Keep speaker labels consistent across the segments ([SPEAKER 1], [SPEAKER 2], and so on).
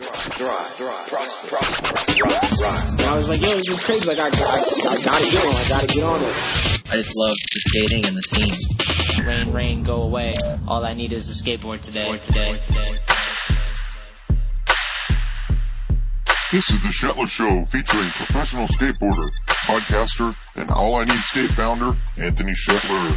[SPEAKER 1] thrive, thrive, prosper, prosper, thrive, thrive. And I was like, yo, this is crazy. Like, I, I, I gotta get on. I gotta get on it.
[SPEAKER 2] I just love the skating and the scene.
[SPEAKER 3] Rain, rain, go away. All I need is a skateboard today. today.
[SPEAKER 4] This is the Shetler Show featuring professional skateboarder, podcaster, and All I Need Skate founder, Anthony Shetler.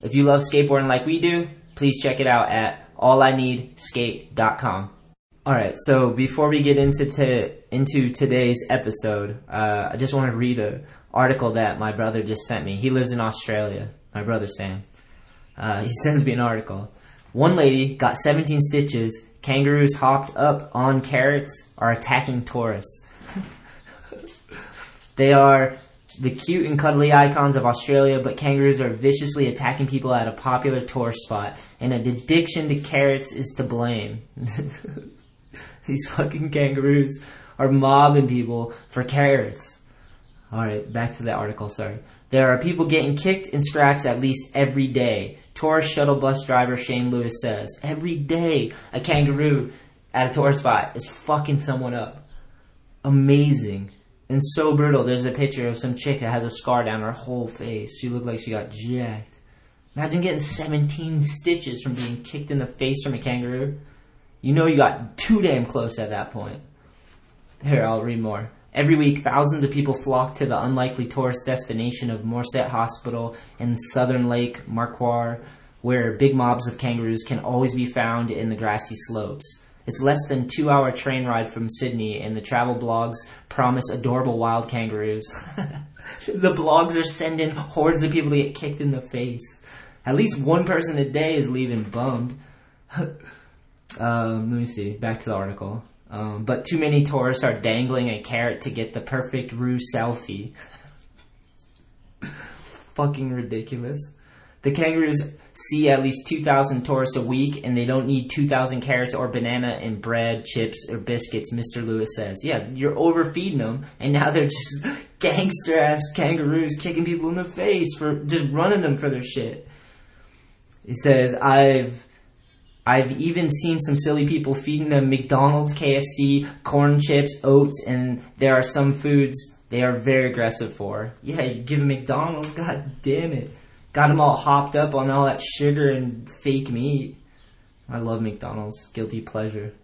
[SPEAKER 5] If you love skateboarding like we do, please check it out at allineedskate.com. All right, so before we get into to, into today's episode, uh, I just want to read a article that my brother just sent me. He lives in Australia. My brother Sam. Uh, he sends me an article. One lady got 17 stitches. Kangaroos hopped up on carrots are attacking tourists. They are the cute and cuddly icons of Australia, but kangaroos are viciously attacking people at a popular tourist spot, and an addiction to carrots is to blame. These fucking kangaroos are mobbing people for carrots. Alright, back to the article, sorry. There are people getting kicked and scratched at least every day. Tourist shuttle bus driver Shane Lewis says, every day a kangaroo at a tourist spot is fucking someone up amazing and so brutal. There's a picture of some chick that has a scar down her whole face. She looked like she got jacked. Imagine getting 17 stitches from being kicked in the face from a kangaroo. You know you got too damn close at that point. Here, I'll read more. Every week, thousands of people flock to the unlikely tourist destination of Morset Hospital in southern Lake Marquardt, where big mobs of kangaroos can always be found in the grassy slopes. It's less than two hour train ride from Sydney, and the travel blogs promise adorable wild kangaroos. the blogs are sending hordes of people to get kicked in the face. At least one person a day is leaving bummed. Um, let me see. Back to the article. Um, but too many tourists are dangling a carrot to get the perfect rue selfie. Fucking ridiculous. The kangaroos see at least 2,000 tourists a week, and they don't need 2,000 carrots or banana and bread, chips, or biscuits, Mr. Lewis says. Yeah, you're overfeeding them, and now they're just gangster ass kangaroos kicking people in the face for just running them for their shit. He says, I've. I've even seen some silly people feeding them McDonald's, KFC, corn chips, oats, and there are some foods they are very aggressive for. Yeah, you give them McDonald's, god damn it. Got them all hopped up on all that sugar and fake meat. I love McDonald's, guilty pleasure.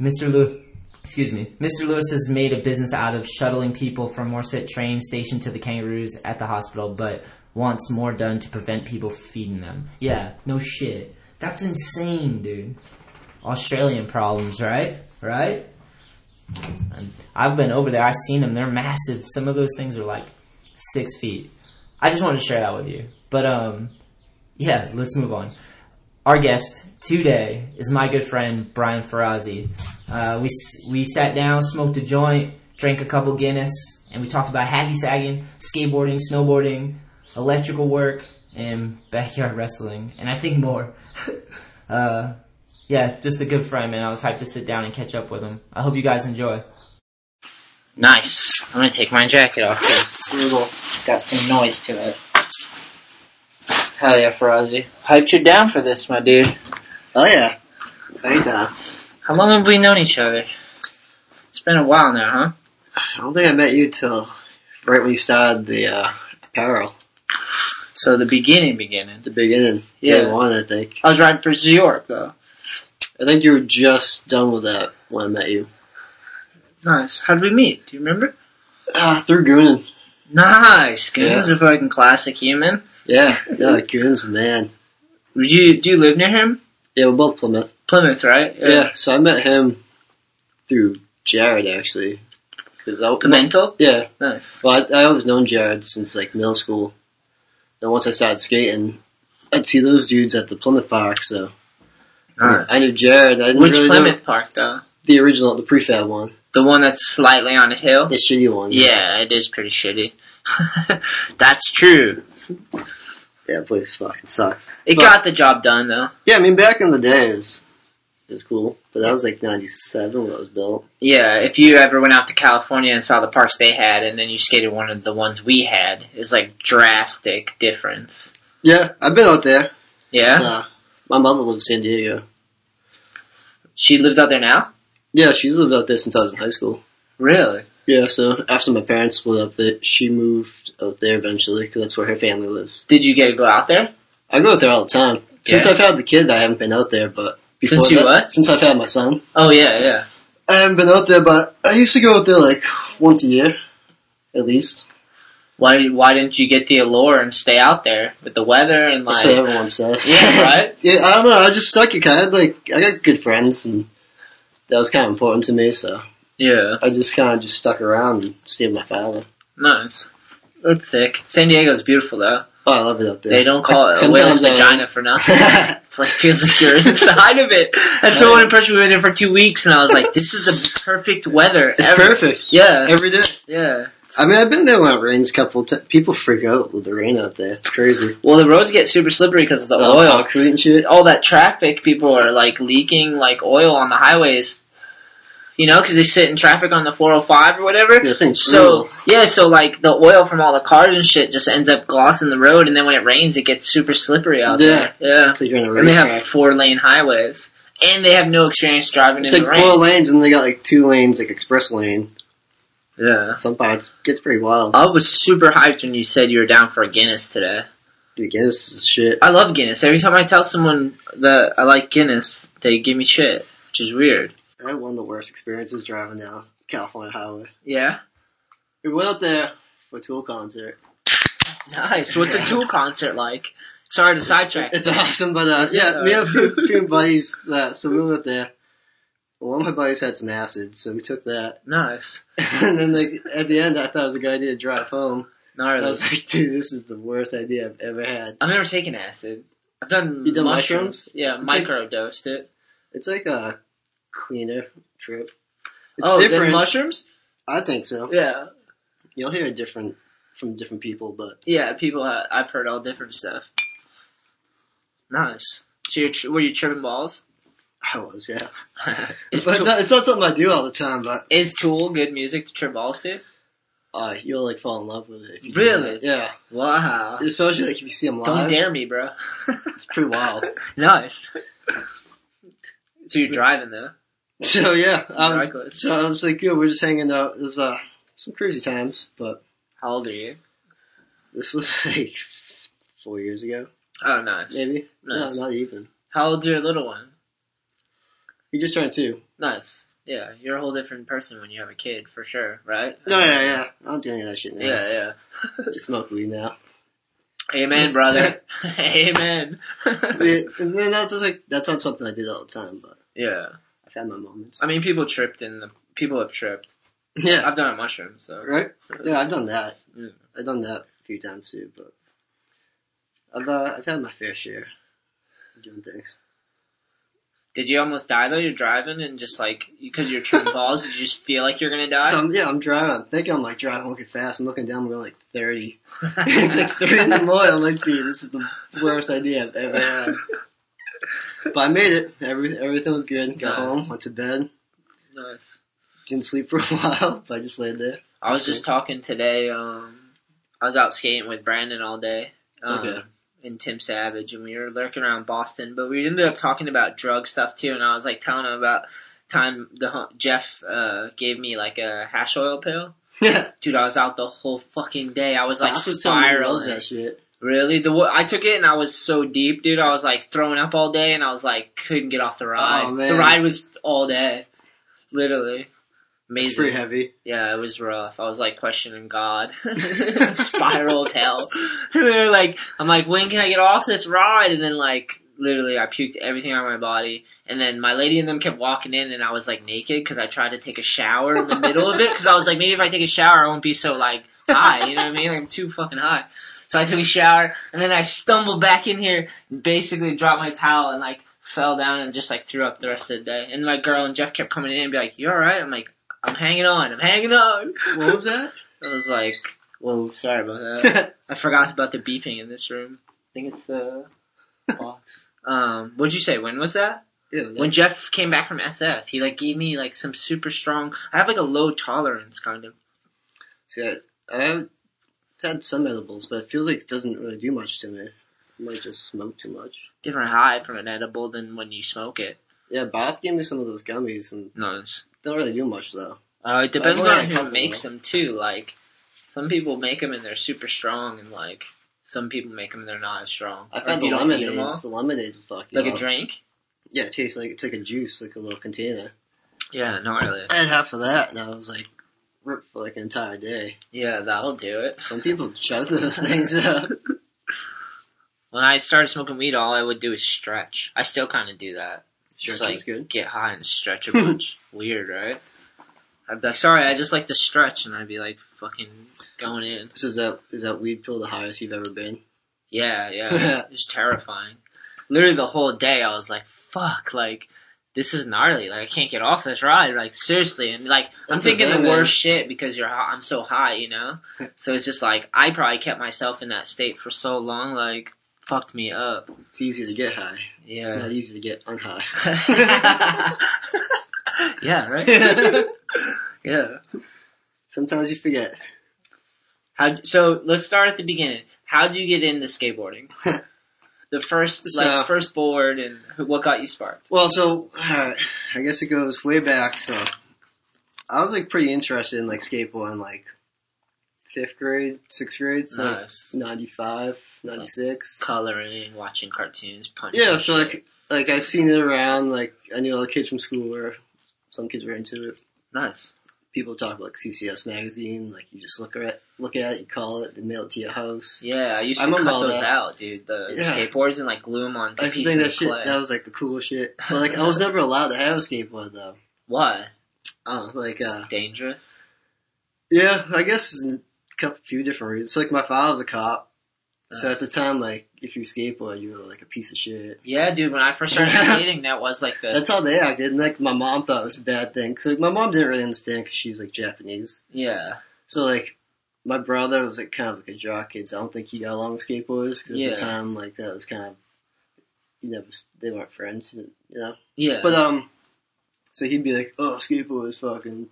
[SPEAKER 5] Mr. Lewis, excuse me, Mr. Lewis has made a business out of shuttling people from Morset train station to the kangaroos at the hospital, but wants more done to prevent people from feeding them. Yeah, no shit. That's insane, dude. Australian problems, right? Right? And I've been over there. I've seen them. They're massive. Some of those things are like six feet. I just wanted to share that with you. But um, yeah, let's move on. Our guest today is my good friend Brian Farazi. Uh, we s- we sat down, smoked a joint, drank a couple Guinness, and we talked about hacky sagging, skateboarding, snowboarding, electrical work, and backyard wrestling, and I think more. uh, yeah, just a good friend, man. I was hyped to sit down and catch up with him. I hope you guys enjoy.
[SPEAKER 2] Nice. I'm gonna take my jacket off 'cause it's a little, it's got some noise to it. Hell yeah, Farazi. Hyped you down for this, my dude.
[SPEAKER 6] Oh yeah, very down.
[SPEAKER 2] How long have we known each other?
[SPEAKER 5] It's been a while now,
[SPEAKER 7] I don't think I met you till right when you started the uh, apparel.
[SPEAKER 5] huh? So the beginning, beginning.
[SPEAKER 7] The beginning.
[SPEAKER 5] Yeah.
[SPEAKER 7] Day one, I think.
[SPEAKER 5] I was riding for York though.
[SPEAKER 7] I think you were just done with that when I met you.
[SPEAKER 5] Nice. How did we meet? Do you remember? Ah,
[SPEAKER 7] Uh, through Goonin.
[SPEAKER 5] Nice. Goon's a fucking classic human.
[SPEAKER 7] Yeah. Yeah, Goonin's the man.
[SPEAKER 5] Would you do you live near him?
[SPEAKER 7] Yeah, we're both Plymouth.
[SPEAKER 5] Plymouth, right?
[SPEAKER 7] Yeah. so I met him through Jared, actually. Cause I,
[SPEAKER 5] Pimental?
[SPEAKER 7] yeah.
[SPEAKER 5] Nice.
[SPEAKER 7] Well, I, I always known Jared since like middle school. Then once I started skating, I'd see those dudes at the Plymouth Park, so.
[SPEAKER 5] Alright.
[SPEAKER 7] I knew Jared. I didn't
[SPEAKER 5] Which
[SPEAKER 7] really know
[SPEAKER 5] Plymouth Park though?
[SPEAKER 7] the original, the prefab one.
[SPEAKER 5] The one that's slightly on a hill?
[SPEAKER 7] The shitty one.
[SPEAKER 5] Yeah, it is pretty shitty. that's true.
[SPEAKER 7] Yeah, that place fucking sucks.
[SPEAKER 5] It
[SPEAKER 7] But-
[SPEAKER 5] got the job done though.
[SPEAKER 7] Yeah, I mean, back in the day, it was, it was cool. But that was like 97 when it was built.
[SPEAKER 5] Yeah, if you ever went out to California and saw the parks they had, and then you skated one of the ones we had, it's like drastic difference.
[SPEAKER 7] Yeah, I've been out there.
[SPEAKER 5] Yeah,
[SPEAKER 7] Uh, my mother lives in San Diego.
[SPEAKER 5] she lives out there now.
[SPEAKER 7] Yeah, she's lived out there since I was in high school.
[SPEAKER 5] Really?
[SPEAKER 7] Yeah, so after my parents split up, that she moved out there eventually because that's where her family lives.
[SPEAKER 5] Did you get to go out there?
[SPEAKER 7] I go out there all the time. Since
[SPEAKER 5] Yeah.
[SPEAKER 7] I've had the kid, I haven't been out there, but before
[SPEAKER 5] Since you
[SPEAKER 7] that-
[SPEAKER 5] what?
[SPEAKER 7] Since I've had my son,
[SPEAKER 5] Oh yeah, yeah.
[SPEAKER 7] I haven't been out there. But I used to go out there like once a year, at least.
[SPEAKER 5] Why why didn't you get the allure and stay out there with the weather and
[SPEAKER 7] That's
[SPEAKER 5] like?
[SPEAKER 7] what everyone says.
[SPEAKER 5] Yeah, right?
[SPEAKER 7] yeah, I don't know. I just stuck it. 'cause I had like I got good friends, and that was kind of important to me. So
[SPEAKER 5] Yeah,
[SPEAKER 7] I just kind of just stuck around and stayed with my father.
[SPEAKER 5] nice. That's sick. San Diego's beautiful though.
[SPEAKER 7] Oh, I love it out there.
[SPEAKER 5] They don't call
[SPEAKER 7] Like,
[SPEAKER 5] it a whale's
[SPEAKER 7] sometimes I-
[SPEAKER 5] vagina for nothing. it's like feels like you're inside of it. That's the one impression we were there for two weeks, and I was like, "This is the perfect weather
[SPEAKER 7] It's
[SPEAKER 5] ever."
[SPEAKER 7] perfect
[SPEAKER 5] Yeah,
[SPEAKER 7] every day.
[SPEAKER 5] yeah.
[SPEAKER 7] I mean, I've been there when it rains. A couple t- people freak out with the rain out there. It's crazy.
[SPEAKER 5] Well, the roads get super slippery because of the
[SPEAKER 7] The
[SPEAKER 5] oil.
[SPEAKER 7] concrete and shit. Oh,
[SPEAKER 5] All that traffic, people are like leaking like oil on the highways. You know, because they sit in traffic on the 405 or whatever.
[SPEAKER 7] Yeah, things
[SPEAKER 5] so yeah, so like the oil from all the cars and shit just ends up glossing the road, and then when it rains, it gets super slippery out
[SPEAKER 7] Yeah.
[SPEAKER 5] there. Yeah,
[SPEAKER 7] It's like you're on a
[SPEAKER 5] and they have
[SPEAKER 7] racetrack.
[SPEAKER 5] four lane highways, and they have no experience driving
[SPEAKER 7] It's
[SPEAKER 5] in the
[SPEAKER 7] like
[SPEAKER 5] rain.
[SPEAKER 7] four lanes, and they got like two lanes, like express lane.
[SPEAKER 5] yeah,
[SPEAKER 7] Some parts gets pretty wild.
[SPEAKER 5] I was super hyped when you said you were down for a Guinness today.
[SPEAKER 7] Dude, Guinness is shit.
[SPEAKER 5] I love Guinness. Every time I tell someone that I like Guinness, they give me shit, which is weird.
[SPEAKER 7] I had one of the worst experiences driving down California highway.
[SPEAKER 5] Yeah.
[SPEAKER 7] We went out there for a Tool concert.
[SPEAKER 5] Nice. What's a Tool concert like? Sorry to sidetrack.
[SPEAKER 7] It's awesome, but uh, yeah, we have a few, few buddies. Uh, so we went there. One of my buddies had some acid, so we took that.
[SPEAKER 5] Nice.
[SPEAKER 7] And then like, at the end, I thought it was a good idea to drive home. I
[SPEAKER 5] Gnarly.
[SPEAKER 7] was like, dude, this is the worst idea I've ever had.
[SPEAKER 5] I've never taken acid. I've done,
[SPEAKER 7] You done
[SPEAKER 5] mushrooms.
[SPEAKER 7] mushrooms?
[SPEAKER 5] Yeah,
[SPEAKER 7] It's like-
[SPEAKER 5] microdosed it.
[SPEAKER 7] It's like a cleaner trip. It's
[SPEAKER 5] oh, then
[SPEAKER 7] different.
[SPEAKER 5] mushrooms?
[SPEAKER 7] I think so.
[SPEAKER 5] Yeah.
[SPEAKER 7] You'll hear it different from different people, but
[SPEAKER 5] Yeah, people, uh, I've heard all different stuff. Nice. So you're, tr- were you tripping balls?
[SPEAKER 7] I was, yeah.
[SPEAKER 5] Is,
[SPEAKER 7] But
[SPEAKER 5] Tool,
[SPEAKER 7] no, it's not something I do all the time, but
[SPEAKER 5] is Tool good music to trip balls to?
[SPEAKER 7] uh, you'll like fall in love with it. If you do
[SPEAKER 5] Really?
[SPEAKER 7] that. Yeah.
[SPEAKER 5] Wow.
[SPEAKER 7] Especially like if you see them live.
[SPEAKER 5] Don't dare me, bro.
[SPEAKER 7] It's pretty wild.
[SPEAKER 5] Nice. So you're driving though.
[SPEAKER 7] so yeah, I
[SPEAKER 5] Reckless.
[SPEAKER 7] was, so I was like, yeah, we're just hanging out. It was uh, some crazy times, but
[SPEAKER 5] How old are you?
[SPEAKER 7] this was like four years ago,
[SPEAKER 5] Oh, nice.
[SPEAKER 7] maybe.
[SPEAKER 5] Nice.
[SPEAKER 7] No, not even.
[SPEAKER 5] How old's your little one?
[SPEAKER 7] He just turned two.
[SPEAKER 5] Nice. Yeah, you're a whole different person when you have a kid, for sure, right?
[SPEAKER 7] No, yeah, yeah. I don't do any of that shit now.
[SPEAKER 5] Yeah, Oh, yeah.
[SPEAKER 7] Just smoke weed now.
[SPEAKER 5] Amen, brother. Amen.
[SPEAKER 7] Yeah, and then that's like that's not something I did all the time, but
[SPEAKER 5] yeah.
[SPEAKER 7] I've had my moments.
[SPEAKER 5] I mean, people tripped and the people have tripped.
[SPEAKER 7] yeah.
[SPEAKER 5] I've done a mushroom, so.
[SPEAKER 7] right? Yeah, I've done that.
[SPEAKER 5] Yeah.
[SPEAKER 7] I've done that a few times too, but I've uh, I've had my fair share of doing things.
[SPEAKER 5] Did you almost die though? You're driving and just like because you're tripping balls, did you just feel like you're gonna die?
[SPEAKER 7] So I'm, yeah, I'm driving. I'm thinking I'm like driving looking fast. I'm looking down. I'm going like 30. it's like three in the morning. I'm like, dude, this is the worst idea I've ever had. But I made it. Every, everything was good. Got
[SPEAKER 5] Nice.
[SPEAKER 7] home. Went to bed.
[SPEAKER 5] nice.
[SPEAKER 7] Didn't sleep for a while. But I just laid there.
[SPEAKER 5] I was just talking today. Um, I was out skating with Brandon all day. Um,
[SPEAKER 7] Okay.
[SPEAKER 5] And Tim Savage, and we were lurking around Boston, but we ended up talking about drug stuff too. And I was like telling him about time the hu- Jeff uh, gave me like a hash oil pill. Dude, I was out the whole fucking day. I was like
[SPEAKER 7] That's what somebody
[SPEAKER 5] spiraling.
[SPEAKER 7] loves that shit.
[SPEAKER 5] Really, the wo- I took it and I was so deep, dude. I was like throwing up all day, and I was like couldn't get off the ride.
[SPEAKER 7] Oh, man.
[SPEAKER 5] the ride was all day, literally. Amazing.
[SPEAKER 7] It's pretty heavy.
[SPEAKER 5] Yeah, it was rough. I was like questioning God, spiral of hell. And then, like I'm like, when can I get off this ride? And then like literally, I puked everything out of my body. And then my lady and them kept walking in, and I was like naked because I tried to take a shower in the middle of it because I was like, maybe if I take a shower, I won't be so like high. You know what I mean? Like, I'm too fucking high. So I took a shower, and then I stumbled back in here, basically dropped my towel, and like fell down and just like threw up the rest of the day. And my girl and Jeff kept coming in and be like, "You all right?" I'm like. I'm hanging on. I'm hanging on.
[SPEAKER 7] What was that?
[SPEAKER 5] I was like, "Whoa, sorry about that. I forgot about the beeping in this room. I think it's the box." um, what'd you say? When was that?
[SPEAKER 7] Ew,
[SPEAKER 5] When Jeff came back from SF, he like gave me like some super strong. I have like a low tolerance kind of.
[SPEAKER 7] See, I, I have had some edibles, but it feels like it doesn't really do much to me. I might just smoke too much.
[SPEAKER 5] Different high from an edible than when you smoke it.
[SPEAKER 7] Yeah, Bath gave me some of those gummies and
[SPEAKER 5] No, it's,
[SPEAKER 7] don't really do much though.
[SPEAKER 5] uh, it depends
[SPEAKER 7] Well,
[SPEAKER 5] on
[SPEAKER 7] yeah,
[SPEAKER 5] who makes them too. Like some people make them and they're super strong, and like some people make them and they're not as strong.
[SPEAKER 7] I've
[SPEAKER 5] Or
[SPEAKER 7] had the
[SPEAKER 5] you don't eat 'em
[SPEAKER 7] lemonades. The
[SPEAKER 5] all.
[SPEAKER 7] lemonades are fucking
[SPEAKER 5] like a drink.
[SPEAKER 7] Yeah, it tastes like it's like a juice, like a little container.
[SPEAKER 5] Yeah, not really.
[SPEAKER 7] I had half of that and I was like ripped for like an entire day.
[SPEAKER 5] Yeah, that'll do it.
[SPEAKER 7] Some people chug those things up.
[SPEAKER 5] When I started smoking weed, all I would do is stretch. I still kind of do that. Just
[SPEAKER 7] Stretching's
[SPEAKER 5] like
[SPEAKER 7] good.
[SPEAKER 5] get high and stretch a bunch. Weird, right? I'd be like, sorry, I just like to stretch, and I'd be like, fucking going in.
[SPEAKER 7] So is that is that weed pill the highest you've ever been?
[SPEAKER 5] Yeah, yeah. it was terrifying. Literally the whole day, I was like, fuck, like this is gnarly. Like I can't get off this ride. Like seriously, and like I'm
[SPEAKER 7] That's
[SPEAKER 5] thinking
[SPEAKER 7] okay,
[SPEAKER 5] the
[SPEAKER 7] man.
[SPEAKER 5] worst shit because you're hi- I'm so high, you know. so it's just like I probably kept myself in that state for so long, like fucked me up.
[SPEAKER 7] It's easy to get high. It's
[SPEAKER 5] Yeah.
[SPEAKER 7] not easy to get unhigh.
[SPEAKER 5] yeah, right? yeah.
[SPEAKER 7] Sometimes you forget.
[SPEAKER 5] How so let's start at the beginning. How did you get into skateboarding? the first like
[SPEAKER 7] So-
[SPEAKER 5] first board and who- what got you sparked?
[SPEAKER 7] Well, so uh, I guess it goes way back. So I was like pretty interested in like skateboarding, like fifth grade, sixth grade, so like,
[SPEAKER 5] Nice.
[SPEAKER 7] 95, 96.
[SPEAKER 5] Coloring, watching cartoons, punching.
[SPEAKER 7] Yeah, so like like I've seen it around. Like I knew all the kids from school were. Some kids were into it.
[SPEAKER 5] nice.
[SPEAKER 7] People talk about CCS magazine. Like you just look at look at it, you call it, they mail it to your house.
[SPEAKER 5] Yeah, I used
[SPEAKER 7] I'm
[SPEAKER 5] to cut
[SPEAKER 7] about
[SPEAKER 5] those
[SPEAKER 7] that.
[SPEAKER 5] out, dude. The
[SPEAKER 7] Yeah.
[SPEAKER 5] skateboards and like glue them on
[SPEAKER 7] I
[SPEAKER 5] pieces
[SPEAKER 7] think that
[SPEAKER 5] of
[SPEAKER 7] shit
[SPEAKER 5] clay.
[SPEAKER 7] that was like the coolest shit. But like I was never allowed to have a skateboard though.
[SPEAKER 5] Why? Oh.
[SPEAKER 7] Uh, like uh,
[SPEAKER 5] Dangerous.
[SPEAKER 7] Yeah, I guess it's a couple, few different reasons. Like my father's a cop,
[SPEAKER 5] Uh.
[SPEAKER 7] so at the time, like if you skateboard, you were like a piece of shit.
[SPEAKER 5] Yeah, dude. When I first started skating, that was like the
[SPEAKER 7] That's how they acted. And like my mom thought it was a bad thing. Cause like my mom didn't really understand because she's like Japanese.
[SPEAKER 5] yeah.
[SPEAKER 7] So like my brother was like kind of like a jock kid. So I don't think he got along with skateboarders because
[SPEAKER 5] Yeah.
[SPEAKER 7] at the time, like that was kind of you know they weren't friends, you know.
[SPEAKER 5] Yeah.
[SPEAKER 7] But um, so he'd be like, "Oh, skateboarders fucking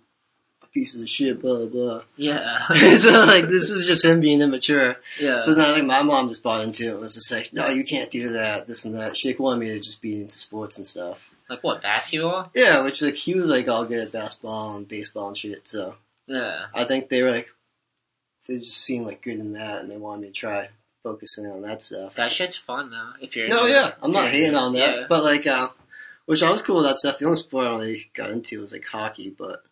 [SPEAKER 7] pieces of shit," blah blah.
[SPEAKER 5] yeah.
[SPEAKER 7] so like this is just him being immature.
[SPEAKER 5] yeah.
[SPEAKER 7] So then I think my mom just bought into it and was just like, no, you can't do that, this and that. She like, wanted me to just be into sports and stuff.
[SPEAKER 5] like what, basketball?
[SPEAKER 7] Yeah, which like he was like all good at basketball and baseball and shit. So
[SPEAKER 5] Yeah.
[SPEAKER 7] I think they were like, they just seemed like good in that and they wanted me to try focusing on that stuff.
[SPEAKER 5] That shit's fun though. If you're
[SPEAKER 7] No,
[SPEAKER 5] into
[SPEAKER 7] yeah,
[SPEAKER 5] it.
[SPEAKER 7] I'm not
[SPEAKER 5] Yeah.
[SPEAKER 7] hating on that,
[SPEAKER 5] Yeah.
[SPEAKER 7] but like, uh, which I was cool with that stuff. The only sport I really got into was like hockey, but.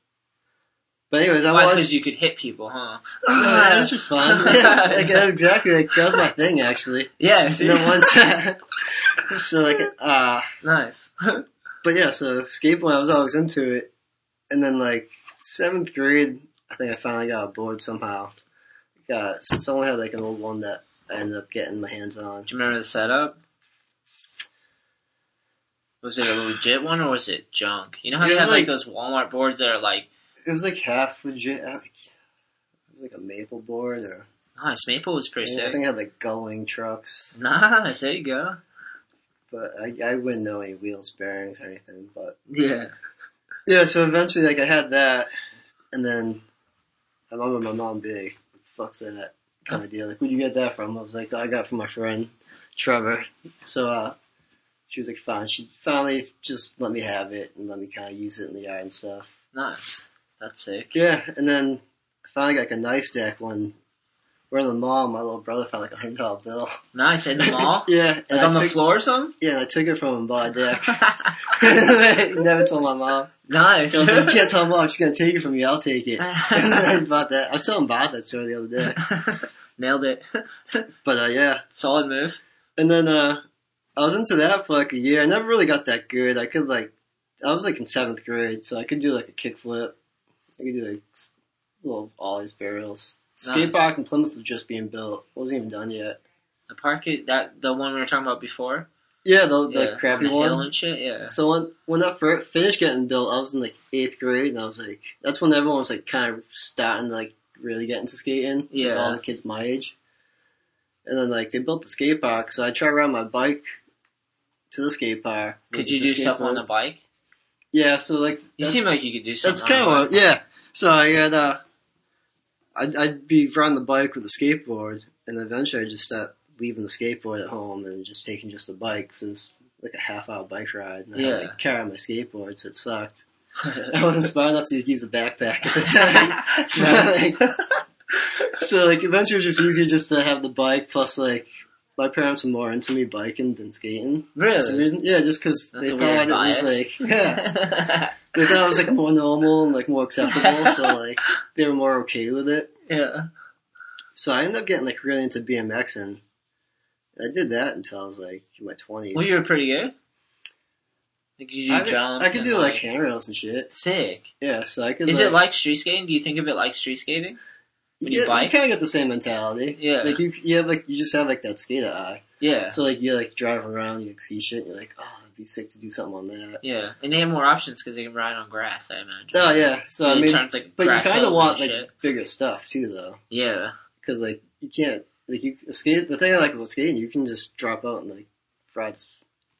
[SPEAKER 7] But anyways, I
[SPEAKER 5] Why?
[SPEAKER 7] watched.
[SPEAKER 5] Because you could hit people, huh?
[SPEAKER 7] No, that was just fun. Yeah, like, that was exactly. Like, that was my thing, actually.
[SPEAKER 5] yeah. See?
[SPEAKER 7] And then once, so like, uh,
[SPEAKER 5] nice.
[SPEAKER 7] but yeah, so skateboarding, I was always into it. And then like seventh grade, I think I finally got a board somehow. Got someone had like an old one that I ended up getting my hands on.
[SPEAKER 5] Do you remember the setup? Was it a legit one or was it junk? You know how
[SPEAKER 7] It
[SPEAKER 5] they
[SPEAKER 7] was
[SPEAKER 5] have like,
[SPEAKER 7] like-
[SPEAKER 5] those Walmart boards that are like
[SPEAKER 7] It was like half legit. I- It was like a maple board, or
[SPEAKER 5] nice. Maple was
[SPEAKER 7] I
[SPEAKER 5] pretty sick.
[SPEAKER 7] think it had like gulling trucks.
[SPEAKER 5] Nice. There you go.
[SPEAKER 7] But I, I wouldn't know any wheels, bearings, or anything. But
[SPEAKER 5] Yeah.
[SPEAKER 7] yeah, so eventually, like I had that, and then I remember my mom being, like, "What the fuck's that?" kind of deal. Like, where'd you get that from? I was like, "I got it from my friend Trevor." So, uh, she was like, fine. She finally just let me have it and let me kind of use it in the yard and stuff.
[SPEAKER 5] Nice. That's sick.
[SPEAKER 7] Yeah, and then I finally got like a nice deck when we're in the mall. My little brother found like a hundred dollar bill.
[SPEAKER 5] Nice in the mall.
[SPEAKER 7] yeah,
[SPEAKER 5] Like
[SPEAKER 7] I
[SPEAKER 5] on the
[SPEAKER 7] took-
[SPEAKER 5] floor or something.
[SPEAKER 7] Yeah, and I took it from him and bought a deck. Never told my mom.
[SPEAKER 5] Nice.
[SPEAKER 7] I was like, you can't tell mom she's gonna take it from you. I'll take it. and I
[SPEAKER 5] Nailed
[SPEAKER 7] just bought that. I was telling Bob that story the other day.
[SPEAKER 5] it.
[SPEAKER 7] But uh, yeah,
[SPEAKER 5] Solid move.
[SPEAKER 7] and then uh, I was into that for like a year. I never really got that good. I could like, I was like in seventh grade, so I could do like a kickflip. I could do like s- little ollies, barrels.
[SPEAKER 5] Nice.
[SPEAKER 7] Skate park in Plymouth was just being built. It wasn't even done yet.
[SPEAKER 5] The park is- that the one we were talking about before.
[SPEAKER 7] Yeah, the, the
[SPEAKER 5] on
[SPEAKER 7] crappy
[SPEAKER 5] the hill
[SPEAKER 7] one.
[SPEAKER 5] and shit. Yeah.
[SPEAKER 7] So when when that fir- finished getting built, I was in like eighth grade, and I was like, that's when everyone was like kind of starting to like really get into skating. like,
[SPEAKER 5] Yeah.
[SPEAKER 7] all the kids my age. And then like they built the skate park, so I tried to ride my bike to the skate park.
[SPEAKER 5] Could
[SPEAKER 7] with
[SPEAKER 5] you
[SPEAKER 7] the
[SPEAKER 5] do stuff
[SPEAKER 7] skateboard.
[SPEAKER 5] on the bike?
[SPEAKER 7] Yeah, so like
[SPEAKER 5] You
[SPEAKER 7] that's,
[SPEAKER 5] seem like you could do something.
[SPEAKER 7] that's
[SPEAKER 5] on
[SPEAKER 7] kind
[SPEAKER 5] a bike.
[SPEAKER 7] of what, yeah. So I had uh, I'd, I'd be riding the bike with the skateboard, and eventually I just stopped leaving the skateboard at home and just taking just the bike. So it was like a half hour bike ride, and I had to,
[SPEAKER 5] Yeah.
[SPEAKER 7] like, carry my skateboard, so it sucked. I wasn't smart enough to use a backpack at the time. so like eventually it was just easier just to have the bike plus like my parents were more into me biking than skating.
[SPEAKER 5] Really?
[SPEAKER 7] For some reason. Yeah, just because
[SPEAKER 5] That's
[SPEAKER 7] they
[SPEAKER 5] a
[SPEAKER 7] thought
[SPEAKER 5] weird
[SPEAKER 7] it was
[SPEAKER 5] bias.
[SPEAKER 7] like yeah, they thought it was like more normal and like more acceptable, so like they were more okay with it.
[SPEAKER 5] yeah.
[SPEAKER 7] So I ended up getting like really into BMX and I did that until I was like in my twenties.
[SPEAKER 5] Well, you were pretty good. Like you do
[SPEAKER 7] I, could-
[SPEAKER 5] jumps.
[SPEAKER 7] I could
[SPEAKER 5] and,
[SPEAKER 7] do like handrails and shit.
[SPEAKER 5] sick.
[SPEAKER 7] Yeah, so I could.
[SPEAKER 5] Is it like street skating? Do you think of it like street skating? when you
[SPEAKER 7] yeah,
[SPEAKER 5] bike?
[SPEAKER 7] kind of get the same mentality.
[SPEAKER 5] Yeah.
[SPEAKER 7] like you, you have like you just have like that skater eye.
[SPEAKER 5] Yeah.
[SPEAKER 7] So like you like drive around, you like, see shit, and you're like, oh, it'd be sick to do something on that.
[SPEAKER 5] yeah, and they have more options because they can ride on grass. I imagine.
[SPEAKER 7] Oh yeah, so I
[SPEAKER 5] it
[SPEAKER 7] mean,
[SPEAKER 5] turns like
[SPEAKER 7] but you
[SPEAKER 5] grass
[SPEAKER 7] kind of
[SPEAKER 5] hills
[SPEAKER 7] want
[SPEAKER 5] and
[SPEAKER 7] like
[SPEAKER 5] shit.
[SPEAKER 7] bigger stuff too, though.
[SPEAKER 5] Yeah.
[SPEAKER 7] because like you can't like you skate. The thing I like about skating, you can just drop out and like ride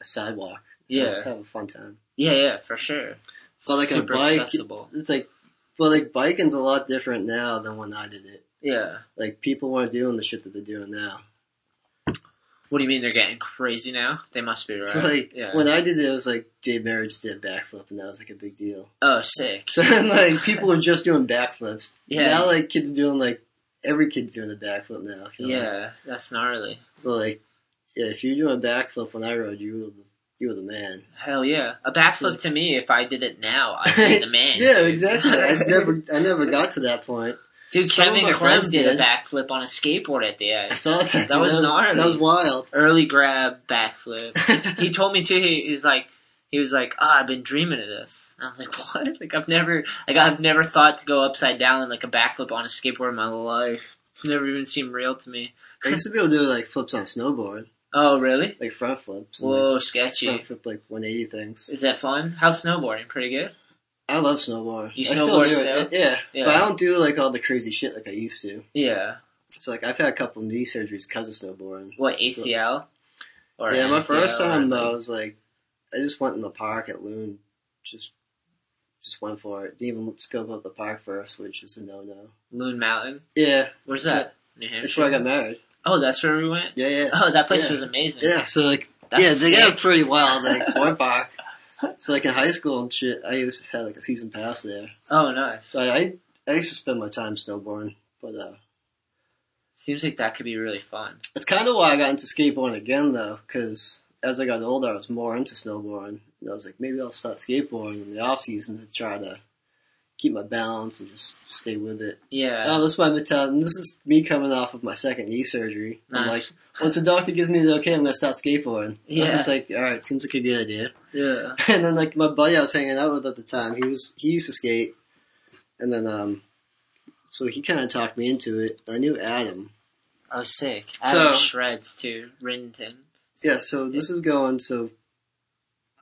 [SPEAKER 7] a sidewalk. and
[SPEAKER 5] Yeah.
[SPEAKER 7] have a fun time.
[SPEAKER 5] Yeah, yeah, for sure.
[SPEAKER 7] But like
[SPEAKER 5] Super
[SPEAKER 7] a bike,
[SPEAKER 5] accessible.
[SPEAKER 7] it's like, but like biking's a lot different now than when I did it.
[SPEAKER 5] Yeah.
[SPEAKER 7] Like people weren't doing the shit that they're doing now.
[SPEAKER 5] What do you mean they're getting crazy now? They must be right.
[SPEAKER 7] So like
[SPEAKER 5] yeah.
[SPEAKER 7] when I did it, it was like Dave Merritt just did a backflip, and that was like a big deal.
[SPEAKER 5] oh, sick.
[SPEAKER 7] So like people were just doing backflips.
[SPEAKER 5] Yeah.
[SPEAKER 7] Now like kids are doing like every kid's doing a backflip now. I feel like.
[SPEAKER 5] Yeah, that's gnarly.
[SPEAKER 7] So like, yeah, if you're doing a backflip when I rode, you were the, you were the man.
[SPEAKER 5] Hell yeah. A backflip to me, if I did it now, I'd be the man.
[SPEAKER 7] Yeah, exactly. I never, I never got to that point.
[SPEAKER 5] Dude,
[SPEAKER 7] Some of
[SPEAKER 5] Kevin
[SPEAKER 7] my
[SPEAKER 5] Clem
[SPEAKER 7] friends
[SPEAKER 5] did a
[SPEAKER 7] did.
[SPEAKER 5] backflip on a skateboard at the
[SPEAKER 7] I
[SPEAKER 5] ice.
[SPEAKER 7] saw that.
[SPEAKER 5] That was gnarly.
[SPEAKER 7] That was wild.
[SPEAKER 5] Early grab, backflip. he told me too. He, he's like, he was like, "Ah, I've been dreaming of this." And I'm like, "What? Like I've never, like I've never thought to go upside down in like a backflip on a skateboard in my life. It's never even seemed real to me."
[SPEAKER 7] I used to be able to do like flips on a snowboard,
[SPEAKER 5] Oh, really?
[SPEAKER 7] like front flips. and,
[SPEAKER 5] Whoa,
[SPEAKER 7] like,
[SPEAKER 5] sketchy.
[SPEAKER 7] Front flip like 180 things.
[SPEAKER 5] Is that fun? How's snowboarding? Pretty good.
[SPEAKER 7] I love snowboard.
[SPEAKER 5] You
[SPEAKER 7] I still
[SPEAKER 5] snowboard
[SPEAKER 7] do
[SPEAKER 5] still?
[SPEAKER 7] it. Yeah.
[SPEAKER 5] Yeah.
[SPEAKER 7] but I don't do like all the crazy shit like I used to.
[SPEAKER 5] Yeah.
[SPEAKER 7] So like I've had a couple of knee surgeries because of snowboarding.
[SPEAKER 5] What ACL? Or
[SPEAKER 7] yeah, my
[SPEAKER 5] MCL
[SPEAKER 7] first
[SPEAKER 5] or,
[SPEAKER 7] time uh,
[SPEAKER 5] like-
[SPEAKER 7] though, I was like, I just went in the park at Loon, just just went for it. Didn't even scope out the park first, which is a no no.
[SPEAKER 5] Loon Mountain.
[SPEAKER 7] Yeah,
[SPEAKER 5] Where's
[SPEAKER 7] So-
[SPEAKER 5] that? New Hampshire.
[SPEAKER 7] that's where I got married.
[SPEAKER 5] Oh, that's where we went.
[SPEAKER 7] Yeah, yeah.
[SPEAKER 5] Oh, that place
[SPEAKER 7] Yeah.
[SPEAKER 5] was amazing.
[SPEAKER 7] Yeah, so like,
[SPEAKER 5] That's
[SPEAKER 7] yeah, they
[SPEAKER 5] sick.
[SPEAKER 7] got pretty wild, like board park. So like in high school and shit, I used to have like a season pass there.
[SPEAKER 5] Oh, nice.
[SPEAKER 7] So I I used to spend my time snowboarding, but uh,
[SPEAKER 5] Seems like that could be really fun.
[SPEAKER 7] it's kind of why I got into skateboarding again though, because as I got older, I was more into snowboarding, and I was like, maybe I'll start skateboarding in the off season to try to keep my balance and just stay with it.
[SPEAKER 5] Yeah.
[SPEAKER 7] Oh, this is my mentality. This is me coming off of my second knee surgery. I'm like,
[SPEAKER 5] Nice.
[SPEAKER 7] once the doctor gives me the okay, I'm gonna start skateboarding. I
[SPEAKER 5] Yeah.
[SPEAKER 7] was just like, all right, seems like a good idea.
[SPEAKER 5] Yeah.
[SPEAKER 7] And then like my buddy I was hanging out with at the time, he was he used to skate, and then um, so he kind of talked me into it. I knew Adam.
[SPEAKER 5] Oh, sick. Adam
[SPEAKER 7] So-
[SPEAKER 5] shreds too. Renton.
[SPEAKER 7] Yeah, so this is going so.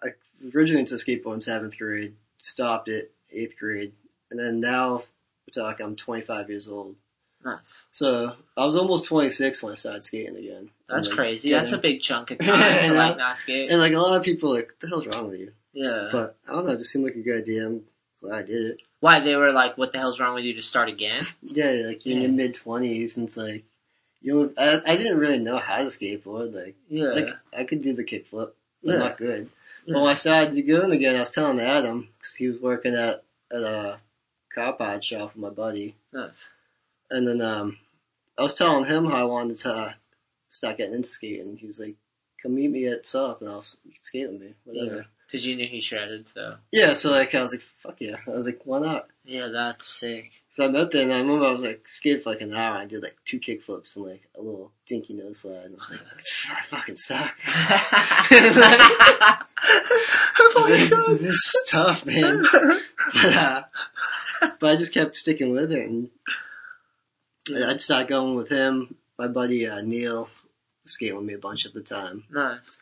[SPEAKER 7] I originally into skateboarding in seventh grade, stopped it eighth grade, and then now we're talking. I'm 25 years old,
[SPEAKER 5] Nice.
[SPEAKER 7] so I was almost 26 when I started skating again.
[SPEAKER 5] That's
[SPEAKER 7] And, like,
[SPEAKER 5] crazy.
[SPEAKER 7] yeah,
[SPEAKER 5] That's a big chunk of
[SPEAKER 7] I
[SPEAKER 5] time to
[SPEAKER 7] know.
[SPEAKER 5] like not skate.
[SPEAKER 7] And like a lot of people, are like, what the hell's wrong with you?
[SPEAKER 5] Yeah.
[SPEAKER 7] But I don't know, it just seemed like a good idea. I'm glad I did it.
[SPEAKER 5] Why they were like, "What the hell's wrong with you to start again?"
[SPEAKER 7] Yeah, like you're in your mid twenties, and it's like you. Know, I, I didn't really know how to skateboard. Like,
[SPEAKER 5] Yeah.
[SPEAKER 7] like I could do the kickflip, but
[SPEAKER 5] Yeah.
[SPEAKER 7] not good. But when I started to go in again, I was telling Adam because he was working at at a car pod shop with my buddy,
[SPEAKER 5] Nuts.
[SPEAKER 7] and then um, I was telling him how I wanted to uh, start getting into skating. He was like, "Come meet me at South, and I'll s- skate with me, whatever."
[SPEAKER 5] Because you knew he shredded, so.
[SPEAKER 7] Yeah. so like I was like, "Fuck yeah!" I was like, "Why not?"
[SPEAKER 5] Yeah, that's sick.
[SPEAKER 7] So I met there, and I remember I was like skating for like an hour. I did like two kickflips and like a little dinky nose slide, and I was like, "I fucking suck."
[SPEAKER 5] Oh,
[SPEAKER 7] this, this is tough, man. But, uh, but I just kept sticking with it, and I- I'd start going with him. My buddy uh, Neil skated with me a bunch at the time,
[SPEAKER 5] nice.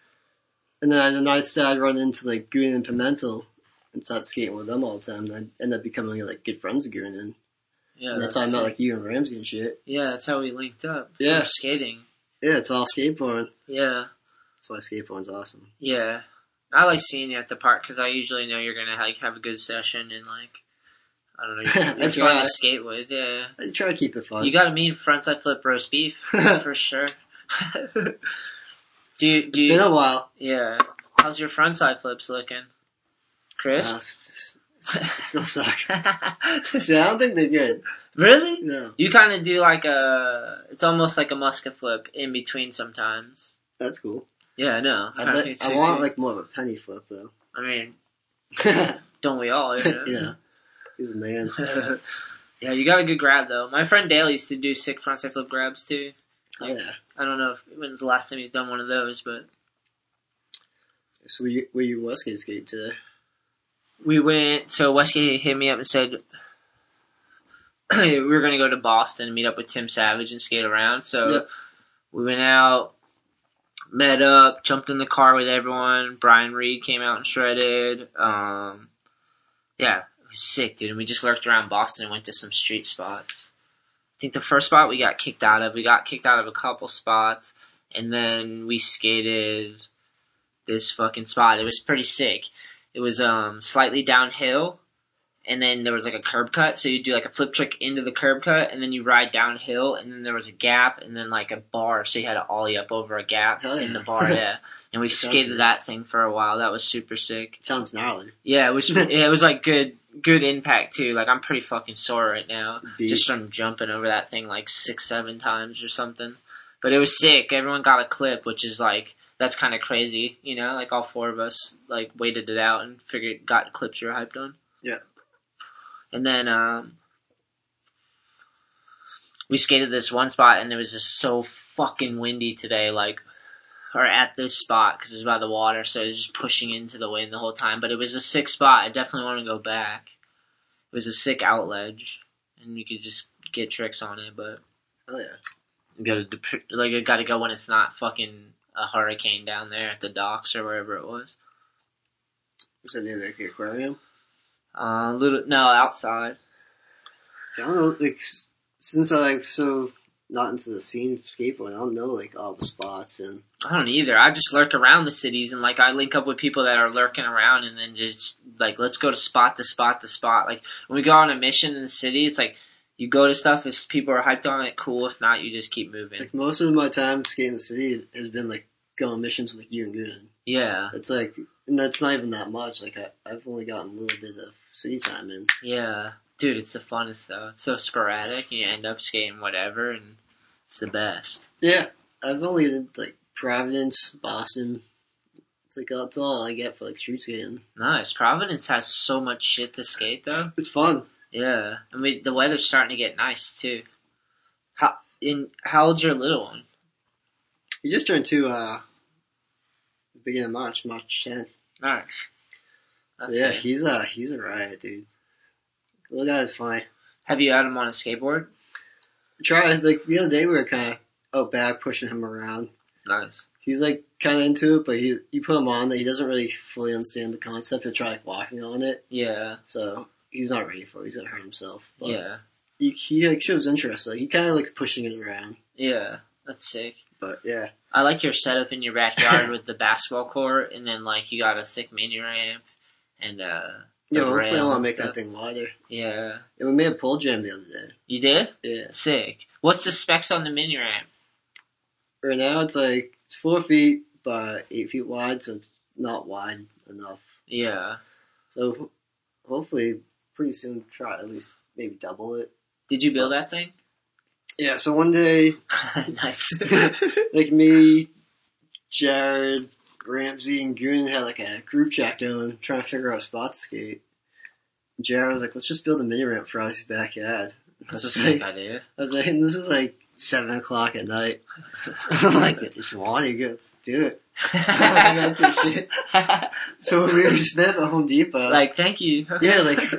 [SPEAKER 7] and then, then I started running into like Goon and Pimentel, and started skating with them all the time. And I ended up becoming like good friends with Goon, and,
[SPEAKER 5] Yeah,
[SPEAKER 7] and that's how I
[SPEAKER 5] sick.
[SPEAKER 7] met like you and Ramsey and shit.
[SPEAKER 5] Yeah, that's how we linked up.
[SPEAKER 7] Yeah.
[SPEAKER 5] We were skating.
[SPEAKER 7] Yeah, it's all skateboarding.
[SPEAKER 5] Yeah,
[SPEAKER 7] That's why skateboarding's awesome.
[SPEAKER 5] yeah. I like seeing you at the park because I usually know you're gonna like have a good session and like I don't know,
[SPEAKER 7] I
[SPEAKER 5] you're, you're fun
[SPEAKER 7] try.
[SPEAKER 5] to skate with. Yeah,
[SPEAKER 7] I try to keep it fun.
[SPEAKER 5] you got to meet frontside flip roast beef for sure. do you, do
[SPEAKER 7] it's
[SPEAKER 5] you,
[SPEAKER 7] been a while.
[SPEAKER 5] yeah? How's your frontside flips looking, Chris?
[SPEAKER 7] Uh, s- still suck. See,
[SPEAKER 5] yeah.
[SPEAKER 7] I don't think they're good.
[SPEAKER 5] Really?
[SPEAKER 7] No,
[SPEAKER 5] You kind of do like a, it's almost like a musket flip in between sometimes.
[SPEAKER 7] that's cool.
[SPEAKER 5] Yeah, I know.
[SPEAKER 7] I,
[SPEAKER 5] Kinda
[SPEAKER 7] bet-
[SPEAKER 5] think it's
[SPEAKER 7] I
[SPEAKER 5] sick.
[SPEAKER 7] want like more of a penny flip though.
[SPEAKER 5] I mean, don't we all? You know?
[SPEAKER 7] yeah, he's a man. Oh,
[SPEAKER 5] yeah, you got a good grab though. My friend Dale used to do sick frontside flip grabs too.
[SPEAKER 7] yeah.
[SPEAKER 5] I don't know if, when's the last time he's done one of those, but
[SPEAKER 7] So were you, were you Westgate skate today?
[SPEAKER 5] we went. So Westgate hit me up and said we were going to go to Boston and meet up with Tim Savage and skate around. So
[SPEAKER 7] Yep.
[SPEAKER 5] we went out, met up, jumped in the car with everyone. Brian Reed came out and shredded. Um, yeah, it was sick, dude. And we just lurked around Boston and went to some street spots. I think the first spot we got kicked out of, we got kicked out of a couple spots, and then we skated this fucking spot. It was pretty sick. It was um slightly downhill, and then there was like a curb cut. So you do like a flip trick into the curb cut, and then you ride downhill, and then there was a gap, and then like a bar. So you had to ollie up over a gap
[SPEAKER 7] Hell
[SPEAKER 5] in
[SPEAKER 7] yeah.
[SPEAKER 5] the bar, yeah. And we
[SPEAKER 7] Sounds
[SPEAKER 5] skated
[SPEAKER 7] good.
[SPEAKER 5] that thing for a while. That was super sick.
[SPEAKER 7] Sounds gnarly.
[SPEAKER 5] Yeah, it was it was like good good impact too. Like I'm pretty fucking sore right now,
[SPEAKER 7] Beat.
[SPEAKER 5] just from jumping over that thing like six seven times or something. But it was sick. Everyone got a clip, which is like that's kind of crazy, you know. Like all four of us like waited it out and figured got clips you're hyped on.
[SPEAKER 7] Yeah.
[SPEAKER 5] And then um, we skated this one spot, and it was just so fucking windy today. Like or at this spot because it's by the water, so it's just pushing into the wind the whole time. But it was a sick spot. I definitely want to go back. It was a sick outledge, and you could just get tricks on it. But
[SPEAKER 7] Hell Oh, yeah.
[SPEAKER 5] you gotta dep- like you gotta go when it's not fucking a hurricane down there at the docks or wherever it was.
[SPEAKER 7] Was that near like, the aquarium?
[SPEAKER 5] Uh, little no outside.
[SPEAKER 7] See, I don't know. Like s- since I like so not into the scene of skateboarding, I don't know like all the spots and
[SPEAKER 5] I don't either. I just lurk around the cities and like I link up with people that are lurking around and then just like let's go to spot to spot to spot. Like when we go on a mission in the city, it's like you go to stuff if people are hyped on it, cool. If not, you just keep moving.
[SPEAKER 7] like most of my time skating the city has been like going missions with like you and Goonan.
[SPEAKER 5] Yeah,
[SPEAKER 7] It's like and that's not even that much. Like I, I've only gotten a little bit of city time in.
[SPEAKER 5] yeah, dude, it's the funnest though. It's so sporadic. You end up skating whatever, and it's the best.
[SPEAKER 7] Yeah, I've only did like Providence, Boston. It's like that's all I get for like street skating.
[SPEAKER 5] Nice. Providence has so much shit to skate though.
[SPEAKER 7] It's fun.
[SPEAKER 5] Yeah, I mean the weather's starting to get nice too. How in how old's your little one?
[SPEAKER 7] You just turned to uh the beginning of March, March tenth.
[SPEAKER 5] Nice. That's
[SPEAKER 7] Yeah,
[SPEAKER 5] good.
[SPEAKER 7] he's a he's a riot, dude. Little guy's funny.
[SPEAKER 5] Have you had him on a skateboard?
[SPEAKER 7] Try like the other day we were kind of out back pushing him around.
[SPEAKER 5] Nice.
[SPEAKER 7] He's like kind of into it, but he you put him on that he doesn't really fully understand the concept. He'll try like walking on it,
[SPEAKER 5] Yeah.
[SPEAKER 7] so he's not ready for. it. He's gonna hurt himself. But
[SPEAKER 5] Yeah.
[SPEAKER 7] he, he like shows interest. Like he kind of likes pushing it around.
[SPEAKER 5] Yeah. That's sick.
[SPEAKER 7] But yeah,
[SPEAKER 5] I like your setup in your backyard with the basketball court, and then like you got a sick mini ramp and uh. the
[SPEAKER 7] Yeah, hopefully I
[SPEAKER 5] rail
[SPEAKER 7] want
[SPEAKER 5] and
[SPEAKER 7] to make
[SPEAKER 5] stuff.
[SPEAKER 7] that thing wider.
[SPEAKER 5] Yeah.
[SPEAKER 7] And we made a pole jam the other day.
[SPEAKER 5] You did?
[SPEAKER 7] Yeah.
[SPEAKER 5] Sick. What's the specs on the mini ramp?
[SPEAKER 7] Right now it's like it's four feet by eight feet wide, so it's not wide enough.
[SPEAKER 5] Yeah.
[SPEAKER 7] So ho- hopefully, pretty soon, try at least maybe double it.
[SPEAKER 5] Did you build that thing?
[SPEAKER 7] Yeah. So one day,
[SPEAKER 5] nice.
[SPEAKER 7] like me, Jared, Ramsey, and Goon had like a group chat going, trying to figure out a spot to skate. Jared was like, "Let's just build a mini ramp for Ozzy's backyard." I
[SPEAKER 5] That's
[SPEAKER 7] was
[SPEAKER 5] a
[SPEAKER 7] just
[SPEAKER 5] sick
[SPEAKER 7] like,
[SPEAKER 5] idea.
[SPEAKER 7] I was like, and this is like seven o'clock at night. I'm like, if you want, you go do it. I don't give a shit. so we were just met at Home Depot.
[SPEAKER 5] Like, thank you.
[SPEAKER 7] yeah, like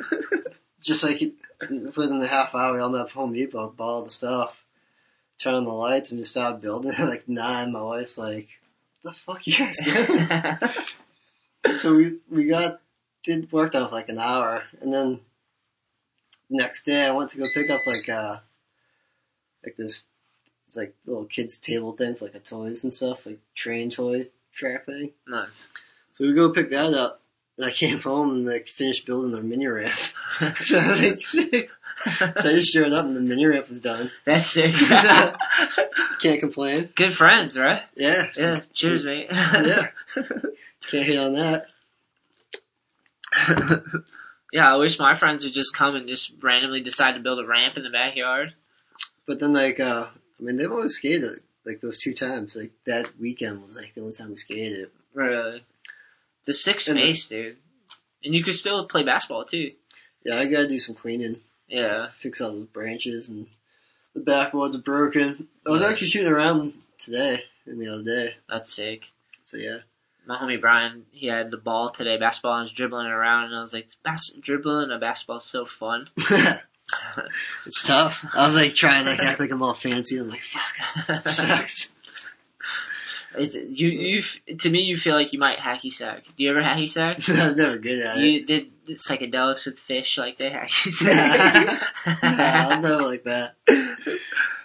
[SPEAKER 7] just like within a half hour, we all met at Home Depot, bought all the stuff, turned on the lights, and just started building. like nine, my wife's like, "The fuck you guys doing?" so we we got did worked on it for like an hour, and then next day I went to go pick up like uh like this it's like little kids table thing for like the toys and stuff, like train toy track thing.
[SPEAKER 5] nice.
[SPEAKER 7] So we go pick that up, and I came home and like finished building our mini ramp. so I was like sick. So I just showed up and the mini ramp was done.
[SPEAKER 5] That's sick.
[SPEAKER 7] Can't complain.
[SPEAKER 5] Good friends, right?
[SPEAKER 7] Yeah,
[SPEAKER 5] Yeah. Cheers, mate.
[SPEAKER 7] yeah. Can't hate on that.
[SPEAKER 5] yeah, I wish my friends would just come and just randomly decide to build a ramp in the backyard.
[SPEAKER 7] But then, like, uh, I mean, they've always skated like those two times. Like that weekend was like the only time we skated.
[SPEAKER 5] Really. The sixth
[SPEAKER 7] And the-
[SPEAKER 5] space, dude. And you could still play basketball too.
[SPEAKER 7] Yeah, I gotta do some cleaning,
[SPEAKER 5] Yeah.
[SPEAKER 7] fix all those branches, and the backboards are broken. I was actually shooting around today and the other day.
[SPEAKER 5] That's sick.
[SPEAKER 7] So yeah,
[SPEAKER 5] my homie Brian, he had the ball today, basketball, and I was dribbling it around, and I was like, Bas- dribbling a basketball is so fun.
[SPEAKER 7] it's tough. I was like trying to like, act like I'm all fancy. I'm like, fuck, it sucks.
[SPEAKER 5] It's, you, you, f- to me, you feel like you might hacky sack. Do you ever hacky sack?
[SPEAKER 7] I'm never good at it.
[SPEAKER 5] you did psychedelics with fish, like they hacky
[SPEAKER 7] Nah, I'm
[SPEAKER 5] sack.
[SPEAKER 7] never like that.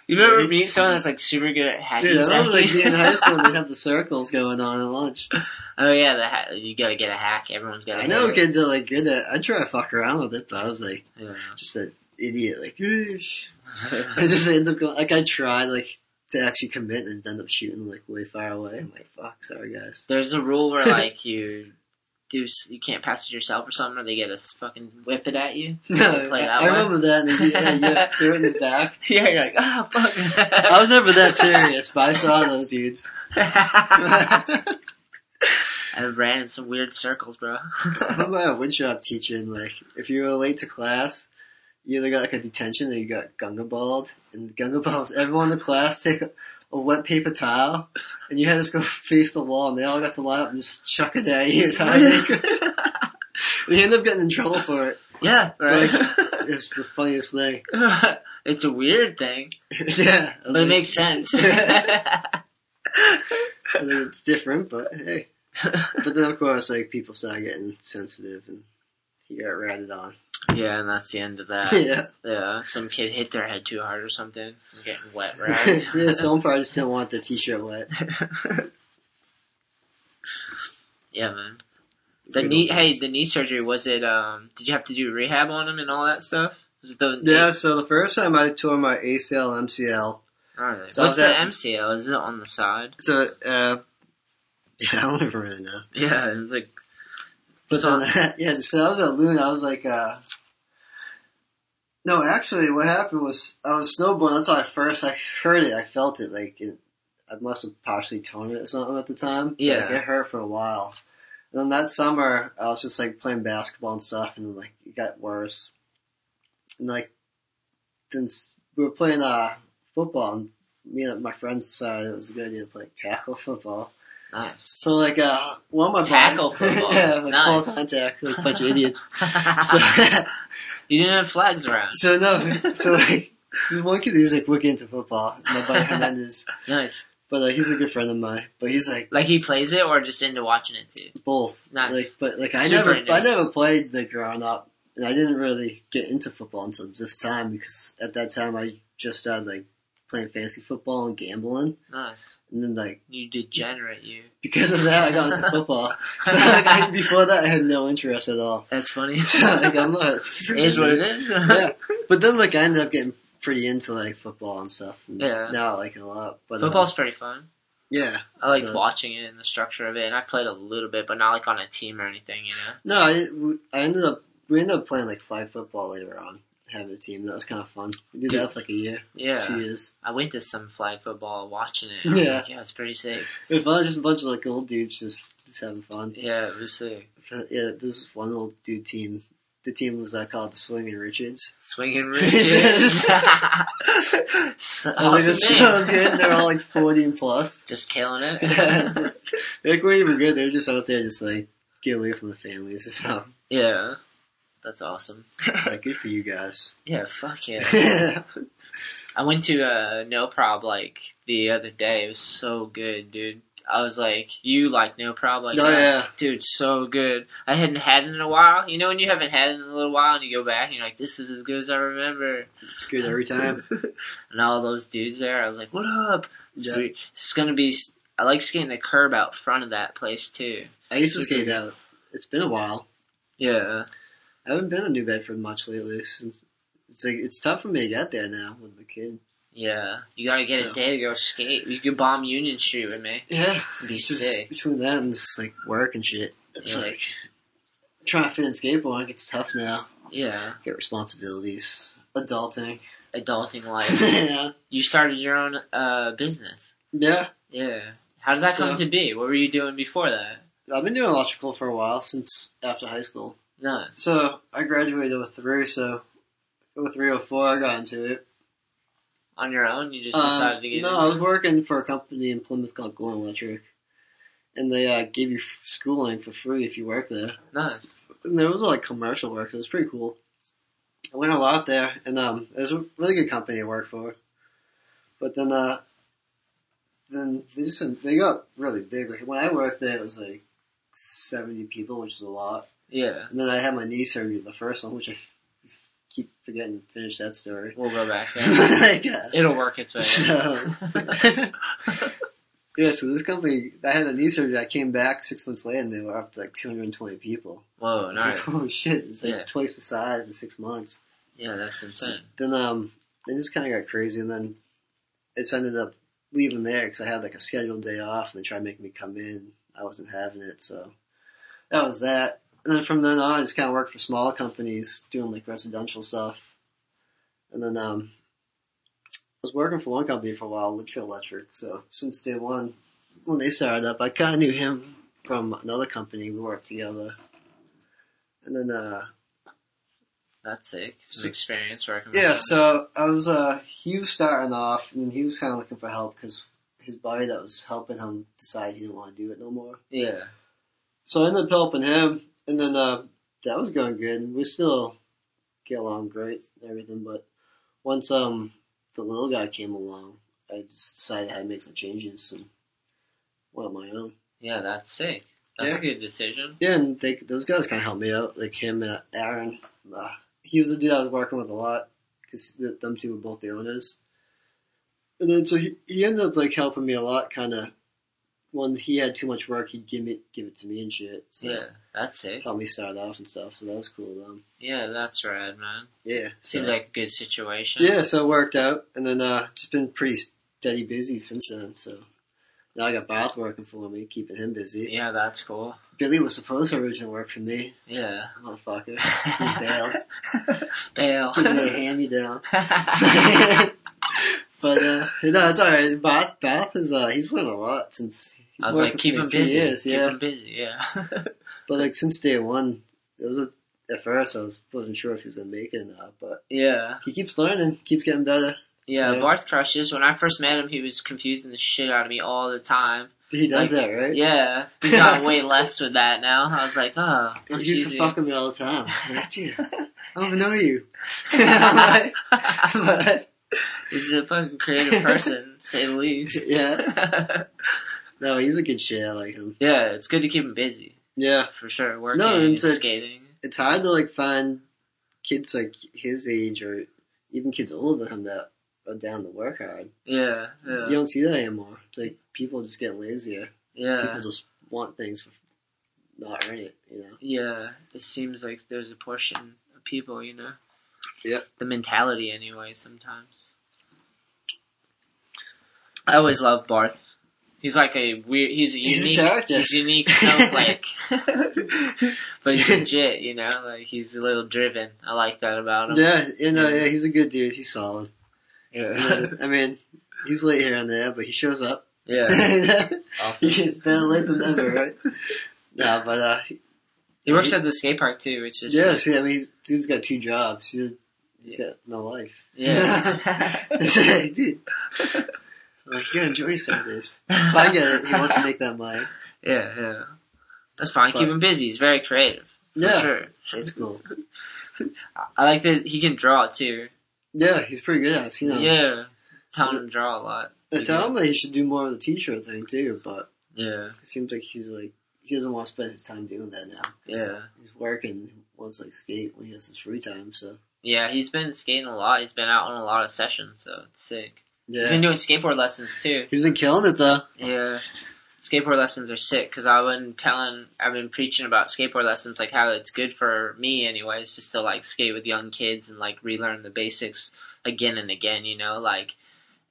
[SPEAKER 5] you ever meet someone that's like super good at hacky
[SPEAKER 7] Dude, I
[SPEAKER 5] sack?
[SPEAKER 7] was like in high school and they have the circles going on at lunch.
[SPEAKER 5] oh yeah, the ha- you gotta get a hack. Everyone's got.
[SPEAKER 7] I know kids are like good at. I try to fuck around with it, but I was like
[SPEAKER 5] Yeah.
[SPEAKER 7] just an idiot. Like "Eesh." I just end up going, like I tried like to actually commit and end up shooting like way far away. I'm like fuck, sorry guys.
[SPEAKER 5] There's a rule where like you. Do, s- you can't pass it yourself or something, or they get a s- fucking whip it at you.
[SPEAKER 7] No,
[SPEAKER 5] play
[SPEAKER 7] I,
[SPEAKER 5] that
[SPEAKER 7] I
[SPEAKER 5] one?
[SPEAKER 7] remember that. And they, yeah, yeah, they were in the back.
[SPEAKER 5] Yeah, you're like, ah, oh, fuck.
[SPEAKER 7] I was never that serious, but I saw those dudes.
[SPEAKER 5] I ran in some weird circles, bro.
[SPEAKER 7] I remember at wood shop teaching like if you were late to class. You either got like a detention or you got gunga balled, and gunga balls. Everyone in the class take a, a wet paper towel and you had us go face the wall, and they all got to line up and just chuck it at you. It's how they- we ended up getting in trouble for it.
[SPEAKER 5] yeah, right.
[SPEAKER 7] It's the funniest thing.
[SPEAKER 5] it's a weird thing,
[SPEAKER 7] yeah, I
[SPEAKER 5] but it
[SPEAKER 7] mean,
[SPEAKER 5] makes sense.
[SPEAKER 7] I mean, it's different, but hey. But then of course, like people start getting sensitive, and you got ratted on.
[SPEAKER 5] yeah, and that's the end of that.
[SPEAKER 7] yeah,
[SPEAKER 5] Yeah, some kid hit their head too hard or something, and getting wet, right?
[SPEAKER 7] yeah. Someone probably just didn't want the t-shirt wet.
[SPEAKER 5] yeah, man. The knee, hey, the knee surgery was it? Um, did you have to do rehab on him and all that stuff? Was it the
[SPEAKER 7] Yeah. So the first time I tore my ACL, MCL.
[SPEAKER 5] Alright.
[SPEAKER 7] So I
[SPEAKER 5] What's
[SPEAKER 7] was
[SPEAKER 5] Oh, the
[SPEAKER 7] at-
[SPEAKER 5] MCL? Is it on the side?
[SPEAKER 7] So uh, yeah, I don't even really know.
[SPEAKER 5] Yeah, it's like
[SPEAKER 7] But on that, yeah, so I was at Luna. I was like, uh, no, actually, what happened was I was snowboarding. That's how I first I heard it. I felt it. Like it, I must have partially torn it or something at the time.
[SPEAKER 5] Yeah.
[SPEAKER 7] like, it hurt for a while. And then that summer, I was just like playing basketball and stuff, and like it got worse. And like, then s- we were playing uh football, and me and my friends decided it was a good idea to play tackle football.
[SPEAKER 5] nice.
[SPEAKER 7] So like uh, one of my
[SPEAKER 5] Tackle
[SPEAKER 7] buddies-
[SPEAKER 5] football.
[SPEAKER 7] yeah, like
[SPEAKER 5] Nice.
[SPEAKER 7] full contact, like a bunch of idiots. So,
[SPEAKER 5] you didn't have flags around.
[SPEAKER 7] so no, so like this one kid, he's like looking into football. My buddy Hernandez,
[SPEAKER 5] Nice.
[SPEAKER 7] but like he's a good friend of mine. But he's like
[SPEAKER 5] Like he plays it or just into watching it too?
[SPEAKER 7] both.
[SPEAKER 5] Nice.
[SPEAKER 7] Like, but like I
[SPEAKER 5] Super
[SPEAKER 7] never,
[SPEAKER 5] into
[SPEAKER 7] I
[SPEAKER 5] it.
[SPEAKER 7] never played the growing up, and I didn't really get into football until this time because at that time I just started like playing fantasy football and gambling,
[SPEAKER 5] Nice.
[SPEAKER 7] and then like
[SPEAKER 5] You degenerate, you.
[SPEAKER 7] because of that I got into football. So like I, before that I had no interest at all.
[SPEAKER 5] That's funny.
[SPEAKER 7] So like I'm not.
[SPEAKER 5] it is what it is.
[SPEAKER 7] yeah. But then like I ended up getting pretty into like football and stuff. And
[SPEAKER 5] Yeah.
[SPEAKER 7] Now I like it a lot. But um,
[SPEAKER 5] Football's pretty fun.
[SPEAKER 7] Yeah.
[SPEAKER 5] I liked
[SPEAKER 7] So-
[SPEAKER 5] watching it and the structure of it, and I played a little bit, but not like on a team or anything, you know.
[SPEAKER 7] No, I, we- I ended up we ended up playing like flag football later on. Having a team that was kind of fun. We did that for like a year,
[SPEAKER 5] Yeah,
[SPEAKER 7] two years.
[SPEAKER 5] I went to some flag football watching it. and I was
[SPEAKER 7] Yeah.
[SPEAKER 5] like, yeah, it's pretty sick.
[SPEAKER 7] It was fun, just a bunch of like old dudes just, just having fun.
[SPEAKER 5] Yeah, it was sick.
[SPEAKER 7] Yeah, this one old dude team. The team was uh, called the Swinging Richards.
[SPEAKER 5] Swinging Richards. so,
[SPEAKER 7] I was like, it's so
[SPEAKER 5] man.
[SPEAKER 7] good. They're all like 40 and plus.
[SPEAKER 5] just killing it.
[SPEAKER 7] like, we weren't even good. They were just out there just like, get away from the families or something.
[SPEAKER 5] yeah, that's awesome.
[SPEAKER 7] Like, good for you guys.
[SPEAKER 5] Yeah, fuck yeah.
[SPEAKER 7] yeah,
[SPEAKER 5] I went to uh, No Prob like the other day. It was so good, dude. I was like, you like No Prob? Like,
[SPEAKER 7] Oh,
[SPEAKER 5] that?
[SPEAKER 7] yeah.
[SPEAKER 5] dude, so good. I hadn't had it in a while. You know, when you haven't had it in a little while, and you go back, and you're like, this is as good as I remember.
[SPEAKER 7] it's good every time.
[SPEAKER 5] And all those dudes there, I was like, what up? It's,
[SPEAKER 7] Yeah.
[SPEAKER 5] weird. it's gonna be. I like skating the curb out front of that place too.
[SPEAKER 7] I used to skate out. It's been a while.
[SPEAKER 5] Yeah,
[SPEAKER 7] I haven't been to New Bedford much lately. Since it's like it's tough for me to get there now with the kid.
[SPEAKER 5] yeah. You gotta get
[SPEAKER 7] So-
[SPEAKER 5] a day to go skate. You could bomb Union Street with me.
[SPEAKER 7] Yeah,
[SPEAKER 5] It'd be
[SPEAKER 7] It's just
[SPEAKER 5] sick.
[SPEAKER 7] Between that and just like work and shit, it's
[SPEAKER 5] Yeah.
[SPEAKER 7] like trying to fit in skateboarding. It's tough now.
[SPEAKER 5] Yeah,
[SPEAKER 7] Get responsibilities, adulting.
[SPEAKER 5] adulting life.
[SPEAKER 7] yeah,
[SPEAKER 5] you started your own uh, business.
[SPEAKER 7] yeah.
[SPEAKER 5] Yeah. How did that come
[SPEAKER 7] So-
[SPEAKER 5] to be? What were you doing before that?
[SPEAKER 7] I've been doing electrical for a while since after high school.
[SPEAKER 5] No.
[SPEAKER 7] So I graduated with three. So with three or four, I got into it.
[SPEAKER 5] On your own? You just
[SPEAKER 7] Um,
[SPEAKER 5] decided to get
[SPEAKER 7] no,
[SPEAKER 5] into
[SPEAKER 7] I was
[SPEAKER 5] it?
[SPEAKER 7] working for a company in Plymouth called Glen Electric, and they uh, gave you f- schooling for free if you work there.
[SPEAKER 5] Nice.
[SPEAKER 7] And there was like commercial work, so it was pretty cool. I went a lot there, and um, it was a really good company to work for. But then, uh, then they just they got really big. Like when I worked there, it was like seventy people, which is a lot.
[SPEAKER 5] Yeah.
[SPEAKER 7] And then I had my knee surgery, the first one, which I f- keep forgetting to finish that story.
[SPEAKER 5] We'll go back there.
[SPEAKER 7] Like, uh,
[SPEAKER 5] It'll work its way.
[SPEAKER 7] So- yeah, so this company, I had a knee surgery. I came back six months later, and they were up to like 220 people.
[SPEAKER 5] Whoa,
[SPEAKER 7] It's like,
[SPEAKER 5] nice.
[SPEAKER 7] holy shit! It's like
[SPEAKER 5] Yeah.
[SPEAKER 7] twice the size in six months.
[SPEAKER 5] Yeah, that's insane.
[SPEAKER 7] Then um, they just kind of got crazy, and then it's ended up leaving there because I had like a scheduled day off, and they tried making me come in. I wasn't having it, so that was that. And then from then on, I just kind of worked for small companies doing like residential stuff. And then um, I was working for one company for a while, Litchfield Electric. So since day one, when they started up, I kind of knew him from another company. We worked together. And then uh,
[SPEAKER 5] That's sick. Some
[SPEAKER 7] So-
[SPEAKER 5] experience working with
[SPEAKER 7] yeah,
[SPEAKER 5] them.
[SPEAKER 7] so I was uh he was starting off, and he was kind of looking for help because his buddy that was helping him decided he didn't want to do it no more.
[SPEAKER 5] Yeah.
[SPEAKER 7] So I ended up helping him, and then uh that was going good. and We still get along great and everything, but once um the little guy came along, I just decided I had to make some changes and went on my own.
[SPEAKER 5] Yeah, that's sick. That's
[SPEAKER 7] Yeah.
[SPEAKER 5] a good decision.
[SPEAKER 7] Yeah, and they, those guys kind of helped me out, like him and Aaron. Uh, he was a dude I was working with a lot because th- them two were both the owners. And then so he, he ended up like helping me a lot, kind of. When he had too much work, he'd give it give it to me and shit. So
[SPEAKER 5] Yeah, that's sick.
[SPEAKER 7] helped me start off and stuff. So that was cool. Um,
[SPEAKER 5] Yeah, that's rad, man.
[SPEAKER 7] yeah, so,
[SPEAKER 5] Seems like a good situation.
[SPEAKER 7] yeah. So it worked out, and then uh, just been pretty steady busy since then. So now I got Bath working for me, keeping him busy.
[SPEAKER 5] Yeah, that's cool.
[SPEAKER 7] Billy was supposed to originally work for me,
[SPEAKER 5] Yeah.
[SPEAKER 7] motherfucker. He bailed.
[SPEAKER 5] Bail.
[SPEAKER 7] hand me down. but uh, no, it's all right. Bath, Bath is uh, he's learned a lot since. he's
[SPEAKER 5] I was
[SPEAKER 7] worked
[SPEAKER 5] like,
[SPEAKER 7] with
[SPEAKER 5] keep
[SPEAKER 7] me
[SPEAKER 5] him
[SPEAKER 7] two
[SPEAKER 5] busy.
[SPEAKER 7] years,
[SPEAKER 5] keep
[SPEAKER 7] yeah.
[SPEAKER 5] him busy, yeah.
[SPEAKER 7] But like since day one, it was a, at first I was wasn't sure if he was gonna make it or not. But
[SPEAKER 5] yeah.
[SPEAKER 7] he keeps learning, keeps getting better.
[SPEAKER 5] Yeah,
[SPEAKER 7] So-
[SPEAKER 5] Barth crushes. When I first met him, he was confusing the shit out of me all the time.
[SPEAKER 7] He does
[SPEAKER 5] Like,
[SPEAKER 7] that, right?
[SPEAKER 5] Yeah, he's gotten way less with that now. I was like, oh,
[SPEAKER 7] He
[SPEAKER 5] much
[SPEAKER 7] used to
[SPEAKER 5] easier.
[SPEAKER 7] fuck with me all the time. That's you. I don't even know you. But-
[SPEAKER 5] he's a fucking creative person, to say the least.
[SPEAKER 7] yeah.
[SPEAKER 5] yeah,
[SPEAKER 7] No, he's a good shit. I like him.
[SPEAKER 5] it's good to keep him busy
[SPEAKER 7] Yeah.
[SPEAKER 5] for sure. Working,
[SPEAKER 7] No, it's a-
[SPEAKER 5] skating.
[SPEAKER 7] it's hard to like find kids like his age or even kids older than him that are down to work hard.
[SPEAKER 5] Yeah, yeah,
[SPEAKER 7] You don't see that anymore. It's like people just get lazier.
[SPEAKER 5] yeah,
[SPEAKER 7] People just want things for not earn it, you know.
[SPEAKER 5] yeah. It seems like there's a portion of people, you know.
[SPEAKER 7] Yeah.
[SPEAKER 5] The mentality, anyway. Sometimes. I always loved Barth. He's like a weird. He's a
[SPEAKER 7] He's a
[SPEAKER 5] unique.
[SPEAKER 7] character.
[SPEAKER 5] He's unique snowflake. but he's legit, you know. Like he's a little driven. I like that about him.
[SPEAKER 7] Yeah, you know, yeah, he's a good dude. He's solid.
[SPEAKER 5] Yeah.
[SPEAKER 7] Yeah, I mean, he's late here and there, but he shows up.
[SPEAKER 5] Yeah. Awesome.
[SPEAKER 7] he's better late than ever, right? Nah, but uh,
[SPEAKER 5] He works at the skate park too, which is
[SPEAKER 7] yeah, see, I mean, he's, dude's got two jobs. He's, he's got no life.
[SPEAKER 5] yeah.
[SPEAKER 7] It's like, dude, like, you gotta enjoy some of this. But I get it. He wants to make that money.
[SPEAKER 5] Yeah, yeah. That's fine.
[SPEAKER 7] But-
[SPEAKER 5] Keep him busy. He's very creative. For
[SPEAKER 7] Yeah,
[SPEAKER 5] sure.
[SPEAKER 7] that's cool.
[SPEAKER 5] I like that he can draw too.
[SPEAKER 7] Yeah, he's pretty good at it. You know,
[SPEAKER 5] Yeah. Telling him to draw a lot.
[SPEAKER 7] I tell him that he should do more of the t-shirt thing too, but
[SPEAKER 5] Yeah.
[SPEAKER 7] it seems like he's like he doesn't want to spend his time doing that now. 'cause
[SPEAKER 5] Yeah.
[SPEAKER 7] he's working. He wants to like skate when he has his free time. So
[SPEAKER 5] Yeah, he's been skating a lot. He's been out on a lot of sessions, so it's sick. He's
[SPEAKER 7] yeah,
[SPEAKER 5] been doing skateboard lessons too.
[SPEAKER 7] he's been killing it though.
[SPEAKER 5] Yeah. Skateboard lessons are sick because I've been telling, I've been preaching about skateboard lessons, like how it's good for me, anyways, just to like skate with young kids and like relearn the basics again and again, you know, like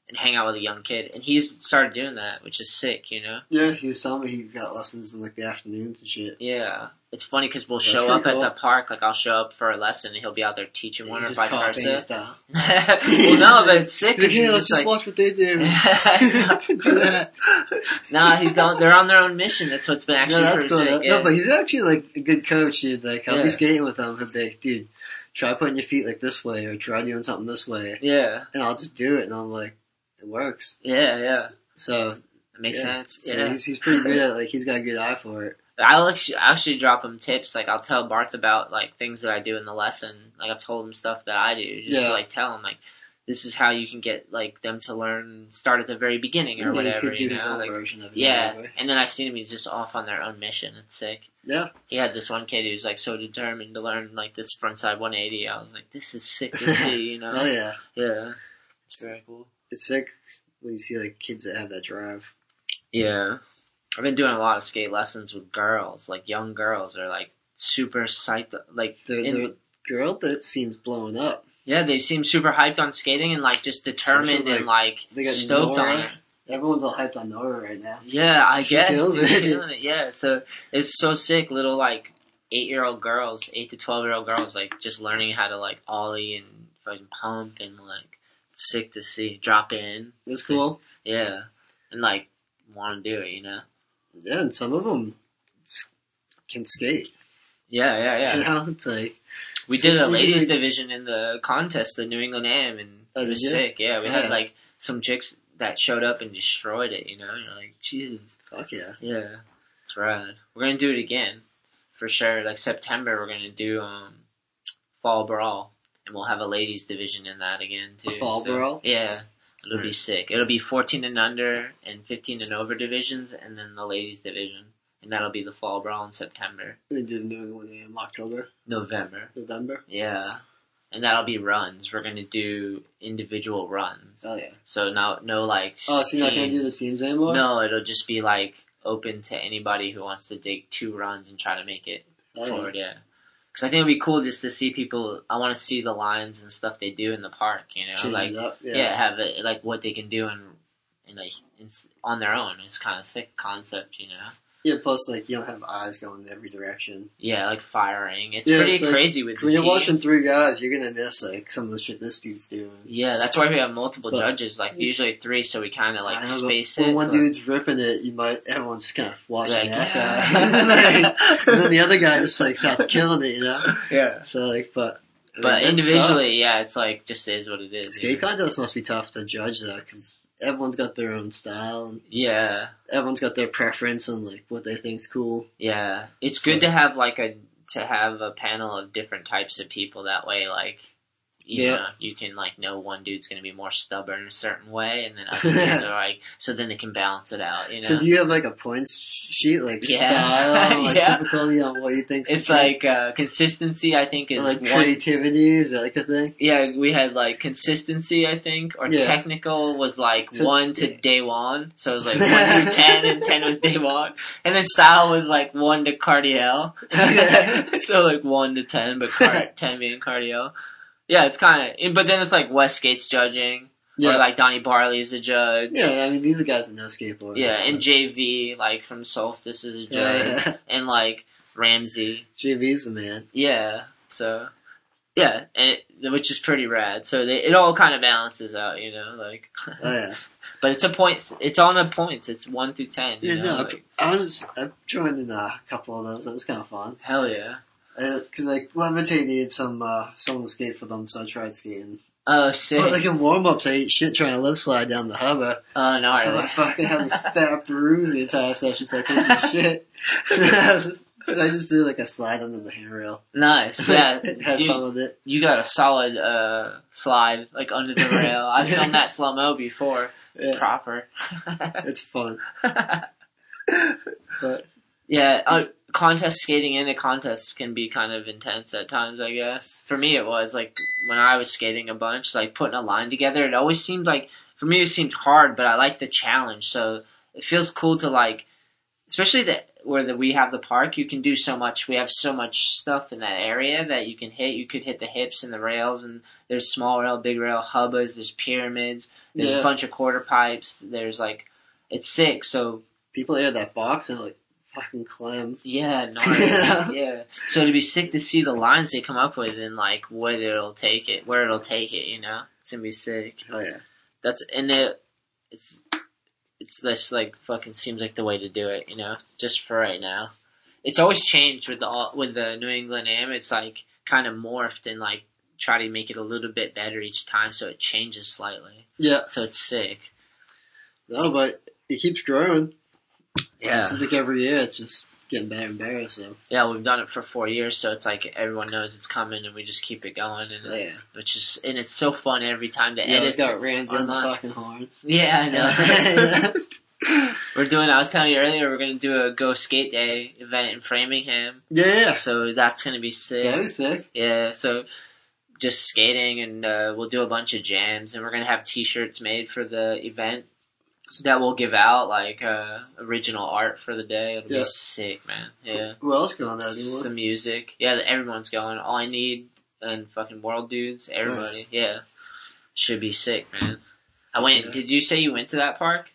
[SPEAKER 5] and hang out with a young kid. And he's started doing that, which is sick, you know.
[SPEAKER 7] Yeah, he was telling me he's got lessons in like the afternoons and shit.
[SPEAKER 5] Yeah, it's funny because we'll
[SPEAKER 7] That's
[SPEAKER 5] show
[SPEAKER 7] pretty
[SPEAKER 5] up
[SPEAKER 7] cool.
[SPEAKER 5] at the park, like I'll show up for a lesson and he'll be out there teaching one or
[SPEAKER 7] He's
[SPEAKER 5] vice
[SPEAKER 7] copying
[SPEAKER 5] versa.
[SPEAKER 7] his style.
[SPEAKER 5] well, no, but it's sick. 'cause he's
[SPEAKER 7] He's like, "Hey, let's
[SPEAKER 5] just
[SPEAKER 7] just
[SPEAKER 5] like,
[SPEAKER 7] watch what they do. do that.
[SPEAKER 5] nah, he's on, they're on their own mission. That's what's been actually
[SPEAKER 7] no, that's
[SPEAKER 5] pretty
[SPEAKER 7] cool.
[SPEAKER 5] sick.
[SPEAKER 7] though.
[SPEAKER 5] yeah.
[SPEAKER 7] No, but he's actually like a good coach, dude. Like I'll
[SPEAKER 5] Yeah.
[SPEAKER 7] be skating with him for day, dude. Try putting your feet like this way, or try doing something this way,
[SPEAKER 5] yeah,
[SPEAKER 7] and I'll just do it, and I'm like, it works.
[SPEAKER 5] yeah, yeah.
[SPEAKER 7] So
[SPEAKER 5] That makes
[SPEAKER 7] yeah.
[SPEAKER 5] sense.
[SPEAKER 7] So
[SPEAKER 5] yeah.
[SPEAKER 7] he's, he's pretty good at like he's got a good eye for it.
[SPEAKER 5] I'll actually, I'll actually drop him tips. Like I'll tell Barth about like things that I do in the lesson. Like I've told him stuff that I do. Just
[SPEAKER 7] Yeah.
[SPEAKER 5] to, like tell him like this is how you can get like them to learn. Start at the very beginning or
[SPEAKER 7] Yeah,
[SPEAKER 5] whatever.
[SPEAKER 7] he could do
[SPEAKER 5] You
[SPEAKER 7] his
[SPEAKER 5] know,
[SPEAKER 7] own
[SPEAKER 5] like
[SPEAKER 7] version of it.
[SPEAKER 5] yeah.
[SPEAKER 7] anyway.
[SPEAKER 5] And then I seen him. He's just off on their own mission. It's sick.
[SPEAKER 7] yeah.
[SPEAKER 5] He had this one kid who's like so determined to learn like this frontside 180. I was like, this is sick to see. You know.
[SPEAKER 7] Oh yeah,
[SPEAKER 5] Yeah. It's very cool.
[SPEAKER 7] it's sick when you see like kids that have that drive.
[SPEAKER 5] Yeah. I've been doing a lot of skate lessons with girls. Like, young girls are, like, super psyched. Like,
[SPEAKER 7] The,
[SPEAKER 5] in-
[SPEAKER 7] the girl that seems blown up.
[SPEAKER 5] yeah, they seem super hyped on skating and, like, just determined
[SPEAKER 7] Especially,
[SPEAKER 5] and, like,
[SPEAKER 7] They got
[SPEAKER 5] stoked
[SPEAKER 7] Nora.
[SPEAKER 5] on it.
[SPEAKER 7] Everyone's all hyped on Nora right now.
[SPEAKER 5] Yeah, I
[SPEAKER 7] She
[SPEAKER 5] guess.
[SPEAKER 7] kills
[SPEAKER 5] dude,
[SPEAKER 7] it.
[SPEAKER 5] killing it. Yeah, so it's so sick. Little, like, eight year old girls, eight to 12 year old girls, like, just learning how to, like, ollie and fucking pump and, like, sick to see. Drop in.
[SPEAKER 7] That's
[SPEAKER 5] Sick.
[SPEAKER 7] cool.
[SPEAKER 5] Yeah. And, like, want to do it, you know?
[SPEAKER 7] Yeah, and some of them can skate.
[SPEAKER 5] Yeah, yeah, yeah.
[SPEAKER 7] You know, it's like
[SPEAKER 5] We
[SPEAKER 7] So
[SPEAKER 5] did a
[SPEAKER 7] we did,
[SPEAKER 5] ladies
[SPEAKER 7] like-
[SPEAKER 5] division in the contest, the New England Am, and
[SPEAKER 7] Oh,
[SPEAKER 5] it was
[SPEAKER 7] did you?
[SPEAKER 5] sick. Yeah, we
[SPEAKER 7] Yeah.
[SPEAKER 5] had like some chicks that showed up and destroyed it. You know, and you're like, Jesus,
[SPEAKER 7] fuck yeah.
[SPEAKER 5] yeah, it's rad. We're gonna do it again for sure. Like September, we're gonna do um fall brawl, and we'll have a ladies division in that again too.
[SPEAKER 7] Fall brawl?
[SPEAKER 5] yeah. It'll be sick. It'll be 14 and under and 15 and over divisions, and then the ladies division, and that'll be the fall brawl in September,
[SPEAKER 7] They did New England in October,
[SPEAKER 5] November.
[SPEAKER 7] November.
[SPEAKER 5] Yeah. And that'll be runs. We're gonna do individual runs.
[SPEAKER 7] Oh yeah.
[SPEAKER 5] So no no like
[SPEAKER 7] Oh, so you're not gonna do the
[SPEAKER 5] teams.
[SPEAKER 7] teams anymore?
[SPEAKER 5] No, it'll just be like open to anybody who wants to dig two runs and try to make it
[SPEAKER 7] Oh, yeah.
[SPEAKER 5] forward, yeah. Cause I think it'd be cool just to see people I wanna see the lines and stuff they do in the park, you know?
[SPEAKER 7] Change
[SPEAKER 5] like
[SPEAKER 7] it up.
[SPEAKER 5] yeah.
[SPEAKER 7] Yeah.
[SPEAKER 5] have it like what they can do and and like it's on their own. It's kinda sick concept, you know?
[SPEAKER 7] Yeah, Plus, like you don't have eyes going in every direction.
[SPEAKER 5] Yeah, like firing. It's
[SPEAKER 7] Yeah,
[SPEAKER 5] pretty
[SPEAKER 7] it's like-
[SPEAKER 5] crazy with the
[SPEAKER 7] When you're
[SPEAKER 5] teams.
[SPEAKER 7] watching three guys, you're gonna miss like some of the shit this dude's doing.
[SPEAKER 5] Yeah, that's why we have multiple
[SPEAKER 7] But-
[SPEAKER 5] judges, like usually three, so we kind of
[SPEAKER 7] I
[SPEAKER 5] like
[SPEAKER 7] know, but
[SPEAKER 5] space
[SPEAKER 7] when
[SPEAKER 5] it.
[SPEAKER 7] one
[SPEAKER 5] but-
[SPEAKER 7] dude's ripping it, you might everyone's kind of
[SPEAKER 5] like,
[SPEAKER 7] watching that guy,
[SPEAKER 5] yeah.
[SPEAKER 7] Like, and then the other guy just like starts killing it, you know.
[SPEAKER 5] yeah.
[SPEAKER 7] So like, but I mean,
[SPEAKER 5] But
[SPEAKER 7] that's tough.
[SPEAKER 5] individually, yeah, it's like just is what it is. you
[SPEAKER 7] Skate
[SPEAKER 5] know?
[SPEAKER 7] contests must be tough to judge though, because everyone's got their own style, and
[SPEAKER 5] Yeah,
[SPEAKER 7] everyone's got their preference on like what they think's cool.
[SPEAKER 5] yeah. It's
[SPEAKER 7] So-
[SPEAKER 5] good to have like a to have a panel of different types of people. That way, like you
[SPEAKER 7] Yeah.
[SPEAKER 5] know, you can like know one dude's going to be more stubborn a certain way, and then other dudes are like so then they can balance it out. You know,
[SPEAKER 7] So do you have like a points sh- sheet, like
[SPEAKER 5] Yeah.
[SPEAKER 7] style, like
[SPEAKER 5] Yeah.
[SPEAKER 7] difficulty on what you think's
[SPEAKER 5] it's
[SPEAKER 7] cool?
[SPEAKER 5] like uh, consistency. I think
[SPEAKER 7] Or,
[SPEAKER 5] is
[SPEAKER 7] like
[SPEAKER 5] one
[SPEAKER 7] creativity is that like a thing?
[SPEAKER 5] Yeah, we had like consistency, I think, or
[SPEAKER 7] Yeah.
[SPEAKER 5] technical was like
[SPEAKER 7] So-
[SPEAKER 5] one to day one, so it was like one through ten, and ten was day one, and then style was like one to cardiel, so like one to ten, but car- ten being cardiel. Yeah, it's kind of, but then it's like Westgate's judging,
[SPEAKER 7] Yeah.
[SPEAKER 5] Or like Donnie Barley is a jug.
[SPEAKER 7] Yeah, I mean these are guys that know skateboarding.
[SPEAKER 5] Yeah, and JV like from Solstice is a jug,
[SPEAKER 7] Yeah.
[SPEAKER 5] and like Ramsey.
[SPEAKER 7] JV's the man.
[SPEAKER 5] Yeah, so yeah, and it, which is pretty rad. So they, it all kind of balances out, you know, like.
[SPEAKER 7] Oh yeah.
[SPEAKER 5] But it's a points. It's on a points. It's one through ten. You
[SPEAKER 7] Yeah,
[SPEAKER 5] know,
[SPEAKER 7] no,
[SPEAKER 5] like,
[SPEAKER 7] I, I was I joined in a couple of those. That was kind of fun.
[SPEAKER 5] hell yeah.
[SPEAKER 7] Because like Levitate needed some uh, someone to skate for them, so I tried skating.
[SPEAKER 5] Oh sick.
[SPEAKER 7] But like in warm ups, I ate shit trying to lip slide down the harbor.
[SPEAKER 5] oh no,
[SPEAKER 7] so I
[SPEAKER 5] really.
[SPEAKER 7] fucking had this fat bruise the entire session, so I couldn't do shit. but I just did like a slide under the handrail.
[SPEAKER 5] nice. Yeah,
[SPEAKER 7] had
[SPEAKER 5] dude,
[SPEAKER 7] fun with it.
[SPEAKER 5] you got a solid uh, slide like under the rail. I've done that slow mo before.
[SPEAKER 7] Yeah,
[SPEAKER 5] Proper.
[SPEAKER 7] it's fun. But
[SPEAKER 5] yeah, uh, contest skating into contests can be kind of intense at times. I guess for me it was like when I was skating a bunch, like putting a line together. It always seemed like for me it seemed hard, but I like the challenge. So it feels cool to like, especially that where the, we have the park, you can do so much. We have so much stuff in that area that you can hit. You could hit the hips and the rails, and there's small rail, big rail, hubbas. There's pyramids. There's
[SPEAKER 7] Yeah.
[SPEAKER 5] a bunch of quarter pipes. There's like, it's sick. So
[SPEAKER 7] people air that box and like fucking climb.
[SPEAKER 5] yeah, gnarly. yeah. So it'd be sick to see the lines they come up with and like what it'll take it, where it'll take it. You know, it's gonna be sick.
[SPEAKER 7] Oh yeah.
[SPEAKER 5] That's and it, it's, it's this like fucking seems like the way to do it. You know, just for right now. It's always changed with the all- with the New England AM. It's like kind of morphed and like try to make it a little bit better each time, so it changes slightly.
[SPEAKER 7] Yeah.
[SPEAKER 5] So it's sick.
[SPEAKER 7] No, but it keeps growing.
[SPEAKER 5] Yeah.
[SPEAKER 7] Seems like every year it's just getting better and better. So
[SPEAKER 5] Yeah, we've done it for four years, so it's like everyone knows it's coming, and we just keep it going. And
[SPEAKER 7] yeah,
[SPEAKER 5] which is and it's so fun every time to
[SPEAKER 7] yeah,
[SPEAKER 5] edit.
[SPEAKER 7] it's got Rams on the
[SPEAKER 5] online.
[SPEAKER 7] fucking horn.
[SPEAKER 5] yeah, I know. we're doing. I was telling you earlier, we're gonna do a Go Skate Day event in Framingham,
[SPEAKER 7] yeah,
[SPEAKER 5] so that's gonna be sick.
[SPEAKER 7] that was sick.
[SPEAKER 5] Yeah, so just skating, and uh, we'll do a bunch of jams, and we're gonna have T-shirts made for the event that we'll give out, like uh, original art for the day. It'll
[SPEAKER 7] Yeah.
[SPEAKER 5] be sick, man. Yeah
[SPEAKER 7] Who else going there? Anyone?
[SPEAKER 5] some music. Yeah, that everyone's going. All I need and fucking world dudes. Everybody.
[SPEAKER 7] Nice.
[SPEAKER 5] Yeah, should be sick, man. I went.
[SPEAKER 7] Yeah.
[SPEAKER 5] Did you say you went to that park?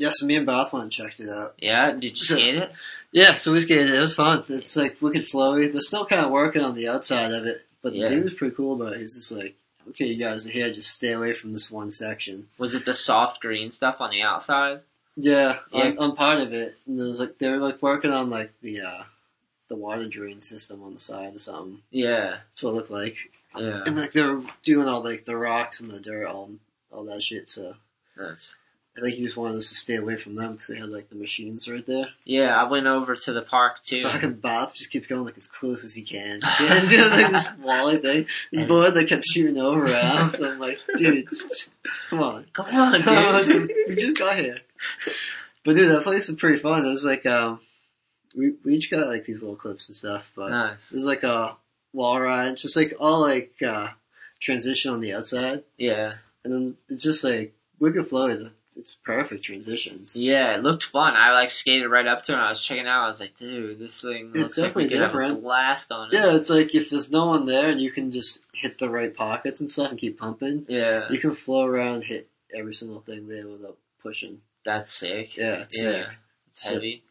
[SPEAKER 7] Yeah, so me and Bathwan checked it out.
[SPEAKER 5] Yeah. Did you
[SPEAKER 7] So-
[SPEAKER 5] skate it?
[SPEAKER 7] Yeah, so we skated. It was fun. It's like wicked flowy. They're still kind of working on the outside of it, but
[SPEAKER 5] Yeah.
[SPEAKER 7] the dude was pretty cool. But he was just like, "Okay, you guys are here. Just stay away from this one section."
[SPEAKER 5] Was it the soft green stuff on the outside?
[SPEAKER 7] Yeah,
[SPEAKER 5] Yeah.
[SPEAKER 7] On, on part of it, and it was like they were like working on like the uh the water drain system on the side or something.
[SPEAKER 5] Yeah.
[SPEAKER 7] That's what it looked like.
[SPEAKER 5] Yeah.
[SPEAKER 7] And like they were doing all like the rocks and the dirt, all all that shit. So
[SPEAKER 5] Nice.
[SPEAKER 7] I think he just wanted us to stay away from them because they had like the machines right there.
[SPEAKER 5] Yeah, I went over to the park too.
[SPEAKER 7] Fucking Bath just keeps going like as close as he can. Yeah, he's doing like this wally thing. He's bored. They kept shooting over him. So I'm like, dude, come on,
[SPEAKER 5] Come on, dude.
[SPEAKER 7] we just got here. But dude, that place was pretty fun. It was like um, we we each got like these little clips and stuff, but
[SPEAKER 5] nice.
[SPEAKER 7] it was like a wall ride, just like all like uh transition on the outside.
[SPEAKER 5] Yeah.
[SPEAKER 7] and then it's just like wicked flow. It's perfect transitions.
[SPEAKER 5] Yeah, it looked fun. I like skated right up to it. And I was checking it out. I was like, dude, this thing
[SPEAKER 7] It's
[SPEAKER 5] looks like we
[SPEAKER 7] definitely
[SPEAKER 5] could have a
[SPEAKER 7] different.
[SPEAKER 5] blast on it.
[SPEAKER 7] Yeah, it's like if there's no one there and you can just hit the right pockets and stuff and keep pumping,
[SPEAKER 5] Yeah.
[SPEAKER 7] you can flow around, hit every single thing there without pushing.
[SPEAKER 5] That's sick.
[SPEAKER 7] Yeah, it's
[SPEAKER 5] yeah.
[SPEAKER 7] sick.
[SPEAKER 5] It's
[SPEAKER 7] So-
[SPEAKER 5] heavy.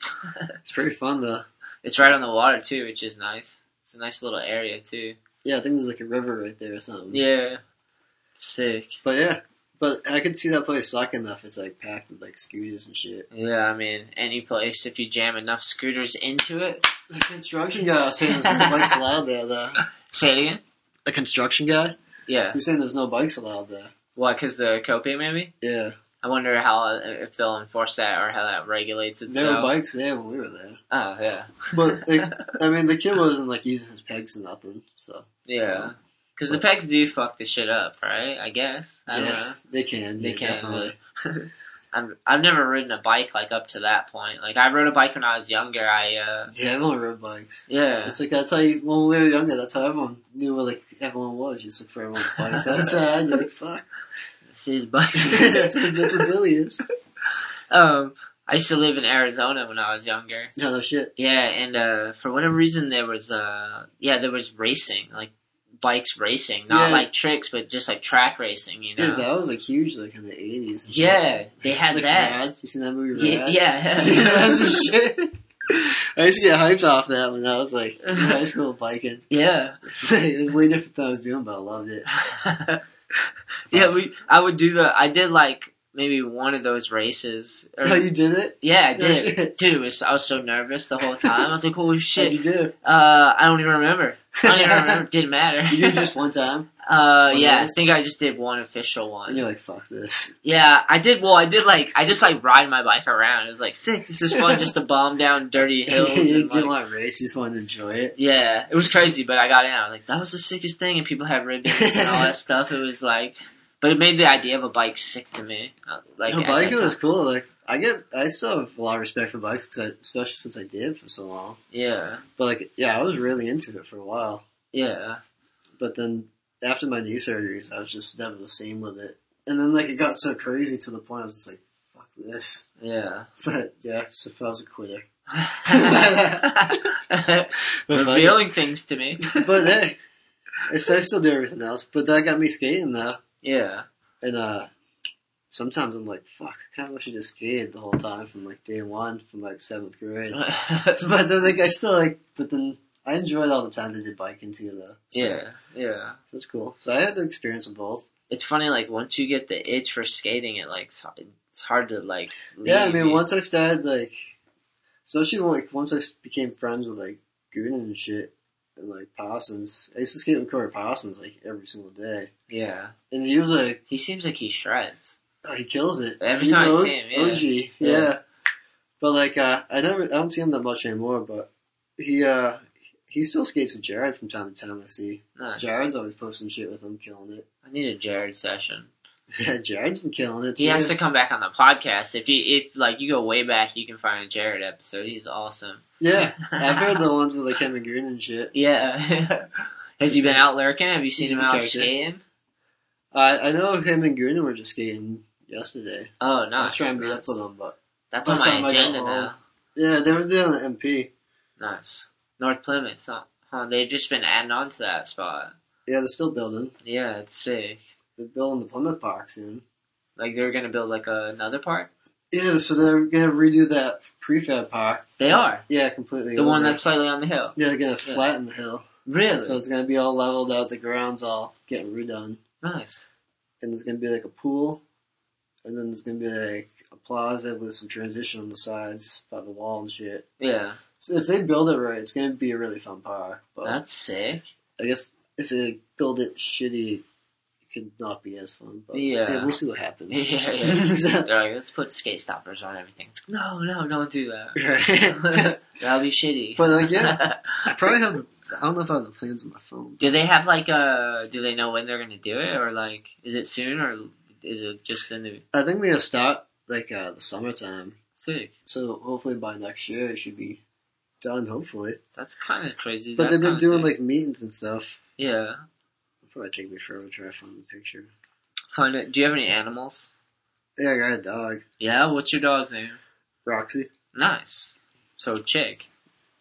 [SPEAKER 7] It's pretty fun though.
[SPEAKER 5] It's right on the water too, which is nice. It's a nice little area too.
[SPEAKER 7] Yeah, I think there's like a river right there or something.
[SPEAKER 5] Yeah. Sick.
[SPEAKER 7] But yeah, but I could see that place sucking enough. It's like packed with like scooters and shit.
[SPEAKER 5] Yeah, I mean, any place if you jam enough scooters into it.
[SPEAKER 7] The construction guy was saying there's no bikes allowed there though.
[SPEAKER 5] Say it again.
[SPEAKER 7] The construction guy?
[SPEAKER 5] Yeah.
[SPEAKER 7] He's saying there's no bikes allowed there.
[SPEAKER 5] What? Because the coping maybe.
[SPEAKER 7] Yeah.
[SPEAKER 5] I wonder how if they'll enforce that or how that regulates
[SPEAKER 7] There were
[SPEAKER 5] itself.
[SPEAKER 7] bikes there when we were there.
[SPEAKER 5] oh yeah.
[SPEAKER 7] But like, I mean, the kid wasn't like using his pegs or nothing, so
[SPEAKER 5] Yeah. Because the pegs do fuck the shit up, right? I guess. I don't know.
[SPEAKER 7] yeah, they can.
[SPEAKER 5] They
[SPEAKER 7] yeah,
[SPEAKER 5] can,
[SPEAKER 7] definitely.
[SPEAKER 5] I've I've never ridden a bike like up to that point. Like I rode a bike when I was younger. I uh
[SPEAKER 7] Yeah, everyone rode bikes.
[SPEAKER 5] yeah.
[SPEAKER 7] It's like that's how you, when we were younger. That's how everyone knew where like everyone was. You just look for everyone's bikes outside. You're like, fuck,
[SPEAKER 5] See his bikes.
[SPEAKER 7] that's what, that's what Billy is.
[SPEAKER 5] Um, I used to live in Arizona when I was younger.
[SPEAKER 7] No, no shit.
[SPEAKER 5] Yeah, and uh, for whatever reason, there was uh, yeah, there was racing like bikes racing, not
[SPEAKER 7] Yeah.
[SPEAKER 5] like tricks, but just like track racing. You
[SPEAKER 7] Dude,
[SPEAKER 5] know?
[SPEAKER 7] that was like huge, like in the eighties.
[SPEAKER 5] Yeah, they had
[SPEAKER 7] like
[SPEAKER 5] that.
[SPEAKER 7] Rad. You seen that movie?
[SPEAKER 5] Ye-
[SPEAKER 7] Rad?
[SPEAKER 5] yeah.
[SPEAKER 7] that's the shit. I used to get hyped off that when I was like in high school biking.
[SPEAKER 5] yeah.
[SPEAKER 7] it was way different than I was doing, but I loved it.
[SPEAKER 5] yeah, we. I would do the. I did like maybe one of those races. Or,
[SPEAKER 7] How you did it?
[SPEAKER 5] yeah, I
[SPEAKER 7] No
[SPEAKER 5] did.
[SPEAKER 7] shit.
[SPEAKER 5] Dude, it was, I was so nervous the whole time. I was like, "Holy
[SPEAKER 7] How'd
[SPEAKER 5] shit!"
[SPEAKER 7] you do it?
[SPEAKER 5] Uh, I don't even remember. I don't even remember. Didn't matter.
[SPEAKER 7] You did it just one time,
[SPEAKER 5] uh,
[SPEAKER 7] one
[SPEAKER 5] yeah, I
[SPEAKER 7] race?
[SPEAKER 5] think I just did one official one.
[SPEAKER 7] and you're like, "Fuck this."
[SPEAKER 5] Yeah, I did. Well, I did like I just like ride my bike around. It was like sick. This is fun, just to bomb down dirty hills.
[SPEAKER 7] you
[SPEAKER 5] and,
[SPEAKER 7] didn't
[SPEAKER 5] like-
[SPEAKER 7] want to race; you just wanted to enjoy it.
[SPEAKER 5] yeah, it was crazy, but I got in. I was like, that was the sickest thing, and people had ribbons and all that stuff. It was like, but it made the idea of a bike sick to me. Uh, Like
[SPEAKER 7] No,
[SPEAKER 5] at that
[SPEAKER 7] biking was
[SPEAKER 5] time.
[SPEAKER 7] cool. Like I get, I still have a lot of respect for bikes, 'cause I, especially since I did for so long.
[SPEAKER 5] yeah,
[SPEAKER 7] But like, yeah, I was really into it for a while.
[SPEAKER 5] yeah,
[SPEAKER 7] But then after my knee surgeries, I was just never the same with it. And then like it got so crazy to the point I was just like, "Fuck this."
[SPEAKER 5] yeah.
[SPEAKER 7] But yeah, so if I was a quitter.
[SPEAKER 5] Revealing things to me.
[SPEAKER 7] But hey, it's, I still do everything else. But that got me skating though,
[SPEAKER 5] yeah,
[SPEAKER 7] and uh, sometimes I'm like, fuck, I kind of wish I just skated the whole time from like day one, from like seventh grade. but then like I still like, but then I enjoyed all the times I did biking too though. So
[SPEAKER 5] yeah, yeah.
[SPEAKER 7] that's cool. So I had the experience of both.
[SPEAKER 5] It's funny, like once you get the itch for skating, it like it's hard to like.
[SPEAKER 7] Yeah, I
[SPEAKER 5] leave
[SPEAKER 7] mean,
[SPEAKER 5] you.
[SPEAKER 7] once I started like, especially when, like once I s- became friends with like Gooden and shit, and like Parsons, I used to skate with Corey Parsons like every single day.
[SPEAKER 5] yeah,
[SPEAKER 7] And he was like,
[SPEAKER 5] he seems like he shreds.
[SPEAKER 7] oh, he kills it.
[SPEAKER 5] Every
[SPEAKER 7] He's
[SPEAKER 5] time I
[SPEAKER 7] an
[SPEAKER 5] see him, yeah.
[SPEAKER 7] OG, yeah.
[SPEAKER 5] Yeah.
[SPEAKER 7] But like, uh, I never, I don't see him that much anymore. But he, uh, he still skates with Jared from time to time. I see
[SPEAKER 5] Nice.
[SPEAKER 7] Jared's always posting shit with him, killing it.
[SPEAKER 5] I need a Jared session.
[SPEAKER 7] Yeah, Jared's been killing it.
[SPEAKER 5] He
[SPEAKER 7] too.
[SPEAKER 5] has to come back on the podcast. If you if like you go way back, you can find a Jared episode. He's awesome.
[SPEAKER 7] Yeah, I've heard the ones with like him and Green and shit.
[SPEAKER 5] Yeah. Has he been out lurking? Have you seen
[SPEAKER 7] He's
[SPEAKER 5] him
[SPEAKER 7] a
[SPEAKER 5] out
[SPEAKER 7] character.
[SPEAKER 5] skating?
[SPEAKER 7] I I know him and Gruden were just skating yesterday.
[SPEAKER 5] Oh no.
[SPEAKER 7] I was trying to meet up with them, but
[SPEAKER 5] That's
[SPEAKER 7] by
[SPEAKER 5] on
[SPEAKER 7] the time
[SPEAKER 5] my
[SPEAKER 7] I got
[SPEAKER 5] agenda
[SPEAKER 7] home-
[SPEAKER 5] now.
[SPEAKER 7] Yeah, they were doing the MP.
[SPEAKER 5] Nice. North Plymouth, huh? huh? They've just been adding on to that spot.
[SPEAKER 7] Yeah, they're still building.
[SPEAKER 5] Yeah, it's sick.
[SPEAKER 7] They're building the Plymouth Park soon.
[SPEAKER 5] Like they're gonna build like a, another park.
[SPEAKER 7] Yeah, so they're gonna redo that prefab park.
[SPEAKER 5] They are
[SPEAKER 7] Yeah, completely.
[SPEAKER 5] the one
[SPEAKER 7] over.
[SPEAKER 5] that's slightly on the hill.
[SPEAKER 7] yeah, they're gonna flatten the hill,
[SPEAKER 5] Really
[SPEAKER 7] so it's gonna be all leveled out. The ground's all getting redone,
[SPEAKER 5] nice.
[SPEAKER 7] and there's gonna be like a pool, and then there's gonna be like a plaza with some transition on the sides by the wall and shit.
[SPEAKER 5] Yeah,
[SPEAKER 7] So if they build it right, it's gonna be a really fun park. But
[SPEAKER 5] that's sick.
[SPEAKER 7] I guess if they build it shitty, it could not be as fun. But
[SPEAKER 5] Yeah.
[SPEAKER 7] we'll see what happens.
[SPEAKER 5] Yeah, yeah. They're like, let's put skate stoppers on everything. It's like, no, no, don't do that.
[SPEAKER 7] Right.
[SPEAKER 5] That'll be shitty.
[SPEAKER 7] But, like, yeah. I probably have. I don't know if I have the plans on my phone.
[SPEAKER 5] do they have like a? Do they know when they're gonna do it, or like, is it soon, or is it just in the
[SPEAKER 7] I think we have start like uh, the summertime,
[SPEAKER 5] sick?
[SPEAKER 7] so hopefully by next year it should be done. Hopefully,
[SPEAKER 5] That's kind of crazy.
[SPEAKER 7] but
[SPEAKER 5] That's
[SPEAKER 7] they've been
[SPEAKER 5] kinda
[SPEAKER 7] doing
[SPEAKER 5] sick.
[SPEAKER 7] like meetings and stuff.
[SPEAKER 5] yeah.
[SPEAKER 7] It'll probably take me forever to try to find the picture.
[SPEAKER 5] Find it. Do you have any animals?
[SPEAKER 7] Yeah, I got a dog,
[SPEAKER 5] Yeah. What's your dog's name?
[SPEAKER 7] Roxy.
[SPEAKER 5] Nice. So chick.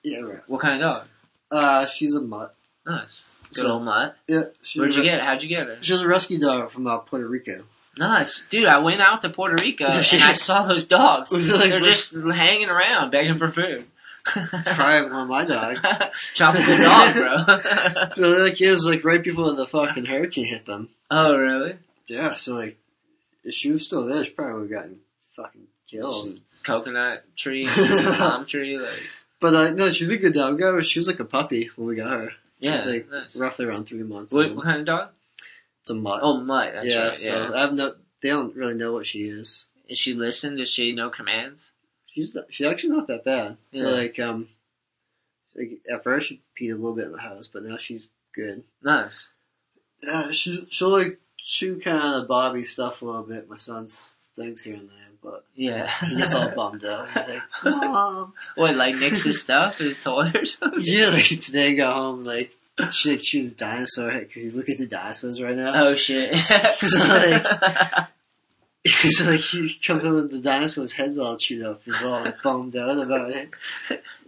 [SPEAKER 7] Yeah, right.
[SPEAKER 5] What kind of dog?
[SPEAKER 7] Uh, she's a mutt.
[SPEAKER 5] Nice. Good
[SPEAKER 7] So-
[SPEAKER 5] old mutt.
[SPEAKER 7] Yeah, she
[SPEAKER 5] Where'd
[SPEAKER 7] was
[SPEAKER 5] you
[SPEAKER 7] a-
[SPEAKER 5] get it? How'd you get it?
[SPEAKER 7] She was a rescue dog from uh, Puerto Rico.
[SPEAKER 5] Nice, dude. I went out to Puerto Rico and I saw those dogs.
[SPEAKER 7] Was it like-
[SPEAKER 5] They're just hanging around begging for food.
[SPEAKER 7] Probably one of my dogs.
[SPEAKER 5] Chopping the dog, bro.
[SPEAKER 7] So like it was like right before the fucking hurricane hit them.
[SPEAKER 5] oh, really?
[SPEAKER 7] Yeah, so like if she was still there, she probably would have gotten fucking killed.
[SPEAKER 5] Coconut tree, palm tree, like
[SPEAKER 7] But uh, no, she's a good dog. Guy, she was like a puppy when we got her.
[SPEAKER 5] yeah,
[SPEAKER 7] She was, like
[SPEAKER 5] nice.
[SPEAKER 7] roughly around three months.
[SPEAKER 5] What,
[SPEAKER 7] old.
[SPEAKER 5] what kind of dog?
[SPEAKER 7] It's a mutt.
[SPEAKER 5] Oh, mutt. That's
[SPEAKER 7] yeah,
[SPEAKER 5] right.
[SPEAKER 7] so
[SPEAKER 5] Yeah.
[SPEAKER 7] I've no. They don't really know what she is.
[SPEAKER 5] Is she listen? Does she know commands?
[SPEAKER 7] She's not, she's actually not that bad. So
[SPEAKER 5] Yeah.
[SPEAKER 7] like um, like at first she peed a little bit in the house, but now she's good.
[SPEAKER 5] Nice.
[SPEAKER 7] Yeah, she she'll like chew kind of Bobby stuff a little bit. My son's things here and there, but
[SPEAKER 5] Yeah.
[SPEAKER 7] He gets all bummed out. He's like, Mom.
[SPEAKER 5] what like nicks his stuff, his toy or something?
[SPEAKER 7] Yeah, like today I got home, like, shit, choose a dinosaur because you look at the dinosaurs right now.
[SPEAKER 5] Oh shit.
[SPEAKER 7] Sorry. He's like, he comes home with the dinosaur's heads all chewed up. He's all like, bummed out about it.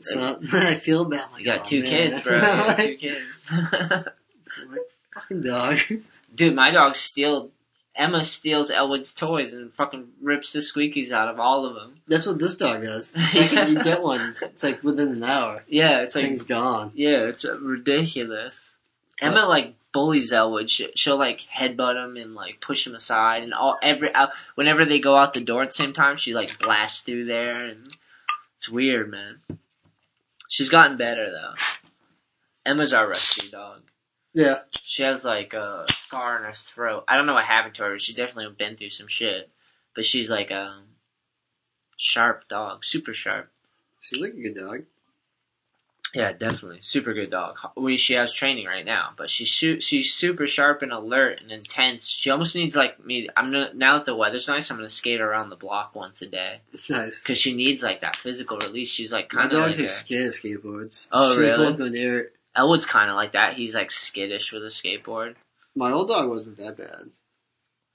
[SPEAKER 7] So I feel bad. I'm like,
[SPEAKER 5] you got
[SPEAKER 7] "Oh,
[SPEAKER 5] two
[SPEAKER 7] man."
[SPEAKER 5] kids, bro. You
[SPEAKER 7] I'm
[SPEAKER 5] got
[SPEAKER 7] like,
[SPEAKER 5] two kids.
[SPEAKER 7] I'm like, fucking dog.
[SPEAKER 5] Dude, my dog steal. Emma steals Elwood's toys and fucking rips the squeakies out of all of them.
[SPEAKER 7] That's what this dog does. The second you get one, it's like within an hour.
[SPEAKER 5] Yeah, it's like
[SPEAKER 7] Thing's gone.
[SPEAKER 5] yeah, it's uh, ridiculous. Emma like bullies Elwood. She, she'll like headbutt him and like push him aside, and all every out, whenever they go out the door at the same time, she like blasts through there, and it's weird, man. She's gotten better though. Emma's our rescue dog.
[SPEAKER 7] Yeah.
[SPEAKER 5] She has like a scar on her throat. I don't know what happened to her. but She definitely been through some shit, but she's like a sharp dog, super sharp.
[SPEAKER 7] She's like a good dog.
[SPEAKER 5] Yeah, definitely. Super good dog. We, she has training right now, but she's su- she's super sharp and alert and intense. She almost needs like me. I'm gonna, now that the weather's nice, I'm gonna skate her around the block once a day
[SPEAKER 7] Nice.
[SPEAKER 5] because she needs like that physical release. She's like
[SPEAKER 7] My
[SPEAKER 5] kind of
[SPEAKER 7] dog
[SPEAKER 5] like
[SPEAKER 7] takes
[SPEAKER 5] a,
[SPEAKER 7] scared of skateboards.
[SPEAKER 5] Oh,
[SPEAKER 7] She'll
[SPEAKER 5] really?
[SPEAKER 7] go up and air it.
[SPEAKER 5] Elwood's kind of like that. He's like skittish with a skateboard.
[SPEAKER 7] My old dog wasn't that bad.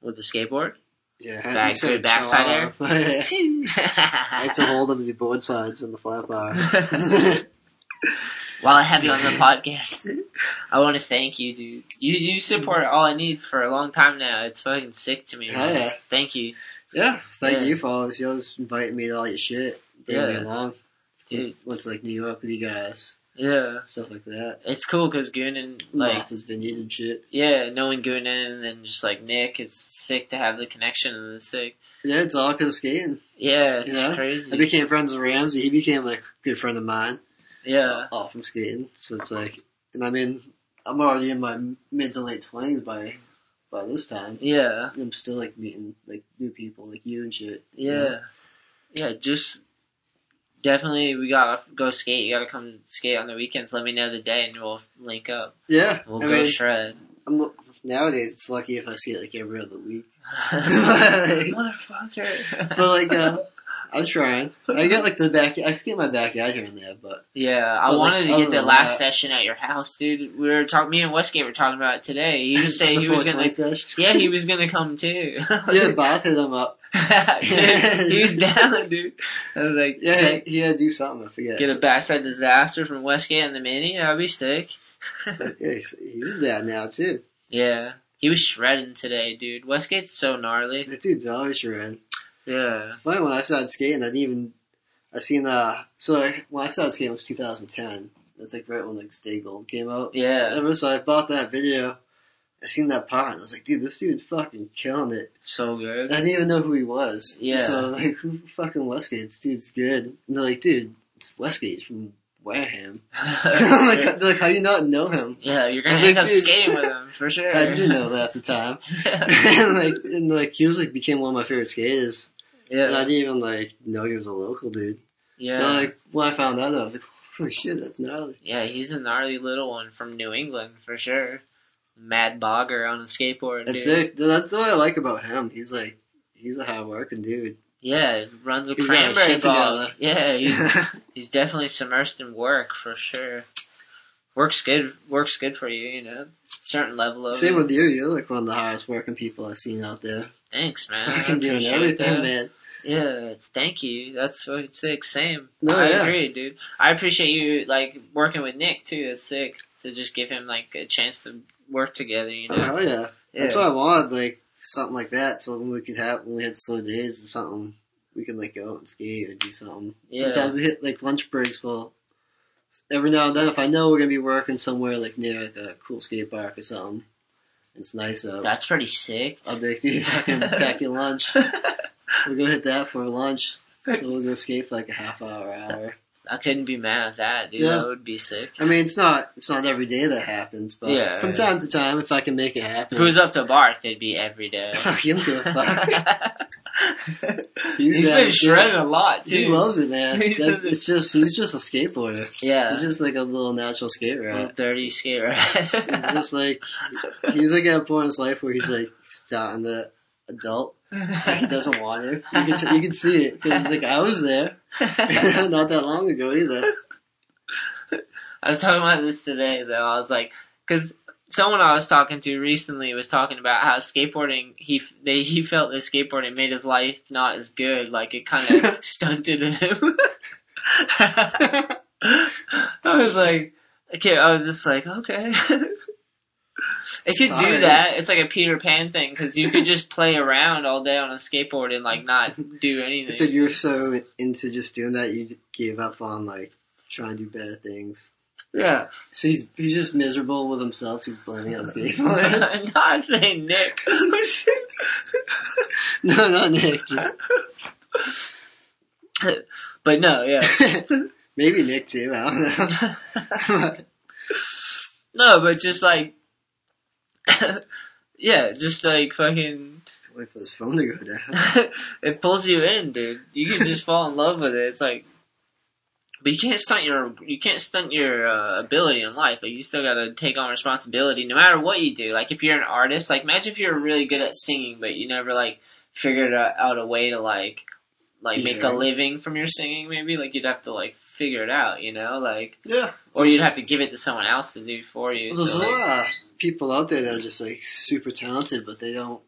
[SPEAKER 5] With the skateboard,
[SPEAKER 7] Yeah,
[SPEAKER 5] Back-
[SPEAKER 7] he said
[SPEAKER 5] good
[SPEAKER 7] it
[SPEAKER 5] backside
[SPEAKER 7] fell
[SPEAKER 5] air?
[SPEAKER 7] off. Yeah. I used to
[SPEAKER 5] while
[SPEAKER 7] hold him to the board sides on the flat bar.
[SPEAKER 5] I have you on the podcast, I want to thank you, dude. You you support all I need for a long time now. It's fucking sick to me. Man.
[SPEAKER 7] Yeah.
[SPEAKER 5] Thank you.
[SPEAKER 7] yeah, thank
[SPEAKER 5] Yeah.
[SPEAKER 7] you for always, you always inviting me to all your shit. Bring me
[SPEAKER 5] Yeah.
[SPEAKER 7] along.
[SPEAKER 5] Dude,
[SPEAKER 7] Went to like New York with you guys.
[SPEAKER 5] yeah.
[SPEAKER 7] Stuff like that.
[SPEAKER 5] It's cool because Goonan,
[SPEAKER 7] Like,
[SPEAKER 5] like,
[SPEAKER 7] Martha's Vineyard and shit.
[SPEAKER 5] yeah, knowing Goonan and just like Nick, it's sick to have the connection and it's sick.
[SPEAKER 7] Yeah, it's all because of skating.
[SPEAKER 5] Yeah, it's
[SPEAKER 7] Yeah. I
[SPEAKER 5] crazy.
[SPEAKER 7] became friends with Ramsey. He became like a good friend of mine.
[SPEAKER 5] yeah,
[SPEAKER 7] All from skating. So it's like, and I mean, I'm already in my mid to late twenties by by this time.
[SPEAKER 5] yeah,
[SPEAKER 7] I'm still like meeting like new people, like you and shit.
[SPEAKER 5] yeah, yeah. Just definitely, we gotta go skate. You gotta come skate on the weekends. Let me know the day and we'll link up.
[SPEAKER 7] Yeah.
[SPEAKER 5] We'll
[SPEAKER 7] I
[SPEAKER 5] go
[SPEAKER 7] mean,
[SPEAKER 5] shred.
[SPEAKER 7] I'm, nowadays it's lucky if I skate like every other week.
[SPEAKER 5] Motherfucker.
[SPEAKER 7] But like, uh, I'm trying. I get like the back. I skate my backyard here and there, but
[SPEAKER 5] Yeah, I
[SPEAKER 7] But, like,
[SPEAKER 5] wanted to
[SPEAKER 7] other
[SPEAKER 5] get that
[SPEAKER 7] than
[SPEAKER 5] last
[SPEAKER 7] that-
[SPEAKER 5] session at your house, dude. We were talking. Me and Westgate were talking about it today. He was saying he
[SPEAKER 7] Before
[SPEAKER 5] was gonna.
[SPEAKER 7] 20 sesh.
[SPEAKER 5] Yeah, he was gonna come too.
[SPEAKER 7] Yeah, Bob hit him up.
[SPEAKER 5] Dude, he was down, dude. I was like,
[SPEAKER 7] Yeah,
[SPEAKER 5] sick.
[SPEAKER 7] he, he had to do something. I forget.
[SPEAKER 5] get a backside disaster from Westgate and the mini. That'd be sick.
[SPEAKER 7] yeah, he's, he's that now too.
[SPEAKER 5] Yeah, he was shredding today, dude. Westgate's so gnarly.
[SPEAKER 7] That dude's always shredding.
[SPEAKER 5] Yeah,
[SPEAKER 7] Funny when I started skating, I didn't even. I seen uh so I, when I started skating it was 2010. That's like right when like Stay Gold came out.
[SPEAKER 5] yeah,
[SPEAKER 7] Ever so I bought that video. I seen that part and I was like, dude, this dude's fucking killing it.
[SPEAKER 5] so good.
[SPEAKER 7] I didn't even know who he was.
[SPEAKER 5] Yeah.
[SPEAKER 7] So I was like, who fucking Westgate? This dude's good. And they're like, dude, it's Westgate. He's from Wareham. I'm like, they're like, how do you not know him?
[SPEAKER 5] yeah, you're
[SPEAKER 7] Oh
[SPEAKER 5] gonna
[SPEAKER 7] I was
[SPEAKER 5] end
[SPEAKER 7] like,
[SPEAKER 5] up
[SPEAKER 7] dude.
[SPEAKER 5] skating with him for sure.
[SPEAKER 7] I didn't know that at the time. and like, and like, he was like, became one of my favorite skaters. And I
[SPEAKER 5] yeah,
[SPEAKER 7] didn't even like know he was a local dude.
[SPEAKER 5] yeah.
[SPEAKER 7] So like, when I found out, I was like, holy shit, that's gnarly.
[SPEAKER 5] Yeah, he's a gnarly little one from New England for sure. Mad bogger on a skateboard.
[SPEAKER 7] That's
[SPEAKER 5] dude.
[SPEAKER 7] it. That's what I like about him. He's like, he's a hard working dude.
[SPEAKER 5] Yeah, runs a
[SPEAKER 7] He's got his
[SPEAKER 5] cranberry
[SPEAKER 7] shit
[SPEAKER 5] bog.
[SPEAKER 7] together.
[SPEAKER 5] Yeah, he's, he's definitely submersed in work for sure. Works good. Works good for you. You know, certain level of.
[SPEAKER 7] Same with you. You're like one of the hardest working people I've seen out there.
[SPEAKER 5] Thanks, man. I
[SPEAKER 7] Fucking doing
[SPEAKER 5] appreciate
[SPEAKER 7] everything,
[SPEAKER 5] that.
[SPEAKER 7] man.
[SPEAKER 5] Yeah, it's, thank you. That's fucking sick. Same.
[SPEAKER 7] No,
[SPEAKER 5] I
[SPEAKER 7] yeah.
[SPEAKER 5] agree, dude. I appreciate you like working with Nick too. That's sick to just give him like a chance to work together. You know.
[SPEAKER 7] Oh hell yeah.
[SPEAKER 5] yeah.
[SPEAKER 7] That's what I wanted, like something like that. So when we could have when we had slow days or something, we could like go out and skate or do something.
[SPEAKER 5] Yeah.
[SPEAKER 7] Sometimes we hit like lunch breaks. Well, every now and then, if I know we're gonna be working somewhere like near like a cool skate park or something, it's nice out.
[SPEAKER 5] That's pretty sick.
[SPEAKER 7] I'll be like, dude, fucking pack your lunch. We're gonna hit that for lunch. So we'll go skate for like a half hour, hour.
[SPEAKER 5] I couldn't be mad at that, dude.
[SPEAKER 7] Yeah.
[SPEAKER 5] That would be sick.
[SPEAKER 7] I mean, it's not it's not every day that happens, but
[SPEAKER 5] Yeah.
[SPEAKER 7] from time to time, if I can make it happen,
[SPEAKER 5] If it was up to Barth, it'd be every day.
[SPEAKER 7] Fuck, you don't give a fuck.
[SPEAKER 5] He's
[SPEAKER 7] that
[SPEAKER 5] been
[SPEAKER 7] good.
[SPEAKER 5] shredding a lot,
[SPEAKER 7] He
[SPEAKER 5] too.
[SPEAKER 7] loves it, man.
[SPEAKER 5] He
[SPEAKER 7] That-
[SPEAKER 5] says it-
[SPEAKER 7] it's just he's just a skateboarder.
[SPEAKER 5] Yeah.
[SPEAKER 7] He's just like a little natural skater.
[SPEAKER 5] Little
[SPEAKER 7] Right?
[SPEAKER 5] dirty skater.
[SPEAKER 7] He's just like he's like at a point in his life where he's like starting to adult. He doesn't want to. You can t- you can see it because like I was there not that long ago either.
[SPEAKER 5] I was talking about this today, though. I was like, because someone I was talking to recently was talking about how skateboarding he f- they, he felt that skateboarding made his life not as good, like it kind of stunted him. I was like, okay, I was just like, okay. It could do
[SPEAKER 7] Sorry.
[SPEAKER 5] that. It's like a Peter Pan thing because you could just play around all day on a skateboard and like not do anything.
[SPEAKER 7] It's like you're so into just doing that you gave up on like trying to do better things.
[SPEAKER 5] Yeah.
[SPEAKER 7] So he's he's just miserable with himself. He's blaming it on Oh, skateboarding.
[SPEAKER 5] I'm not saying Nick. I'm saying-
[SPEAKER 7] no, not Nick.
[SPEAKER 5] but no, yeah.
[SPEAKER 7] Maybe Nick too. I don't know.
[SPEAKER 5] No, but just like, yeah, just like fucking,
[SPEAKER 7] Wait for his phone to go down.
[SPEAKER 5] it pulls you in, dude. You can just fall in love with it. It's like, but you can't stunt your, you can't stunt your uh, ability in life. Like you still gotta take on responsibility, no matter what you do. Like if you're an artist, like imagine if you're really good at singing, but you never like figured out out a way to like, like make
[SPEAKER 7] Yeah.
[SPEAKER 5] a living from your singing. Maybe like you'd have to like figure it out, you know, like,
[SPEAKER 7] Yeah.
[SPEAKER 5] or you'd have to give it to someone else to do for you.
[SPEAKER 7] Well,
[SPEAKER 5] So,
[SPEAKER 7] there's a
[SPEAKER 5] like-
[SPEAKER 7] lot of people out there that are just like super talented, but they don't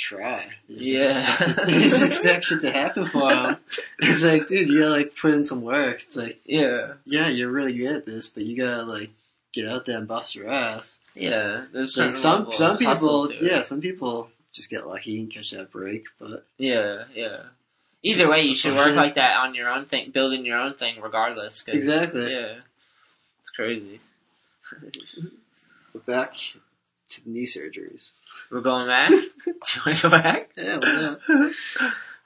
[SPEAKER 7] try. They just
[SPEAKER 5] Yeah.
[SPEAKER 7] Expect, they just expect shit to happen for them. It's like, dude, you gotta like put in some work. It's like,
[SPEAKER 5] Yeah,
[SPEAKER 7] yeah, you're really good at this, but you gotta like get out there and bust your ass.
[SPEAKER 5] yeah. There's
[SPEAKER 7] Like
[SPEAKER 5] certain level
[SPEAKER 7] some
[SPEAKER 5] of
[SPEAKER 7] some
[SPEAKER 5] hustle
[SPEAKER 7] people,
[SPEAKER 5] to it.
[SPEAKER 7] yeah, some people just get lucky and catch that break, but
[SPEAKER 5] yeah, yeah. Either way, you should work like that on your own thing, building your own thing, regardless. 'cause-
[SPEAKER 7] Exactly.
[SPEAKER 5] Yeah, it's crazy.
[SPEAKER 7] we're back to knee surgeries.
[SPEAKER 5] We're going back. Do you want to go back?
[SPEAKER 7] Yeah, why not?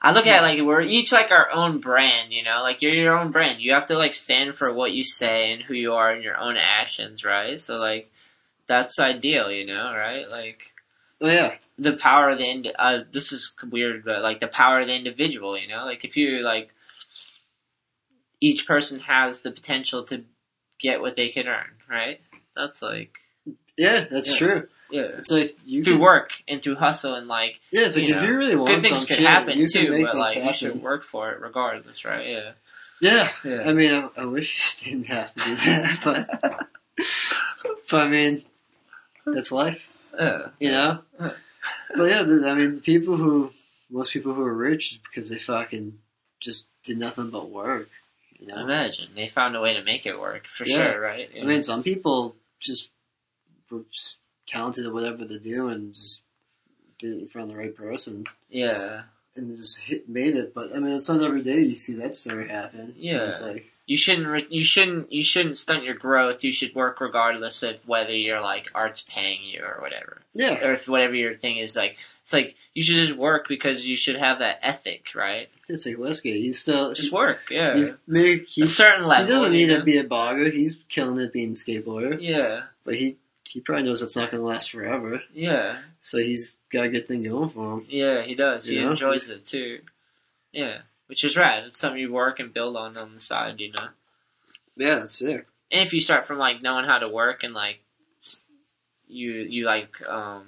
[SPEAKER 5] I look at it like we're each like our own brand, you know. Like you're your own brand. You have to like stand for what you say and who you are and your own actions, right? So like, that's ideal, you know, right? Like.
[SPEAKER 7] Oh yeah,
[SPEAKER 5] the power of the ind- uh, this is weird, but like the power of the individual, you know, like if you like each person has the potential to get what they can earn, right? That's like
[SPEAKER 7] yeah, that's
[SPEAKER 5] Yeah.
[SPEAKER 7] true.
[SPEAKER 5] yeah,
[SPEAKER 7] It's like you
[SPEAKER 5] through
[SPEAKER 7] can-
[SPEAKER 5] work and through hustle and like
[SPEAKER 7] Yeah, it's like
[SPEAKER 5] you
[SPEAKER 7] if
[SPEAKER 5] know,
[SPEAKER 7] you really want
[SPEAKER 5] good things
[SPEAKER 7] some
[SPEAKER 5] could
[SPEAKER 7] shit,
[SPEAKER 5] happen
[SPEAKER 7] you can
[SPEAKER 5] too,
[SPEAKER 7] make
[SPEAKER 5] but
[SPEAKER 7] things
[SPEAKER 5] like you should
[SPEAKER 7] happen.
[SPEAKER 5] work for it regardless, right? Yeah,
[SPEAKER 7] Yeah,
[SPEAKER 5] yeah.
[SPEAKER 7] I mean, I, I wish you didn't have to do that, but, but I mean, that's life,
[SPEAKER 5] yeah.
[SPEAKER 7] you know. But yeah, th- I mean, the people who most people who are rich is because they fucking just did nothing but work, you know.
[SPEAKER 5] Imagine they found a way to make it work for
[SPEAKER 7] Yeah.
[SPEAKER 5] sure, right? Yeah.
[SPEAKER 7] I mean, some people just were s- talented at whatever they do and just didn't find the right person
[SPEAKER 5] yeah.
[SPEAKER 7] and just hit, made it. But I mean, it's not every day you see that story happen. so
[SPEAKER 5] Yeah.
[SPEAKER 7] it's like.
[SPEAKER 5] you shouldn't re- you shouldn't you shouldn't stunt your growth. You should work regardless of whether your like art's paying you or whatever,
[SPEAKER 7] Yeah,
[SPEAKER 5] or if whatever your thing is like. It's like you should just work because you should have that ethic, right?
[SPEAKER 7] it's like Westgate. He's still
[SPEAKER 5] Just work, yeah.
[SPEAKER 7] He's maybe
[SPEAKER 5] a
[SPEAKER 7] he's
[SPEAKER 5] certain level.
[SPEAKER 7] he doesn't
[SPEAKER 5] you
[SPEAKER 7] need
[SPEAKER 5] know?
[SPEAKER 7] to be a bogger. He's killing it being a skateboarder,
[SPEAKER 5] Yeah,
[SPEAKER 7] but he he probably knows it's not going to last forever.
[SPEAKER 5] yeah,
[SPEAKER 7] So he's got a good thing going for him.
[SPEAKER 5] yeah. He does.
[SPEAKER 7] You
[SPEAKER 5] he
[SPEAKER 7] know?
[SPEAKER 5] enjoys it too. Yeah, which is rad. It's something you work and build on on the side, you know.
[SPEAKER 7] Yeah, that's it.
[SPEAKER 5] and if you start from like knowing how to work and like s- you you like um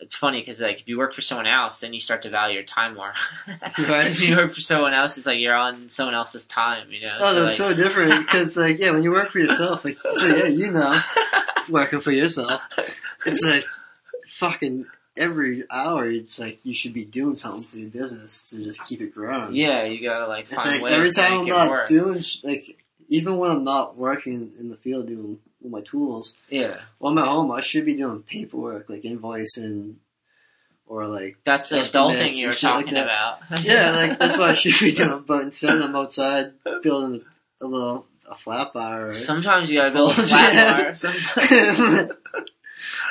[SPEAKER 5] it's funny because like if you work for someone else then you start to value your time more
[SPEAKER 7] Right.
[SPEAKER 5] if you work for someone else it's like you're on someone else's time you know
[SPEAKER 7] Oh,
[SPEAKER 5] So,
[SPEAKER 7] that's
[SPEAKER 5] like,
[SPEAKER 7] so different because like yeah, when you work for yourself, like so yeah, you know, working for yourself, it's like fucking every hour. It's like you should be doing something for your business to just keep it growing.
[SPEAKER 5] yeah you gotta like
[SPEAKER 7] It's
[SPEAKER 5] find
[SPEAKER 7] like
[SPEAKER 5] ways
[SPEAKER 7] every
[SPEAKER 5] to
[SPEAKER 7] time I'm
[SPEAKER 5] make it
[SPEAKER 7] not
[SPEAKER 5] work
[SPEAKER 7] doing sh- like even when I'm not working in the field doing with my tools,
[SPEAKER 5] yeah
[SPEAKER 7] Well, I'm at home. I should be doing paperwork, like invoicing, or like
[SPEAKER 5] that's the
[SPEAKER 7] Just
[SPEAKER 5] adulting
[SPEAKER 7] immense
[SPEAKER 5] you were
[SPEAKER 7] and shit like
[SPEAKER 5] talking
[SPEAKER 7] that.
[SPEAKER 5] about
[SPEAKER 7] yeah, like that's what I should be doing. But instead, I'm outside building a little a flat bar. Or,
[SPEAKER 5] sometimes you gotta build a
[SPEAKER 7] Yeah.
[SPEAKER 5] flat bar sometimes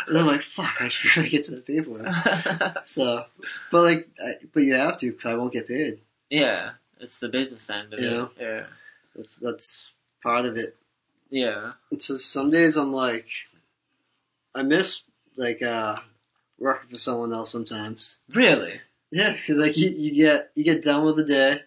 [SPEAKER 7] and I'm like, fuck, I should really get to the paperwork. So, but like, I, but you have to, 'cause I won't get paid.
[SPEAKER 5] yeah it's the business end of
[SPEAKER 7] Yeah.
[SPEAKER 5] it yeah
[SPEAKER 7] That's that's part of it.
[SPEAKER 5] yeah
[SPEAKER 7] And so some days I'm like, I miss like uh working for someone else sometimes.
[SPEAKER 5] really
[SPEAKER 7] Yeah, 'cause, like you, you get you get done with the day.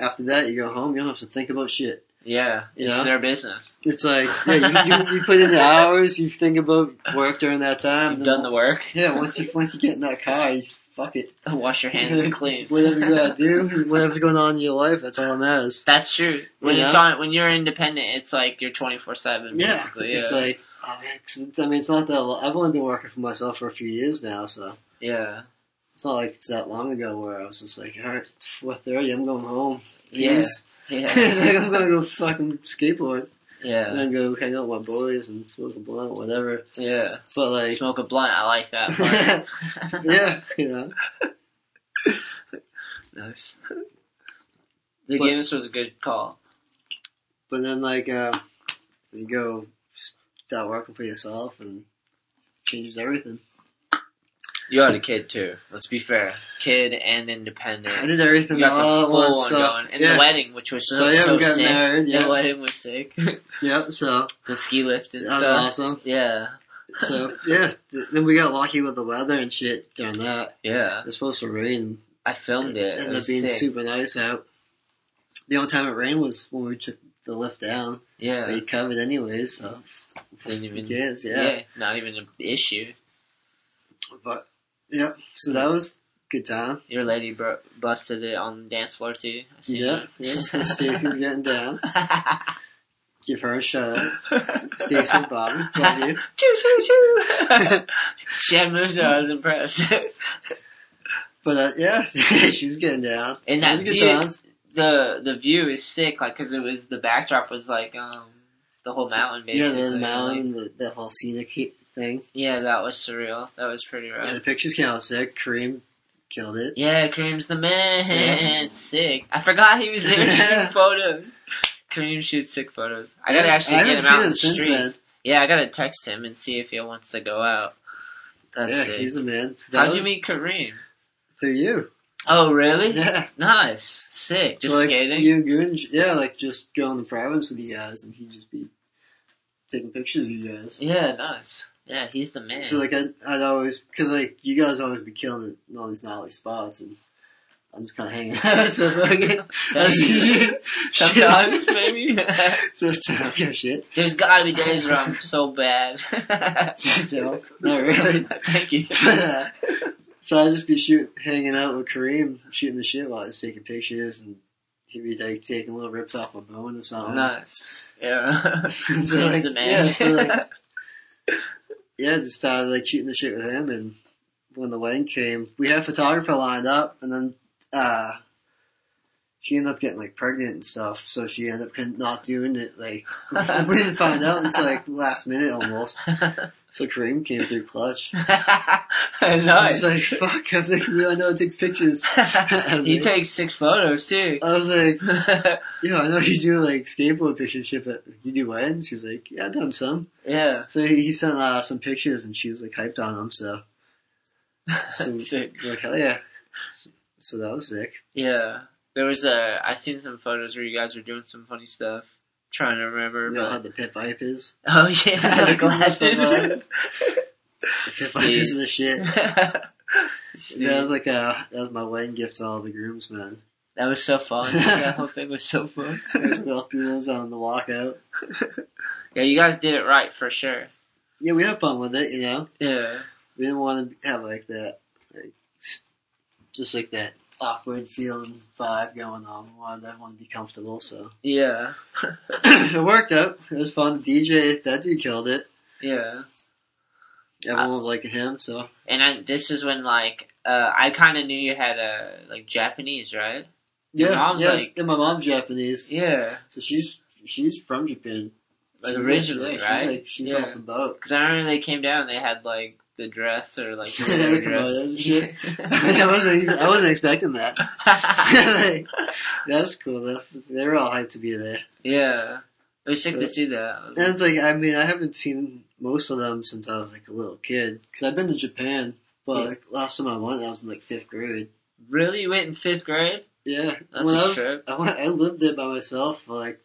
[SPEAKER 7] After that, you go home. You don't have to think about shit.
[SPEAKER 5] yeah it's
[SPEAKER 7] Yeah.
[SPEAKER 5] their business
[SPEAKER 7] It's like yeah, you, you, you put in the hours. You think about work during that time.
[SPEAKER 5] You've
[SPEAKER 7] then-
[SPEAKER 5] done the work.
[SPEAKER 7] yeah. Once you once you get in that car, you fuck it.
[SPEAKER 5] Wash your hands clean.
[SPEAKER 7] whatever you gotta do, whatever's going on in your life, that's all that matters.
[SPEAKER 5] That's true. When
[SPEAKER 7] You
[SPEAKER 5] it's
[SPEAKER 7] know?
[SPEAKER 5] on, when you're independent, it's like you're twenty four seven.
[SPEAKER 7] Yeah,
[SPEAKER 5] basically.
[SPEAKER 7] it's
[SPEAKER 5] yeah.
[SPEAKER 7] like oh, man, 'cause it's- I mean, it's not that. Long. I've only been working for myself for a few years now, so
[SPEAKER 5] yeah,
[SPEAKER 7] it's not like it's that long ago where I was just like, all right, four thirty, I'm going home.
[SPEAKER 5] yeah,
[SPEAKER 7] Peace.
[SPEAKER 5] yeah,
[SPEAKER 7] like I'm gonna go fucking skateboard. and
[SPEAKER 5] Yeah.
[SPEAKER 7] then go hang out with my boys and smoke a blunt, whatever.
[SPEAKER 5] Yeah.
[SPEAKER 7] But like,
[SPEAKER 5] Smoke a blunt. I like that. part.
[SPEAKER 7] yeah, you know.
[SPEAKER 5] Nice. The
[SPEAKER 7] But-
[SPEAKER 5] Guinness was a good call.
[SPEAKER 7] But then like uh, you go start working for yourself and changes everything.
[SPEAKER 5] You had a kid too. Let's be fair. Kid and independent.
[SPEAKER 7] I did everything
[SPEAKER 5] You got
[SPEAKER 7] all
[SPEAKER 5] the
[SPEAKER 7] at
[SPEAKER 5] full
[SPEAKER 7] once.
[SPEAKER 5] one
[SPEAKER 7] So,
[SPEAKER 5] going. And
[SPEAKER 7] yeah.
[SPEAKER 5] the wedding, which was so,
[SPEAKER 7] So, yeah, we
[SPEAKER 5] so
[SPEAKER 7] got
[SPEAKER 5] sick.
[SPEAKER 7] married, yeah.
[SPEAKER 5] The wedding was sick.
[SPEAKER 7] Yep. So
[SPEAKER 5] the ski lift and
[SPEAKER 7] that was
[SPEAKER 5] stuff.
[SPEAKER 7] awesome.
[SPEAKER 5] Yeah.
[SPEAKER 7] So yeah, th- then we got lucky with the weather and shit during that.
[SPEAKER 5] Yeah.
[SPEAKER 7] It's supposed to rain.
[SPEAKER 5] I filmed it. It
[SPEAKER 7] ended up
[SPEAKER 5] was
[SPEAKER 7] being
[SPEAKER 5] sick.
[SPEAKER 7] super nice out. The only time it rained was when we took the lift down.
[SPEAKER 5] yeah.
[SPEAKER 7] They covered anyways, so
[SPEAKER 5] Didn't
[SPEAKER 7] who
[SPEAKER 5] even,
[SPEAKER 7] cares?
[SPEAKER 5] yeah.
[SPEAKER 7] Yeah.
[SPEAKER 5] Not even an issue.
[SPEAKER 7] But yeah, so that was a good time.
[SPEAKER 5] Your lady bro- busted it on the dance floor too. I seen
[SPEAKER 7] Yeah, yeah. So Stacy's getting down.
[SPEAKER 5] that.
[SPEAKER 7] Give her a shout out. Stacy and Bobby, love you.
[SPEAKER 5] choo choo choo. she had moves that I was impressed.
[SPEAKER 7] But uh, yeah, she was getting down.
[SPEAKER 5] and
[SPEAKER 7] It
[SPEAKER 5] that
[SPEAKER 7] was a good
[SPEAKER 5] view,
[SPEAKER 7] time.
[SPEAKER 5] the the view is sick, like because it was the backdrop was like um the whole mountain
[SPEAKER 7] Yeah,
[SPEAKER 5] basically.
[SPEAKER 7] the
[SPEAKER 5] Like,
[SPEAKER 7] mountain, the, the whole scenic he- thing.
[SPEAKER 5] yeah, that was surreal. That was pretty rough.
[SPEAKER 7] Yeah, the pictures came out sick. Kareem killed it.
[SPEAKER 5] Yeah, Kareem's the man. Sick. I forgot he was there shooting photos. Kareem shoots sick photos. I gotta
[SPEAKER 7] Yeah,
[SPEAKER 5] actually
[SPEAKER 7] I
[SPEAKER 5] get
[SPEAKER 7] haven't
[SPEAKER 5] him out
[SPEAKER 7] seen
[SPEAKER 5] in
[SPEAKER 7] him
[SPEAKER 5] the
[SPEAKER 7] since
[SPEAKER 5] streets.
[SPEAKER 7] then.
[SPEAKER 5] Yeah, I gotta text him and see if he wants to go out. That's
[SPEAKER 7] yeah,
[SPEAKER 5] sick.
[SPEAKER 7] he's a man. So that
[SPEAKER 5] How'd
[SPEAKER 7] was
[SPEAKER 5] you meet Kareem?
[SPEAKER 7] Through you.
[SPEAKER 5] Oh, really?
[SPEAKER 7] Yeah.
[SPEAKER 5] Nice. Sick. Just
[SPEAKER 7] So, like,
[SPEAKER 5] skating.
[SPEAKER 7] You and Goon, yeah, like just go in the province with you guys and he'd just be taking pictures of you guys.
[SPEAKER 5] Yeah, nice. Yeah, he's the man.
[SPEAKER 7] So like I'd, I'd always because like you guys always be killing it in all these gnarly spots, and I'm just kind of hanging out. so fucking
[SPEAKER 5] Sometimes, maybe.
[SPEAKER 7] Sometimes, I don't give a shit.
[SPEAKER 5] There's gotta be days where I'm so bad.
[SPEAKER 7] No, not really.
[SPEAKER 5] Thank you.
[SPEAKER 7] so I'd just be shoot hanging out with Kareem, shooting the shit while I was taking pictures, and he'd be like taking little rips off my bone or something.
[SPEAKER 5] nice. Yeah.
[SPEAKER 7] so,
[SPEAKER 5] He's
[SPEAKER 7] like,
[SPEAKER 5] the man.
[SPEAKER 7] Yeah, so like, yeah, just started like shooting the shit with him, and when the wedding came, we had a photographer lined up, and then uh, she ended up getting like pregnant and stuff, so she ended up couldn't- not doing it. Like we didn't find out until like last minute almost. So Kareem came through clutch. I
[SPEAKER 5] nice.
[SPEAKER 7] was like, "Fuck!" I was like, "We all know it takes pictures." I was
[SPEAKER 5] he
[SPEAKER 7] like-
[SPEAKER 5] takes sick photos too.
[SPEAKER 7] I was like,
[SPEAKER 5] yeah.
[SPEAKER 7] "Yo, I know you do like skateboard picture shit, but you do weddings." He's like, "Yeah, I've done some."
[SPEAKER 5] Yeah.
[SPEAKER 7] So he, he sent uh, some pictures, and she was like hyped on them. So, so
[SPEAKER 5] Sick.
[SPEAKER 7] we're like hell yeah. So, so that was sick.
[SPEAKER 5] There was a. I've seen some photos where you guys were doing some funny stuff. Trying to remember.
[SPEAKER 7] You know how
[SPEAKER 5] But...
[SPEAKER 7] the pit pipe is.
[SPEAKER 5] Oh yeah, the glasses.
[SPEAKER 7] The pit pipe is the shit.
[SPEAKER 5] Steve.
[SPEAKER 7] That was like uh that was my wedding gift to all the groomsmen.
[SPEAKER 5] That was so fun. that whole thing was so fun.
[SPEAKER 7] I just all through those on the walkout.
[SPEAKER 5] Yeah, you guys did it right for sure.
[SPEAKER 7] Yeah, we had fun with it. You know,
[SPEAKER 5] Yeah.
[SPEAKER 7] we didn't want to have like that, like s- just like that awkward feeling vibe going on. We wanted everyone to be comfortable, so
[SPEAKER 5] Yeah.
[SPEAKER 7] it worked out. It was fun. DJ, that dude killed it.
[SPEAKER 5] Yeah.
[SPEAKER 7] Everyone was liking him, so
[SPEAKER 5] And I, this is when like uh, I kind of knew you had a like Japanese, right? Your
[SPEAKER 7] yeah,
[SPEAKER 5] mom's
[SPEAKER 7] yes,
[SPEAKER 5] like-
[SPEAKER 7] and my mom's Japanese,
[SPEAKER 5] Yeah.
[SPEAKER 7] so she's she's from Japan,
[SPEAKER 5] Like,
[SPEAKER 7] She's
[SPEAKER 5] originally,
[SPEAKER 7] yeah,
[SPEAKER 5] right?
[SPEAKER 7] She's like she's
[SPEAKER 5] Yeah.
[SPEAKER 7] off the boat.
[SPEAKER 5] Because I remember they came down, they had like the dress or like the
[SPEAKER 7] Yeah,
[SPEAKER 5] wedding
[SPEAKER 7] the kimonos and shit. I
[SPEAKER 5] dress.
[SPEAKER 7] wasn't even, I wasn't expecting that. Like, that's cool though. They were all hyped to be there,
[SPEAKER 5] yeah. It was sick
[SPEAKER 7] So-
[SPEAKER 5] to see that. I was
[SPEAKER 7] and it's like I mean I haven't seen most of them since I was like a little kid because I've been to Japan, but
[SPEAKER 5] Yeah.
[SPEAKER 7] like last time I went I was in like fifth grade.
[SPEAKER 5] like, really? You went in fifth grade?
[SPEAKER 7] Yeah,
[SPEAKER 5] That's
[SPEAKER 7] when
[SPEAKER 5] a
[SPEAKER 7] I was
[SPEAKER 5] trip.
[SPEAKER 7] I, went, I lived there by myself for like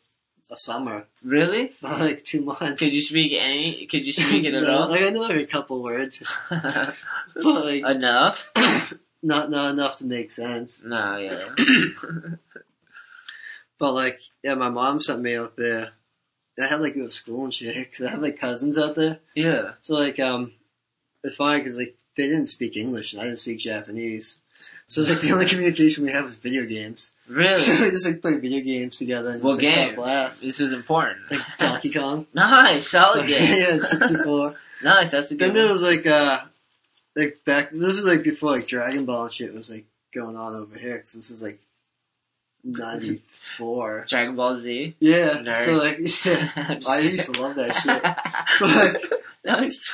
[SPEAKER 7] a summer
[SPEAKER 5] Really?
[SPEAKER 7] for like two months.
[SPEAKER 5] Could you speak any? Could you speak it at
[SPEAKER 7] No,
[SPEAKER 5] all?
[SPEAKER 7] Like I know like, a couple words, but like
[SPEAKER 5] Enough?
[SPEAKER 7] not not enough to make sense.
[SPEAKER 5] No, yeah.
[SPEAKER 7] But like, yeah, my mom sent me out there. I had like go to school and shit because I had like cousins out there.
[SPEAKER 5] Yeah.
[SPEAKER 7] So like, um, it's funny because like they didn't speak English and I didn't speak Japanese. So like the only communication we have is video games. So
[SPEAKER 5] Really?
[SPEAKER 7] we just like play video games together and
[SPEAKER 5] Well,
[SPEAKER 7] just, like,
[SPEAKER 5] game.
[SPEAKER 7] talk laugh.
[SPEAKER 5] This is important.
[SPEAKER 7] Like Donkey Kong.
[SPEAKER 5] Nice, solid game.
[SPEAKER 7] Oh, yeah, sixty four.
[SPEAKER 5] Nice, that's a
[SPEAKER 7] Then
[SPEAKER 5] good
[SPEAKER 7] there
[SPEAKER 5] one.
[SPEAKER 7] was like uh like back. This is like before like Dragon Ball and shit was like going on over here. Cause this is like ninety four.
[SPEAKER 5] Dragon Ball Z.
[SPEAKER 7] Yeah.
[SPEAKER 5] Nerd.
[SPEAKER 7] So like,
[SPEAKER 5] I'm just
[SPEAKER 7] I used to love that shit. So like,
[SPEAKER 5] Nice.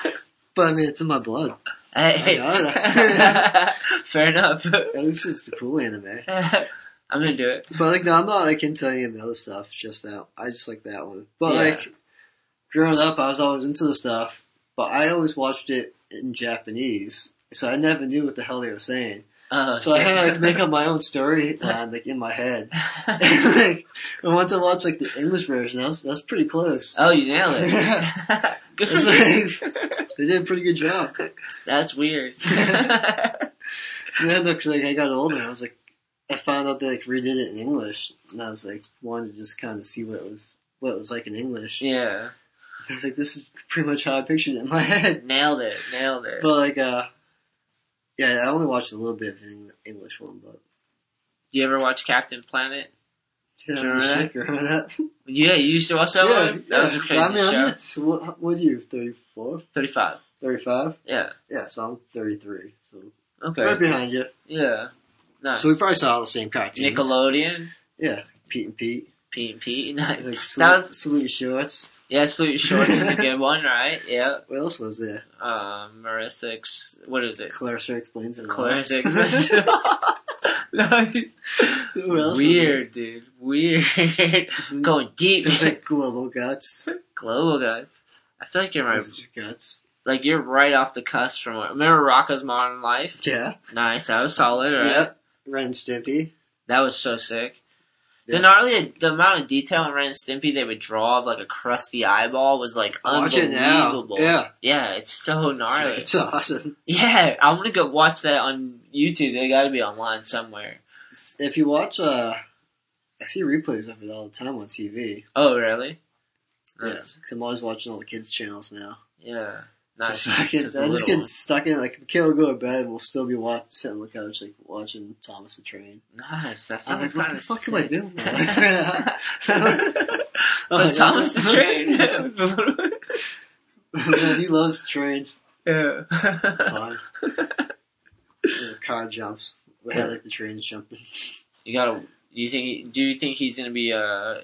[SPEAKER 7] but I mean, it's in my blood.
[SPEAKER 5] Hey.
[SPEAKER 7] I know that.
[SPEAKER 5] Fair enough.
[SPEAKER 7] At least it's the cool anime.
[SPEAKER 5] I'm gonna do it.
[SPEAKER 7] But like, no, I'm not like into any of the other stuff. Just that I just like that one. But
[SPEAKER 5] Yeah.
[SPEAKER 7] like, growing up, I was always into the stuff, but I always watched it in Japanese, so I never knew what the hell they were saying.
[SPEAKER 5] Oh,
[SPEAKER 7] So I
[SPEAKER 5] shit.
[SPEAKER 7] had to like, make up my own storyline like in my head. And, like, I went to watch like the English version. That's that's pretty close.
[SPEAKER 5] oh, you nailed it. Good for you.
[SPEAKER 7] It's like, they did a pretty good job.
[SPEAKER 5] That's weird.
[SPEAKER 7] And then like, like, I got older, I was like, I found out they like redid it in English, and I was like, wanted to just kind of see what it was what it was like in English.
[SPEAKER 5] yeah.
[SPEAKER 7] I was like, this is pretty much how I pictured it in my head.
[SPEAKER 5] Nailed it. Nailed it.
[SPEAKER 7] But like, uh, yeah, I only watched a little bit of an Eng- English one, but
[SPEAKER 5] you ever watch Captain Planet?
[SPEAKER 7] yeah,
[SPEAKER 5] Sure,
[SPEAKER 7] that was a
[SPEAKER 5] right?
[SPEAKER 7] shit, remember that?
[SPEAKER 5] Yeah, you used to watch that
[SPEAKER 7] yeah,
[SPEAKER 5] one? That was a
[SPEAKER 7] yeah.
[SPEAKER 5] crazy
[SPEAKER 7] I mean,
[SPEAKER 5] show.
[SPEAKER 7] I'm not, so what, what are you, 34?
[SPEAKER 5] 35.
[SPEAKER 7] 35?
[SPEAKER 5] Yeah.
[SPEAKER 7] Yeah, so I'm 33, so
[SPEAKER 5] Okay.
[SPEAKER 7] right behind you.
[SPEAKER 5] Yeah. Nice.
[SPEAKER 7] So we probably saw all the same cartoons.
[SPEAKER 5] Nickelodeon,
[SPEAKER 7] Yeah, Pete and Pete.
[SPEAKER 5] P and P. Nice.
[SPEAKER 7] Like,
[SPEAKER 5] that
[SPEAKER 7] salute,
[SPEAKER 5] was,
[SPEAKER 7] salute shorts.
[SPEAKER 5] yeah, Salute Shorts is a good one, right? Yeah.
[SPEAKER 7] What else was there?
[SPEAKER 5] Um, Marissa, Ex- what is it?
[SPEAKER 7] Clarissa explains it. All.
[SPEAKER 5] Claire's Ex- nice.
[SPEAKER 7] Who else was
[SPEAKER 5] Weird, dude. Weird.
[SPEAKER 7] there?
[SPEAKER 5] Going deep.
[SPEAKER 7] There's like global guts.
[SPEAKER 5] Global guys. I feel like you're my,
[SPEAKER 7] Those are just guts.
[SPEAKER 5] like you're right off the cusp from what, remember Rocco's Modern Life?
[SPEAKER 7] Yeah.
[SPEAKER 5] Nice, that was solid, right?
[SPEAKER 7] Yep. Ren and Stimpy.
[SPEAKER 5] That was so sick.
[SPEAKER 7] Yeah.
[SPEAKER 5] The gnarly, the amount of detail in Ren and Stimpy they would draw of like a crusty eyeball was like
[SPEAKER 7] Watch it now.
[SPEAKER 5] unbelievable.
[SPEAKER 7] Yeah.
[SPEAKER 5] Yeah, it's so gnarly.
[SPEAKER 7] It's awesome.
[SPEAKER 5] Yeah, I'm gonna go watch that on YouTube. They gotta be online somewhere.
[SPEAKER 7] If you watch, uh, I see replays of it all the time on TV.
[SPEAKER 5] Oh, really?
[SPEAKER 7] Yeah.
[SPEAKER 5] Nice.
[SPEAKER 7] Because I'm always watching all the kids' channels now.
[SPEAKER 5] Yeah.
[SPEAKER 7] So
[SPEAKER 5] Nice.
[SPEAKER 7] I, can,
[SPEAKER 5] Just the
[SPEAKER 7] I just
[SPEAKER 5] little
[SPEAKER 7] get
[SPEAKER 5] ones.
[SPEAKER 7] stuck in it. Like, the kid will go to bed and we'll still be watch, sitting on the couch, like, watching Thomas the Train.
[SPEAKER 5] Nice. That
[SPEAKER 7] I'm like,
[SPEAKER 5] sounds
[SPEAKER 7] what
[SPEAKER 5] kind
[SPEAKER 7] the
[SPEAKER 5] of
[SPEAKER 7] fuck
[SPEAKER 5] Oh, sick.
[SPEAKER 7] am I doing?
[SPEAKER 5] so
[SPEAKER 7] Oh,
[SPEAKER 5] Thomas the
[SPEAKER 7] yeah.
[SPEAKER 5] Train.
[SPEAKER 7] Man, he loves trains.
[SPEAKER 5] yeah.
[SPEAKER 7] Fine. The car jumps. We had, like, the trains jumping.
[SPEAKER 5] You gotta. You think? Do you think he's gonna be uh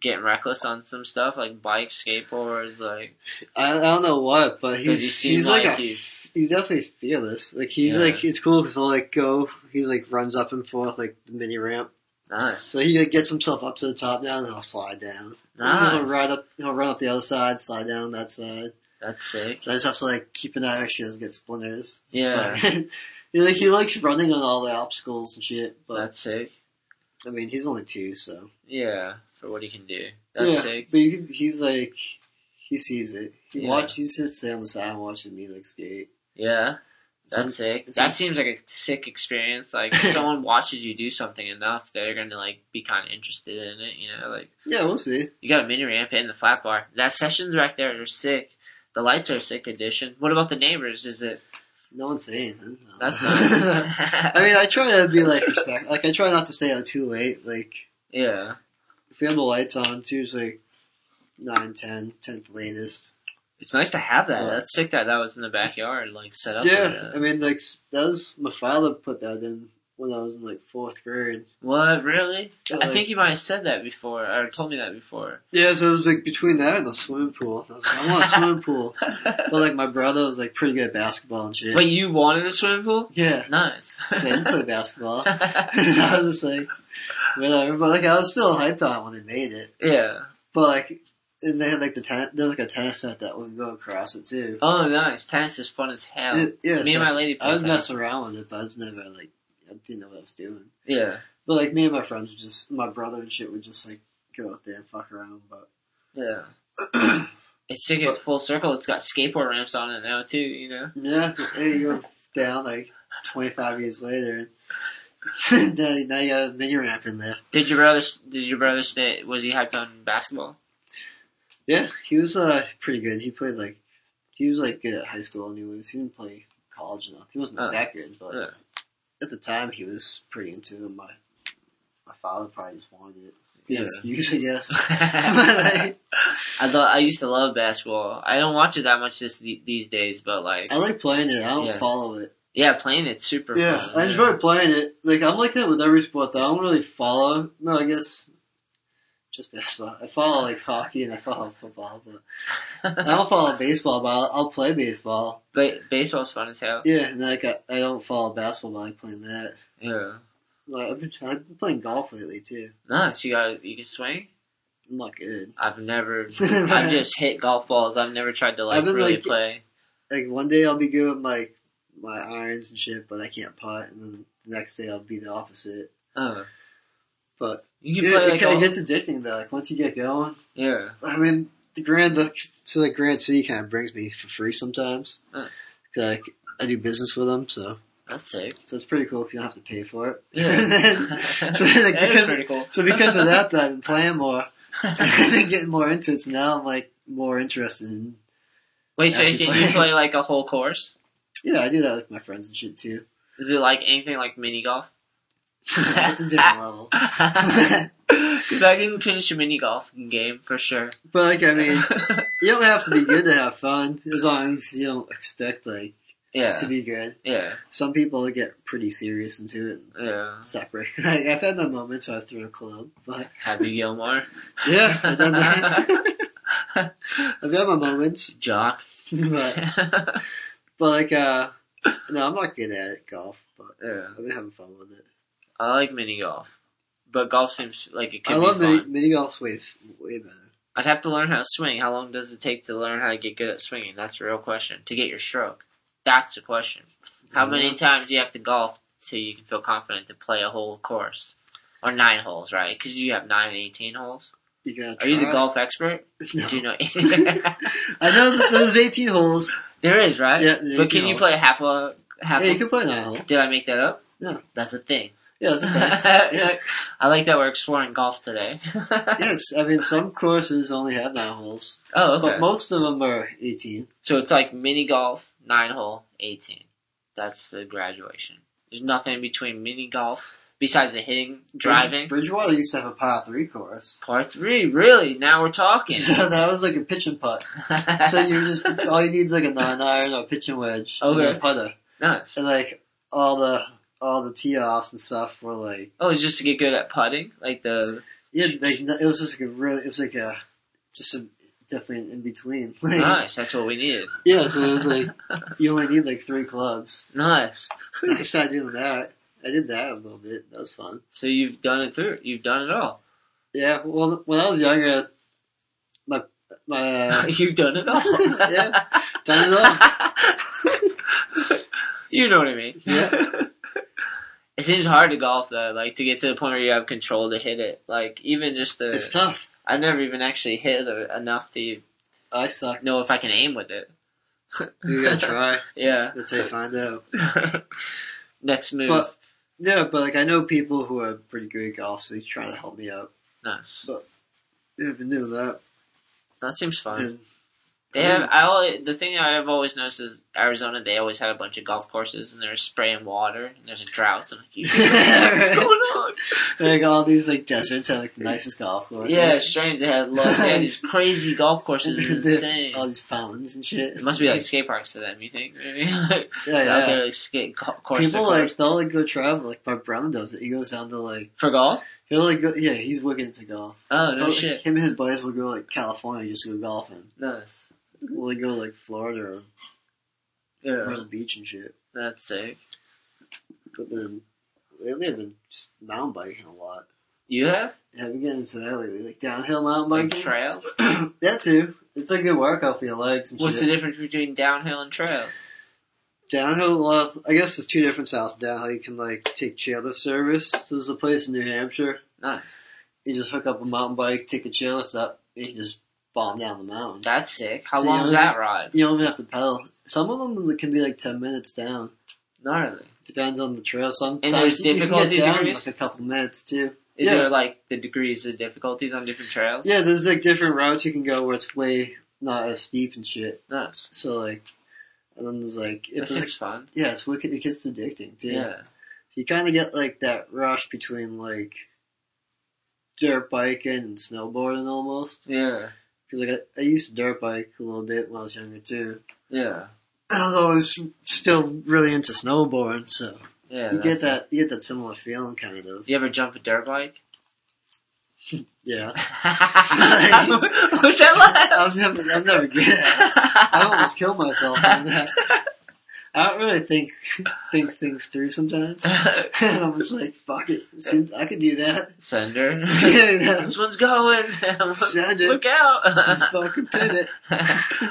[SPEAKER 5] getting reckless on some stuff like bikes, skateboards, like?
[SPEAKER 7] I, I don't know what, but
[SPEAKER 5] Does
[SPEAKER 7] he's
[SPEAKER 5] he seem
[SPEAKER 7] he's like,
[SPEAKER 5] like
[SPEAKER 7] a
[SPEAKER 5] he's-
[SPEAKER 7] he's definitely fearless. Like he's
[SPEAKER 5] Yeah.
[SPEAKER 7] like it's cool because he'll like go he like runs up and forth like the mini ramp.
[SPEAKER 5] Nice.
[SPEAKER 7] So he like gets himself up to the top now and he'll slide down. And He'll
[SPEAKER 5] Nice.
[SPEAKER 7] ride up. He'll run up the other side, slide down that side.
[SPEAKER 5] That's sick.
[SPEAKER 7] So I just have to like keep an eye out she doesn't get splinters.
[SPEAKER 5] Yeah.
[SPEAKER 7] he, like he likes running on all the obstacles and shit. But
[SPEAKER 5] That's sick.
[SPEAKER 7] I mean he's only two, so
[SPEAKER 5] Yeah. For what he can do. That's
[SPEAKER 7] yeah.
[SPEAKER 5] sick.
[SPEAKER 7] But you can, he's like he sees it. He
[SPEAKER 5] Yeah.
[SPEAKER 7] watch. He sits there on the side watching me like skate.
[SPEAKER 5] Yeah.
[SPEAKER 7] So-
[SPEAKER 5] That's sick.
[SPEAKER 7] it's
[SPEAKER 5] That
[SPEAKER 7] a-
[SPEAKER 5] seems like a sick experience. Like if someone watches you do something enough, they're gonna like be kind of interested in it. You know, like
[SPEAKER 7] Yeah, we'll see.
[SPEAKER 5] you got a mini ramp and the flat bar. That sessions right there are sick. The lights are a sick addition. What about the neighbors? Is it?
[SPEAKER 7] No one's saying anything.
[SPEAKER 5] That's
[SPEAKER 7] I
[SPEAKER 5] nice.
[SPEAKER 7] mean, I try to be like respect. Like, I try not to stay out too late. Like,
[SPEAKER 5] yeah.
[SPEAKER 7] if we have the lights on, it's usually nine, ten, tenth latest.
[SPEAKER 5] It's nice to have that.
[SPEAKER 7] Yeah.
[SPEAKER 5] That's sick that that was in the backyard, like set up. like
[SPEAKER 7] yeah,
[SPEAKER 5] that.
[SPEAKER 7] I mean, like that was my father put that in when I was in like fourth grade.
[SPEAKER 5] What really?
[SPEAKER 7] Yeah,
[SPEAKER 5] I
[SPEAKER 7] like-
[SPEAKER 5] think you might have said that before or told me that before.
[SPEAKER 7] Yeah, so it was like between that and the swimming pool. I was like, I want a swimming pool. But like my brother was like pretty good at basketball and shit.
[SPEAKER 5] But you wanted a swimming pool?
[SPEAKER 7] yeah,
[SPEAKER 5] Nice.
[SPEAKER 7] so I didn't play basketball. I was just like, whatever. But like I was still hyped on it when they made it.
[SPEAKER 5] yeah.
[SPEAKER 7] But like, and they had like the ten- there was like a tennis net that would go across it too.
[SPEAKER 5] Oh, nice. Tennis is fun as hell.
[SPEAKER 7] It- yeah,
[SPEAKER 5] Oh, me
[SPEAKER 7] so
[SPEAKER 5] and my lady
[SPEAKER 7] I
[SPEAKER 5] played
[SPEAKER 7] was
[SPEAKER 5] tennis.
[SPEAKER 7] messing around with it, but I was never like I didn't know what I was doing.
[SPEAKER 5] Yeah.
[SPEAKER 7] But like me and my friends would just my brother and shit would just like go out there and fuck around. But
[SPEAKER 5] Yeah. It's sick. It's full circle. It's got skateboard ramps on it now too. You know.
[SPEAKER 7] yeah, hey, you go down like twenty five years later. and now, now you got a mini ramp in there.
[SPEAKER 5] Did your brother? Did your brother stay? Was he hyped on basketball?
[SPEAKER 7] Yeah, he was uh pretty good. He played like he was like good at high school anyways. He didn't play college enough. He wasn't
[SPEAKER 5] Oh.
[SPEAKER 7] that good, but
[SPEAKER 5] Yeah.
[SPEAKER 7] at the time he was pretty into it. My my father probably just wanted it.
[SPEAKER 5] Yeah.
[SPEAKER 7] Excuse, I guess.
[SPEAKER 5] I
[SPEAKER 7] I
[SPEAKER 5] thought I used to love basketball. I don't watch it that much this, these days, but like
[SPEAKER 7] like playing it. I don't
[SPEAKER 5] Yeah.
[SPEAKER 7] follow it.
[SPEAKER 5] Yeah, playing it's super
[SPEAKER 7] yeah,
[SPEAKER 5] fun.
[SPEAKER 7] I enjoy playing it. Like I'm like that with every sport though. I don't really follow. No, I guess just basketball. I follow like hockey and I follow football, but I don't follow baseball. But I'll, I'll play baseball.
[SPEAKER 5] But baseball's fun as hell.
[SPEAKER 7] Yeah, and like I, I don't follow basketball. But I like playing that.
[SPEAKER 5] Yeah.
[SPEAKER 7] Like, I've been I've been playing golf lately too.
[SPEAKER 5] Nice. You got you can swing.
[SPEAKER 7] I'm not good.
[SPEAKER 5] I've never. I've just hit golf balls. I've never tried to like
[SPEAKER 7] I've been,
[SPEAKER 5] really
[SPEAKER 7] like-
[SPEAKER 5] play.
[SPEAKER 7] Like one day I'll be good with my my irons and shit, but I can't putt. And then the next day I'll be the opposite.
[SPEAKER 5] Oh,
[SPEAKER 7] But
[SPEAKER 5] you
[SPEAKER 7] it,
[SPEAKER 5] can play
[SPEAKER 7] it
[SPEAKER 5] like
[SPEAKER 7] kind
[SPEAKER 5] all,
[SPEAKER 7] of gets addicting though. Like once you get going.
[SPEAKER 5] yeah.
[SPEAKER 7] I mean, the Grand the, so like Grand City kind of brings me for free sometimes.
[SPEAKER 5] Huh.
[SPEAKER 7] 'Cause, Like I do business with them, so
[SPEAKER 5] That's sick.
[SPEAKER 7] so it's pretty cool because you don't have to pay for it.
[SPEAKER 5] Yeah.
[SPEAKER 7] so, like,
[SPEAKER 5] That is
[SPEAKER 7] because,
[SPEAKER 5] pretty cool.
[SPEAKER 7] so because of that, though, I've been playing more, I've been getting more into it. So now I'm like more interested in.
[SPEAKER 5] Wait, so
[SPEAKER 7] actually
[SPEAKER 5] you can you
[SPEAKER 7] playing.
[SPEAKER 5] play like a whole course?
[SPEAKER 7] Yeah, I do that with my friends and shit too.
[SPEAKER 5] Is it like anything like mini golf?
[SPEAKER 7] That's a different level.
[SPEAKER 5] Because I can finish a mini golf game for sure.
[SPEAKER 7] But like, I mean, you don't have to be good to have fun as long as you don't expect like
[SPEAKER 5] yeah,
[SPEAKER 7] to be good.
[SPEAKER 5] yeah,
[SPEAKER 7] Some people get pretty serious into it.
[SPEAKER 5] yeah.
[SPEAKER 7] separate. Like, I've had my moments where I threw a club, but
[SPEAKER 5] Happy Gilmore,
[SPEAKER 7] yeah, I've, done that. I've had my moments,
[SPEAKER 5] Jock.
[SPEAKER 7] but
[SPEAKER 5] yeah,
[SPEAKER 7] but like uh, no, I'm not good at it, golf, but I've been having fun with it.
[SPEAKER 5] I like mini golf, but golf seems like it could
[SPEAKER 7] I
[SPEAKER 5] be
[SPEAKER 7] love
[SPEAKER 5] fun.
[SPEAKER 7] mini, mini golf's way way better.
[SPEAKER 5] I'd have to learn how to swing. How long does it take to learn how to get good at swinging? That's the real question. To get your stroke, that's the question. How many times do you have to golf till you can feel confident to play a whole course or nine holes, right? Because you have nine and eighteen holes.
[SPEAKER 7] You gotta
[SPEAKER 5] Are you the
[SPEAKER 7] try.
[SPEAKER 5] golf expert?
[SPEAKER 7] No.
[SPEAKER 5] Do you know?
[SPEAKER 7] I know that there's 18 holes.
[SPEAKER 5] there is right.
[SPEAKER 7] Yeah, there's
[SPEAKER 5] but
[SPEAKER 7] 18
[SPEAKER 5] can you
[SPEAKER 7] holes.
[SPEAKER 5] play half a half?
[SPEAKER 7] Yeah,
[SPEAKER 5] a,
[SPEAKER 7] you can play nine hole.
[SPEAKER 5] Did I make that up?
[SPEAKER 7] No.
[SPEAKER 5] That's a thing.
[SPEAKER 7] Yeah, that's a thing. Yeah.
[SPEAKER 5] I like that we're exploring golf today.
[SPEAKER 7] yes, I mean some courses only have nine holes,
[SPEAKER 5] Oh, okay.
[SPEAKER 7] but most of them are 18.
[SPEAKER 5] So it's like mini golf, nine hole, 18. That's the graduation. There's nothing in between mini golf besides the hitting, driving.
[SPEAKER 7] Bridge- Bridgewater used to have a par three course,
[SPEAKER 5] Part three, really? Now we're talking.
[SPEAKER 7] so that was like a pitch and putt. so you just all you need is like a nine iron or a pitching wedge and
[SPEAKER 5] Okay.
[SPEAKER 7] a putter,
[SPEAKER 5] nice.
[SPEAKER 7] and like all the all the tee offs and stuff were like
[SPEAKER 5] Oh, it's just to get good at putting, like the
[SPEAKER 7] yeah, like it was just like a really it was like a just a definitely an in between. Like,
[SPEAKER 5] nice. That's what we needed.
[SPEAKER 7] Yeah, so it was like you only need like three clubs.
[SPEAKER 5] Nice.
[SPEAKER 7] so I did that. I did that a little bit. That was fun.
[SPEAKER 5] So you've done it through. You've done it all.
[SPEAKER 7] Yeah. Well, when I was younger, my my uh,
[SPEAKER 5] you've done it all.
[SPEAKER 7] Yeah. done it all.
[SPEAKER 5] you know what I mean.
[SPEAKER 7] Yeah.
[SPEAKER 5] it seems hard to golf though, like to get to the point where you have control to hit it. Like even just the
[SPEAKER 7] It's tough.
[SPEAKER 5] I've never even actually hit it enough to e-
[SPEAKER 7] I suck.
[SPEAKER 5] know if I can aim with it.
[SPEAKER 7] You gotta try.
[SPEAKER 5] Yeah.
[SPEAKER 7] That's how you find out.
[SPEAKER 5] Next move.
[SPEAKER 7] But yeah, but like I know people who are pretty good at golf, so they try to help me out.
[SPEAKER 5] nice.
[SPEAKER 7] Yeah, I've been doing that.
[SPEAKER 5] That seems fun.
[SPEAKER 7] And
[SPEAKER 5] They have. I always, the thing I've always noticed is Arizona. They always had a bunch of golf courses, and they're spraying water, and there's a drought. And I'm like, what's going on?
[SPEAKER 7] like all these like deserts have like the nicest golf courses.
[SPEAKER 5] Yeah, it's strange. They had, lo- they had these crazy golf
[SPEAKER 7] And
[SPEAKER 5] courses. It's
[SPEAKER 7] the-
[SPEAKER 5] insane.
[SPEAKER 7] All these fountains and shit.
[SPEAKER 5] It must be like skate parks to them. You think? Maybe. like,
[SPEAKER 7] yeah,
[SPEAKER 5] it's out
[SPEAKER 7] yeah.
[SPEAKER 5] there like skate co- course to
[SPEAKER 7] People
[SPEAKER 5] course.
[SPEAKER 7] like they'll like go travel. Like my brother does it. He goes down to like
[SPEAKER 5] for golf.
[SPEAKER 7] he'll like go, yeah he's wicked into golf.
[SPEAKER 5] Oh no
[SPEAKER 7] He'll-
[SPEAKER 5] shit.
[SPEAKER 7] Him and his buddies will go like California just go golfing.
[SPEAKER 5] Nice.
[SPEAKER 7] Will they go like Florida or
[SPEAKER 5] Yeah,
[SPEAKER 7] Myrtle Beach and shit?
[SPEAKER 5] that's sick.
[SPEAKER 7] But then they live in mountain biking a lot.
[SPEAKER 5] You have
[SPEAKER 7] Yeah, I've been getting into that lately, like downhill mountain
[SPEAKER 5] like
[SPEAKER 7] biking.
[SPEAKER 5] trails.
[SPEAKER 7] that too. It's a good workout for your legs and
[SPEAKER 5] What's the
[SPEAKER 7] shit.
[SPEAKER 5] difference between downhill and trails?
[SPEAKER 7] Downhill, well, I guess there's two different styles of downhill. You can like take chairlift service. So there's a place in New Hampshire.
[SPEAKER 5] Nice.
[SPEAKER 7] You just hook up a mountain bike, take a chairlift up, and you just bomb down the mountain.
[SPEAKER 5] That's sick. How
[SPEAKER 7] So
[SPEAKER 5] long
[SPEAKER 7] you
[SPEAKER 5] is
[SPEAKER 7] only-
[SPEAKER 5] that ride?
[SPEAKER 7] You don't even have to pedal. Some of them can be like 10 minutes down.
[SPEAKER 5] Gnarly.
[SPEAKER 7] Depends on the trail. Sometimes
[SPEAKER 5] there's
[SPEAKER 7] you can get
[SPEAKER 5] difficulty
[SPEAKER 7] down in,
[SPEAKER 5] degrees?
[SPEAKER 7] like a couple minutes too.
[SPEAKER 5] Is
[SPEAKER 7] Yeah.
[SPEAKER 5] there like the degrees of difficulties on different trails?
[SPEAKER 7] Yeah, there's like different routes you can go where it's way not as steep and shit.
[SPEAKER 5] Nice.
[SPEAKER 7] So like, and then there's like,
[SPEAKER 5] That
[SPEAKER 7] it's like,
[SPEAKER 5] seems fun.
[SPEAKER 7] yeah, it's wicked, it gets addicting too.
[SPEAKER 5] Yeah.
[SPEAKER 7] you kind of get like that rush between like dirt biking and snowboarding almost.
[SPEAKER 5] Yeah.
[SPEAKER 7] Because like I, I used to dirt bike a little bit when I was younger too,
[SPEAKER 5] Yeah.
[SPEAKER 7] I was always still really into snowboarding, so
[SPEAKER 5] Yeah,
[SPEAKER 7] you
[SPEAKER 5] that's-
[SPEAKER 7] get that you get that similar feeling, kind of.
[SPEAKER 5] You ever jump a dirt bike?
[SPEAKER 7] Yeah,
[SPEAKER 5] What's that like?
[SPEAKER 7] I've never, I've never good. I almost killed myself on that. I don't really think think things through sometimes. and I'm just like, fuck it, Since I could do that.
[SPEAKER 5] Sender.
[SPEAKER 7] Yeah.
[SPEAKER 5] this one's going.
[SPEAKER 7] Send it.
[SPEAKER 5] Look out.
[SPEAKER 7] Just fucking pivot.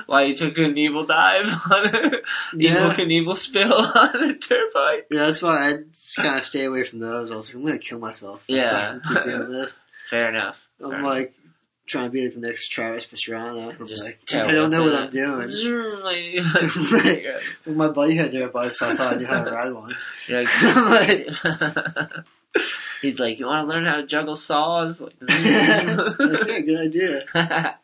[SPEAKER 5] Why you took an evil dive on a evil
[SPEAKER 7] Yeah.
[SPEAKER 5] Knievel spill on a dirt bike.
[SPEAKER 7] Yeah, that's why I just kind of stay away from those. I was like, I'm gonna kill myself. if I
[SPEAKER 5] Yeah.
[SPEAKER 7] keep doing this.
[SPEAKER 5] Fair enough. Fair
[SPEAKER 7] I'm
[SPEAKER 5] enough.
[SPEAKER 7] like trying to be like the next Travis Pastrana. I'm
[SPEAKER 5] Just
[SPEAKER 7] like,
[SPEAKER 5] tell
[SPEAKER 7] I don't
[SPEAKER 5] it,
[SPEAKER 7] know what
[SPEAKER 5] uh,
[SPEAKER 7] I'm doing.
[SPEAKER 5] Zoom, like- You're
[SPEAKER 7] Well, my buddy had their bike, so I thought I knew how to ride one.
[SPEAKER 5] like- He's like, you want to learn how to juggle saws? Like,
[SPEAKER 7] yeah, good idea.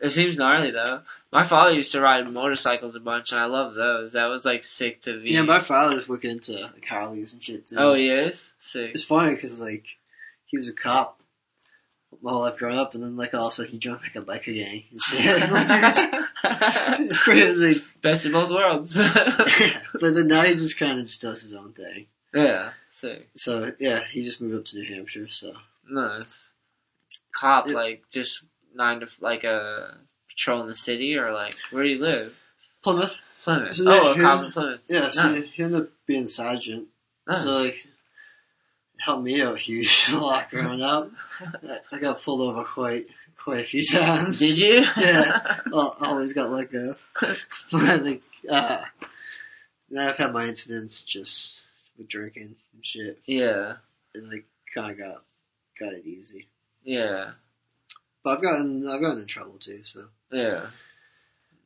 [SPEAKER 5] it seems gnarly though. My father used to ride motorcycles a bunch, and I love those. That was like sick to be.
[SPEAKER 7] Yeah, my father's looking into like Harleys and shit too.
[SPEAKER 5] oh yes, sick.
[SPEAKER 7] It's funny because like he was a cop my whole life growing up, and then like also he joined like a biker gang and shit. it's crazy.
[SPEAKER 5] Best of both worlds.
[SPEAKER 7] but then now he just kind of just does his own thing.
[SPEAKER 5] yeah, sick.
[SPEAKER 7] So yeah, he just moved up to New Hampshire. So
[SPEAKER 5] Nice. Cop,
[SPEAKER 7] It-
[SPEAKER 5] like just nine to like a patrol in the city, or like where do you live?
[SPEAKER 7] Plymouth.
[SPEAKER 5] Plymouth.
[SPEAKER 7] So,
[SPEAKER 5] oh, a
[SPEAKER 7] yeah,
[SPEAKER 5] cop
[SPEAKER 7] here's-
[SPEAKER 5] in Plymouth.
[SPEAKER 7] Yeah, so
[SPEAKER 5] Nice.
[SPEAKER 7] he ended up being sergeant.
[SPEAKER 5] Nice.
[SPEAKER 7] So like helped me out huge a lot growing up. I- I got pulled over quite quite a few times.
[SPEAKER 5] Did you?
[SPEAKER 7] Yeah. Well, I always got let go. but like, uh, now I've had my incidents just with drinking and shit,
[SPEAKER 5] yeah.
[SPEAKER 7] and like kind of got got it easy.
[SPEAKER 5] Yeah.
[SPEAKER 7] But I've gotten I've gotten in trouble too. So
[SPEAKER 5] Yeah.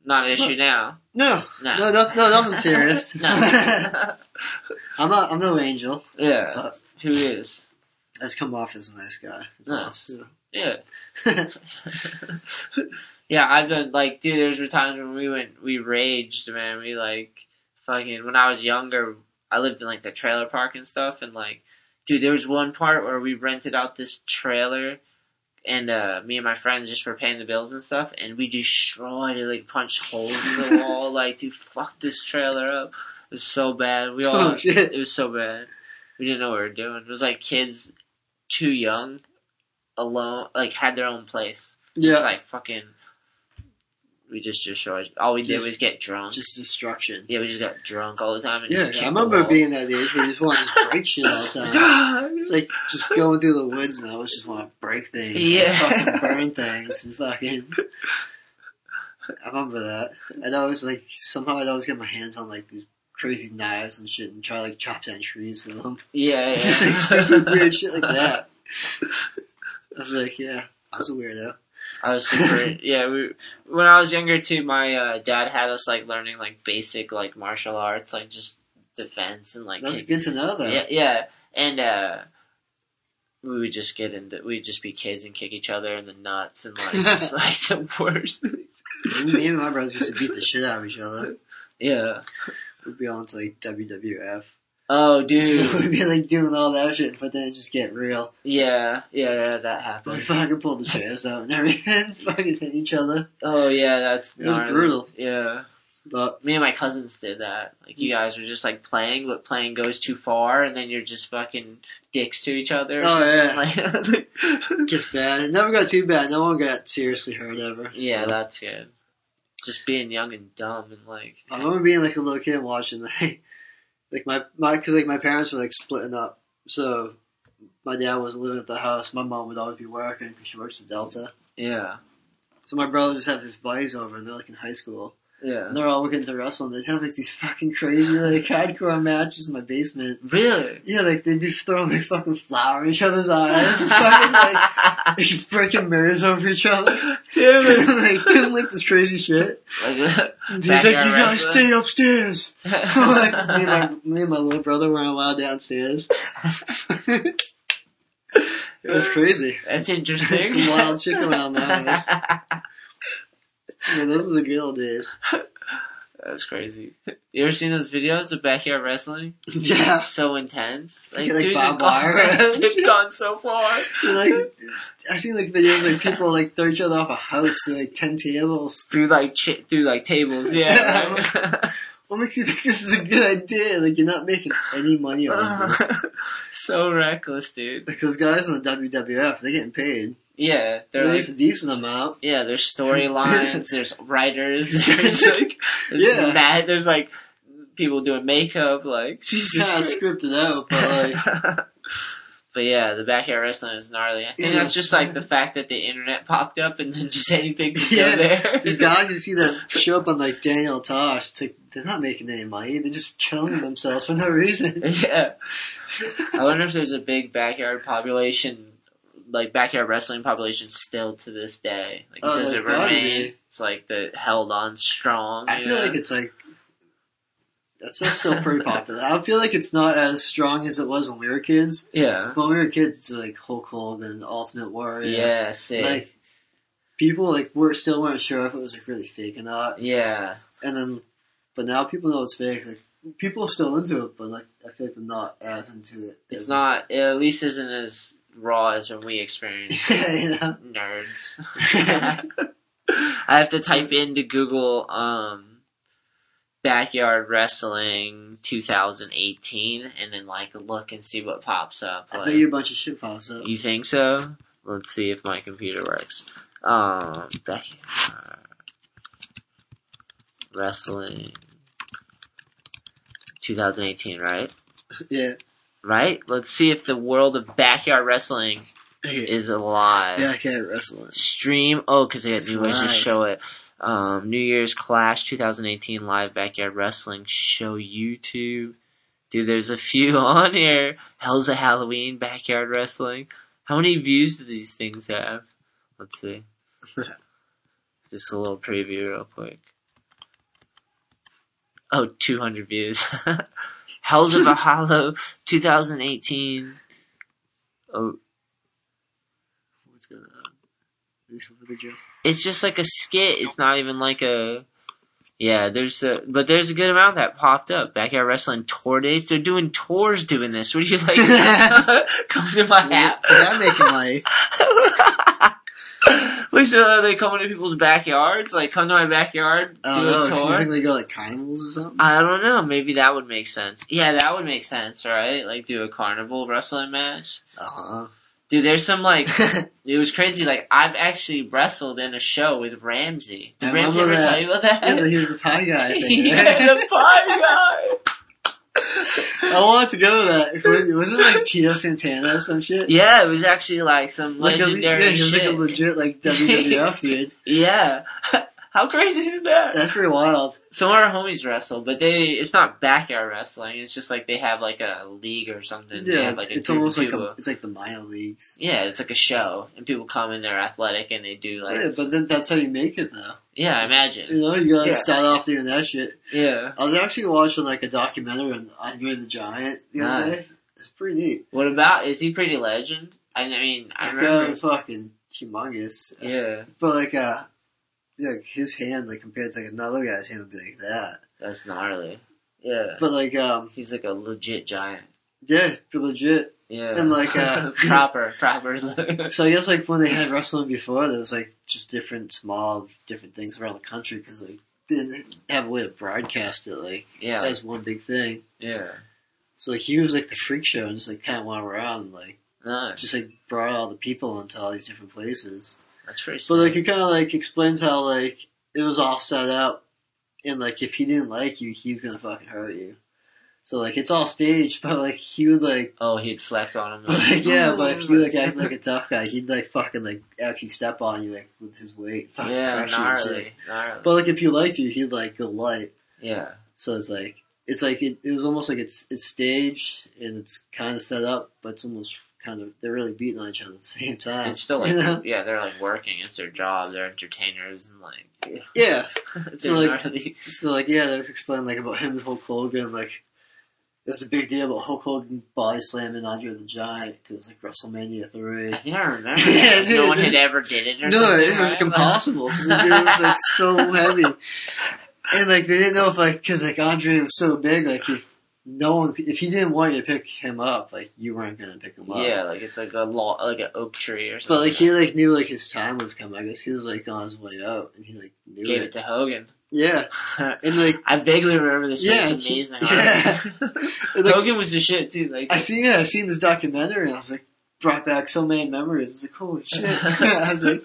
[SPEAKER 5] Not an issue now.
[SPEAKER 7] no,
[SPEAKER 5] No.
[SPEAKER 7] no, no, no nothing serious.
[SPEAKER 5] No.
[SPEAKER 7] I'm not I'm no angel.
[SPEAKER 5] yeah. Who is?
[SPEAKER 7] I just come off as a nice guy. It's
[SPEAKER 5] Nice.
[SPEAKER 7] all,
[SPEAKER 5] Yeah.
[SPEAKER 7] yeah.
[SPEAKER 5] yeah, I've been like, dude. There's were times when we went, we raged, man. We like, fucking. When I was younger, I lived in like the trailer park and stuff, and like, dude, there was one part where we rented out this trailer, and uh me and my friends just were paying the bills and stuff, and we destroyed it, like punched holes in the wall, like, dude, fuck this trailer up. It was so bad. We all,
[SPEAKER 7] Oh, shit.
[SPEAKER 5] it was so bad. We didn't know what we were doing. It was like kids too young, alone, like had their own place. It's
[SPEAKER 7] yeah,
[SPEAKER 5] like fucking. We just destroyed. All we did
[SPEAKER 7] Just-
[SPEAKER 5] was get drunk.
[SPEAKER 7] just destruction.
[SPEAKER 5] yeah, we just got drunk all the time. And
[SPEAKER 7] Yeah,
[SPEAKER 5] kicked
[SPEAKER 7] I remember
[SPEAKER 5] the
[SPEAKER 7] being that age where you just want to just break shit all the time.
[SPEAKER 5] walls.
[SPEAKER 7] It's like just going through the woods and I always just want to break things, and
[SPEAKER 5] Yeah.
[SPEAKER 7] fucking burn things, and fucking. I remember that. I'd always like somehow I'd always get my hands on like these crazy knives and shit and try to, like chop down trees with them.
[SPEAKER 5] yeah,
[SPEAKER 7] Just like
[SPEAKER 5] yeah.
[SPEAKER 7] stupid weird shit like that. I was like, yeah, I was a weirdo.
[SPEAKER 5] I was super. yeah, we. When I was younger too, my uh, dad had us like learning like basic like martial arts, like just defense and like
[SPEAKER 7] That's
[SPEAKER 5] kick-
[SPEAKER 7] good to know though.
[SPEAKER 5] yeah, yeah, and uh, we would just get into we'd just be kids and kick each other in the nuts and like just like the worst.
[SPEAKER 7] Me and my brothers used to beat the shit out of each other.
[SPEAKER 5] yeah.
[SPEAKER 7] We'd be on to like WWF.
[SPEAKER 5] Oh, dude.
[SPEAKER 7] So we'd be like doing all that shit, but then it just get real.
[SPEAKER 5] Yeah, yeah, yeah, that
[SPEAKER 7] We
[SPEAKER 5] happened.
[SPEAKER 7] fucking pulled the chairs out and everything, fucking hit each other.
[SPEAKER 5] Oh yeah, that's
[SPEAKER 7] It was
[SPEAKER 5] gnarly.
[SPEAKER 7] brutal.
[SPEAKER 5] Yeah,
[SPEAKER 7] But
[SPEAKER 5] me and my cousins did that. Like you guys were just like playing, but playing goes too far, and then you're just fucking dicks to each other. or
[SPEAKER 7] Oh,
[SPEAKER 5] something.
[SPEAKER 7] it
[SPEAKER 5] Like-
[SPEAKER 7] gets bad. It never got too bad. No one got seriously hurt ever.
[SPEAKER 5] yeah,
[SPEAKER 7] So,
[SPEAKER 5] that's good. Just being young and dumb and like
[SPEAKER 7] I remember being like a little kid and watching like, like my my because like my parents were like splitting up, so my dad was living at the house. My mom would always be working because she works at Delta.
[SPEAKER 5] yeah,
[SPEAKER 7] So my brother just had his buddies over and they're like in high school.
[SPEAKER 5] yeah.
[SPEAKER 7] And they're all looking to wrestle and they'd have like these fucking crazy like hardcore matches in my basement.
[SPEAKER 5] Really?
[SPEAKER 7] Yeah, like they'd be throwing like fucking flour in each other's eyes and fucking like Like breaking mirrors over each other.
[SPEAKER 5] Dude,
[SPEAKER 7] like doing like this crazy shit.
[SPEAKER 5] like,
[SPEAKER 7] And he's
[SPEAKER 5] Backyard
[SPEAKER 7] like, You guys
[SPEAKER 5] wrestling."
[SPEAKER 7] stay upstairs. like me and my me and my little brother weren't allowed downstairs. it was crazy.
[SPEAKER 5] that's interesting.
[SPEAKER 7] Some wild chick around my house. Yeah, those are the good old days.
[SPEAKER 5] That was crazy. You ever seen those videos of backyard wrestling?
[SPEAKER 7] Yeah.
[SPEAKER 5] So intense. Like,
[SPEAKER 7] Like
[SPEAKER 5] dudes have
[SPEAKER 7] barbed
[SPEAKER 5] gone,
[SPEAKER 7] wire.
[SPEAKER 5] they've gone so far.
[SPEAKER 7] like I seen like videos like people like throw each other off a house through like ten tables.
[SPEAKER 5] through like ch- through like tables, yeah.
[SPEAKER 7] Yeah.
[SPEAKER 5] right.
[SPEAKER 7] What makes you think this is a good idea? Like you're not making any money on this.
[SPEAKER 5] so reckless, dude.
[SPEAKER 7] Because guys in the WWF, they're getting paid
[SPEAKER 5] Yeah,
[SPEAKER 7] at
[SPEAKER 5] they're like,
[SPEAKER 7] least a decent amount.
[SPEAKER 5] yeah. There's storylines. there's writers. There's like
[SPEAKER 7] Yeah.
[SPEAKER 5] mad. There's like people doing makeup. Like
[SPEAKER 7] She's kind of scripted out, but like
[SPEAKER 5] But yeah, the backyard wrestling is gnarly. I think
[SPEAKER 7] Yeah.
[SPEAKER 5] that's just like the fact that the internet popped up and then just anything could
[SPEAKER 7] Yeah.
[SPEAKER 5] go there.
[SPEAKER 7] these guys you see that show up on like Daniel Tosh, it's like they're not making any money. They're just killing themselves for no reason.
[SPEAKER 5] yeah. I wonder if there's a big backyard population, like backyard wrestling population, still to this day. Like,
[SPEAKER 7] Oh,
[SPEAKER 5] does
[SPEAKER 7] there's
[SPEAKER 5] it
[SPEAKER 7] gotta
[SPEAKER 5] remain?
[SPEAKER 7] be.
[SPEAKER 5] It's like the held on strong.
[SPEAKER 7] I
[SPEAKER 5] you
[SPEAKER 7] feel
[SPEAKER 5] know?
[SPEAKER 7] like it's like that's that's still pretty popular. I feel like it's not as strong as it was when we were kids.
[SPEAKER 5] yeah,
[SPEAKER 7] When we were kids, it's like Hulk Hogan and Ultimate Warrior.
[SPEAKER 5] yeah, sick.
[SPEAKER 7] Like people like were still weren't sure if it was like really fake or not.
[SPEAKER 5] yeah,
[SPEAKER 7] And then, but now people know it's fake. Like people are still into it, but like I feel like they're not as into it.
[SPEAKER 5] it's
[SPEAKER 7] as-
[SPEAKER 5] not. It at least isn't as raw as when we experienced
[SPEAKER 7] you know.
[SPEAKER 5] nerds. I have to type into Google um backyard wrestling 2018 and then like look and see what pops up.
[SPEAKER 7] I
[SPEAKER 5] Like,
[SPEAKER 7] bet you a bunch of shit pops up.
[SPEAKER 5] You think so? Let's see if my computer works. Um, backyard wrestling 2018, right?
[SPEAKER 7] Yeah.
[SPEAKER 5] Right? Let's see if the world of backyard wrestling
[SPEAKER 7] Okay.
[SPEAKER 5] is alive.
[SPEAKER 7] Yeah, I can't wrestle it.
[SPEAKER 5] Stream. Oh, because they had
[SPEAKER 7] It's
[SPEAKER 5] new ways to
[SPEAKER 7] live.
[SPEAKER 5] show it. Um, new Year's Clash 2018 live backyard wrestling show YouTube. Dude, there's a few on here. Hell's a Halloween backyard wrestling. How many views do these things have? Let's see. Just a little preview, real quick. Oh, 200 views. Hells of a Hollow 2018. Oh,
[SPEAKER 7] What's uh, going on? These little videos.
[SPEAKER 5] it's just like a skit. It's not even like a. Yeah, there's a but there's a good amount that popped up. Backyard wrestling tour dates. They're doing tours doing this. What do you like? come to my
[SPEAKER 7] Yeah,
[SPEAKER 5] app.
[SPEAKER 7] I'm making money.
[SPEAKER 5] Wait, so are they coming to people's backyards? Like, come to my backyard, do
[SPEAKER 7] I don't
[SPEAKER 5] a
[SPEAKER 7] know. You
[SPEAKER 5] tour.
[SPEAKER 7] think they go Oh, like carnivals or something?
[SPEAKER 5] I don't know. Maybe that would make sense. Yeah, that would make sense, right? Like, do a carnival wrestling match.
[SPEAKER 7] Uh
[SPEAKER 5] Dude, there's some like
[SPEAKER 7] huh.
[SPEAKER 5] it was crazy. Like, I've actually wrestled in a show with Ramsey. Did
[SPEAKER 7] I
[SPEAKER 5] Ramsey ever
[SPEAKER 7] remember that.
[SPEAKER 5] tell you about that?
[SPEAKER 7] yeah, but here's the pie guy thing.
[SPEAKER 5] yeah,
[SPEAKER 7] right?
[SPEAKER 5] the pie guy.
[SPEAKER 7] I wanted to go to that. Was, was it like Tito Santana or some shit?
[SPEAKER 5] Yeah, it was actually like some
[SPEAKER 7] Like a, yeah,
[SPEAKER 5] legendary
[SPEAKER 7] he was like
[SPEAKER 5] shit.
[SPEAKER 7] a legit like WWF dude.
[SPEAKER 5] yeah. How crazy is that?
[SPEAKER 7] That's pretty wild.
[SPEAKER 5] Some of our homies wrestle, but they it's not backyard wrestling. It's just like they have like a league or something. They
[SPEAKER 7] Yeah,
[SPEAKER 5] have, like, a
[SPEAKER 7] it's
[SPEAKER 5] group
[SPEAKER 7] almost
[SPEAKER 5] of
[SPEAKER 7] like a,
[SPEAKER 5] people.
[SPEAKER 7] it's like the minor leagues.
[SPEAKER 5] yeah, it's like a show, and people come and they're athletic and they do like
[SPEAKER 7] yeah, but then that's how you make it though.
[SPEAKER 5] yeah, I
[SPEAKER 7] You
[SPEAKER 5] imagine
[SPEAKER 7] know, you gotta
[SPEAKER 5] Yeah.
[SPEAKER 7] start off doing that shit.
[SPEAKER 5] yeah.
[SPEAKER 7] I was actually watching like a documentary on Andre the Giant the other
[SPEAKER 5] Nice.
[SPEAKER 7] day. It's pretty neat.
[SPEAKER 5] What about is he pretty legend? I mean, I
[SPEAKER 7] That guy
[SPEAKER 5] remember
[SPEAKER 7] was fucking humongous.
[SPEAKER 5] yeah,
[SPEAKER 7] But like uh like his hand like compared to like another guy's hand would be like that.
[SPEAKER 5] that's gnarly. Yeah,
[SPEAKER 7] But like um
[SPEAKER 5] he's like a legit giant.
[SPEAKER 7] yeah, pretty legit.
[SPEAKER 5] Yeah.
[SPEAKER 7] And, like, uh,
[SPEAKER 5] proper, proper. look.
[SPEAKER 7] So I guess like when they had wrestling before, there was like just different small different things around the country because like they didn't have a way to broadcast it. Like
[SPEAKER 5] yeah,
[SPEAKER 7] that
[SPEAKER 5] like,
[SPEAKER 7] was one big thing.
[SPEAKER 5] yeah.
[SPEAKER 7] So like he was like the freak show and just like kind of went around and like
[SPEAKER 5] Nice.
[SPEAKER 7] just like brought all the people into all these different places.
[SPEAKER 5] That's pretty.
[SPEAKER 7] But like
[SPEAKER 5] sick.
[SPEAKER 7] it kind of like explains how like it was all set up and like if he didn't like you, he was gonna fucking hurt you. So like it's all staged, but like he would like.
[SPEAKER 5] oh, he'd flex on him.
[SPEAKER 7] But like, yeah, but if you like act like a tough guy, he'd like fucking like actually step on you like with his weight, fucking
[SPEAKER 5] yeah,
[SPEAKER 7] crush you and shit.
[SPEAKER 5] gnarly, gnarly.
[SPEAKER 7] But like if you liked you, he'd like go light.
[SPEAKER 5] yeah,
[SPEAKER 7] So it's like it's like it, it was almost like it's it's staged and it's kind of set up, but it's almost kind of they're really beating on each other at the same time.
[SPEAKER 5] it's still
[SPEAKER 7] uh, you know?
[SPEAKER 5] like yeah, they're like working. It's their job. They're entertainers and like
[SPEAKER 7] yeah.
[SPEAKER 5] they're
[SPEAKER 7] like-
[SPEAKER 5] gnarly.
[SPEAKER 7] So like yeah, they was explaining like about him and Hulk Hogan like. It's a big deal about Hulk Hogan body slamming Andre the Giant because like WrestleMania three.
[SPEAKER 5] I think I remember.
[SPEAKER 7] Yeah,
[SPEAKER 5] that. no
[SPEAKER 7] dude.
[SPEAKER 5] one had ever did it or
[SPEAKER 7] No,
[SPEAKER 5] something.
[SPEAKER 7] it was
[SPEAKER 5] right?
[SPEAKER 7] impossible because it was like so heavy. and like they didn't know if like because like Andre was so big, like if no one if he didn't want you to pick him up, like you weren't gonna pick him up.
[SPEAKER 5] Yeah, like it's like a law, like an oak tree or
[SPEAKER 7] But
[SPEAKER 5] something.
[SPEAKER 7] like he like knew like his time was coming. I guess he was like on his way out, and he like knew
[SPEAKER 5] gave
[SPEAKER 7] it.
[SPEAKER 5] it to Hogan.
[SPEAKER 7] Yeah, and like
[SPEAKER 5] I vaguely remember this. Yeah,
[SPEAKER 7] Yeah,
[SPEAKER 5] it's
[SPEAKER 7] he-
[SPEAKER 5] amazing.
[SPEAKER 7] yeah. like-
[SPEAKER 5] Hogan was the shit too. Like
[SPEAKER 7] I seen yeah, I seen this documentary, and I was like brought back so many memories. I was like, holy shit, I was like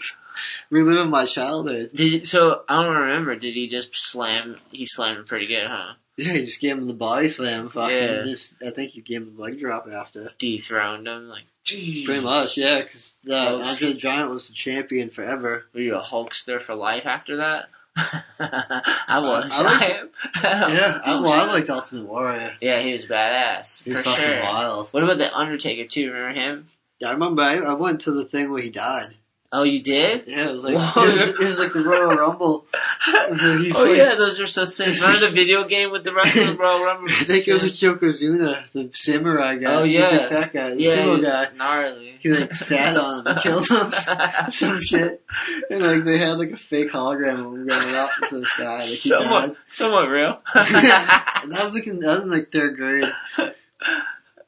[SPEAKER 7] reliving my childhood.
[SPEAKER 5] Did so? I don't remember. Did he just slam? He slammed pretty good, huh?
[SPEAKER 7] Yeah, he just gave him the body slam. Fucking
[SPEAKER 5] Yeah.
[SPEAKER 7] just, I think he gave him the leg drop after.
[SPEAKER 5] Dethroned him. Like,
[SPEAKER 7] Pretty much, yeah, because uh,
[SPEAKER 5] Oh,
[SPEAKER 7] Andre the Giant was the champion forever.
[SPEAKER 5] were you a Hulkster for life after that? I was.
[SPEAKER 7] I
[SPEAKER 5] I,
[SPEAKER 7] liked-
[SPEAKER 5] am. Oh,
[SPEAKER 7] yeah, I, well, I liked Ultimate Warrior.
[SPEAKER 5] Yeah, he was badass
[SPEAKER 7] He was
[SPEAKER 5] for
[SPEAKER 7] fucking
[SPEAKER 5] sure.
[SPEAKER 7] wild.
[SPEAKER 5] What about the Undertaker too? Remember him?
[SPEAKER 7] Yeah, I remember I, I went to the thing where he died.
[SPEAKER 5] Oh, you did?
[SPEAKER 7] Yeah, it was like it
[SPEAKER 5] Whoa.
[SPEAKER 7] was, it was like the Royal Rumble. He
[SPEAKER 5] Oh
[SPEAKER 7] fought-
[SPEAKER 5] yeah, those were so sick. Remember the video game with the wrestler, bro? Remember?
[SPEAKER 7] I think it was a Yokozuna, the samurai guy.
[SPEAKER 5] Oh,
[SPEAKER 7] the
[SPEAKER 5] yeah.
[SPEAKER 7] big fat guy, the
[SPEAKER 5] yeah, he
[SPEAKER 7] sumo
[SPEAKER 5] was
[SPEAKER 7] guy.
[SPEAKER 5] gnarly.
[SPEAKER 7] He like sat on him and killed him, some shit. And like they had like a fake hologram of him going up into the sky. Like he died.
[SPEAKER 5] somewhat, somewhat real.
[SPEAKER 7] and that was like in, that was in like third grade.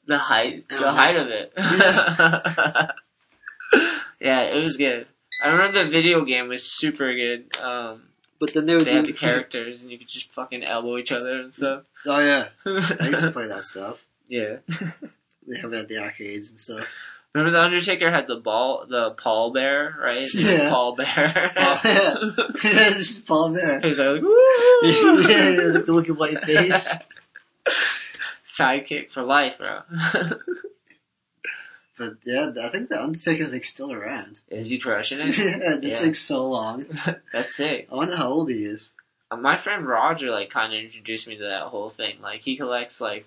[SPEAKER 5] the height, the
[SPEAKER 7] Yeah.
[SPEAKER 5] height of it. yeah, it was good. I remember the video game was super good. Um,
[SPEAKER 7] But then they would
[SPEAKER 5] they had
[SPEAKER 7] do
[SPEAKER 5] the characters, and you could just fucking elbow each other and stuff.
[SPEAKER 7] Oh yeah, I used to play that stuff.
[SPEAKER 5] yeah.
[SPEAKER 7] They have it at the arcades and stuff.
[SPEAKER 5] Remember the Undertaker had the ball, the Paul Bear, right? The
[SPEAKER 7] Yeah.
[SPEAKER 5] Paul Bear.
[SPEAKER 7] Oh, yeah. this is Paul Bear.
[SPEAKER 5] he was like, woo!
[SPEAKER 7] yeah, yeah, with the looking white face.
[SPEAKER 5] Sidekick for life, bro.
[SPEAKER 7] But yeah, I think the Undertaker's like still around.
[SPEAKER 5] Is he crushing
[SPEAKER 7] yeah,
[SPEAKER 5] it?
[SPEAKER 7] that
[SPEAKER 5] Yeah.
[SPEAKER 7] takes so long.
[SPEAKER 5] That's sick.
[SPEAKER 7] I wonder how old he is.
[SPEAKER 5] Uh, my friend Roger like kind of introduced me to that whole thing. Like he collects like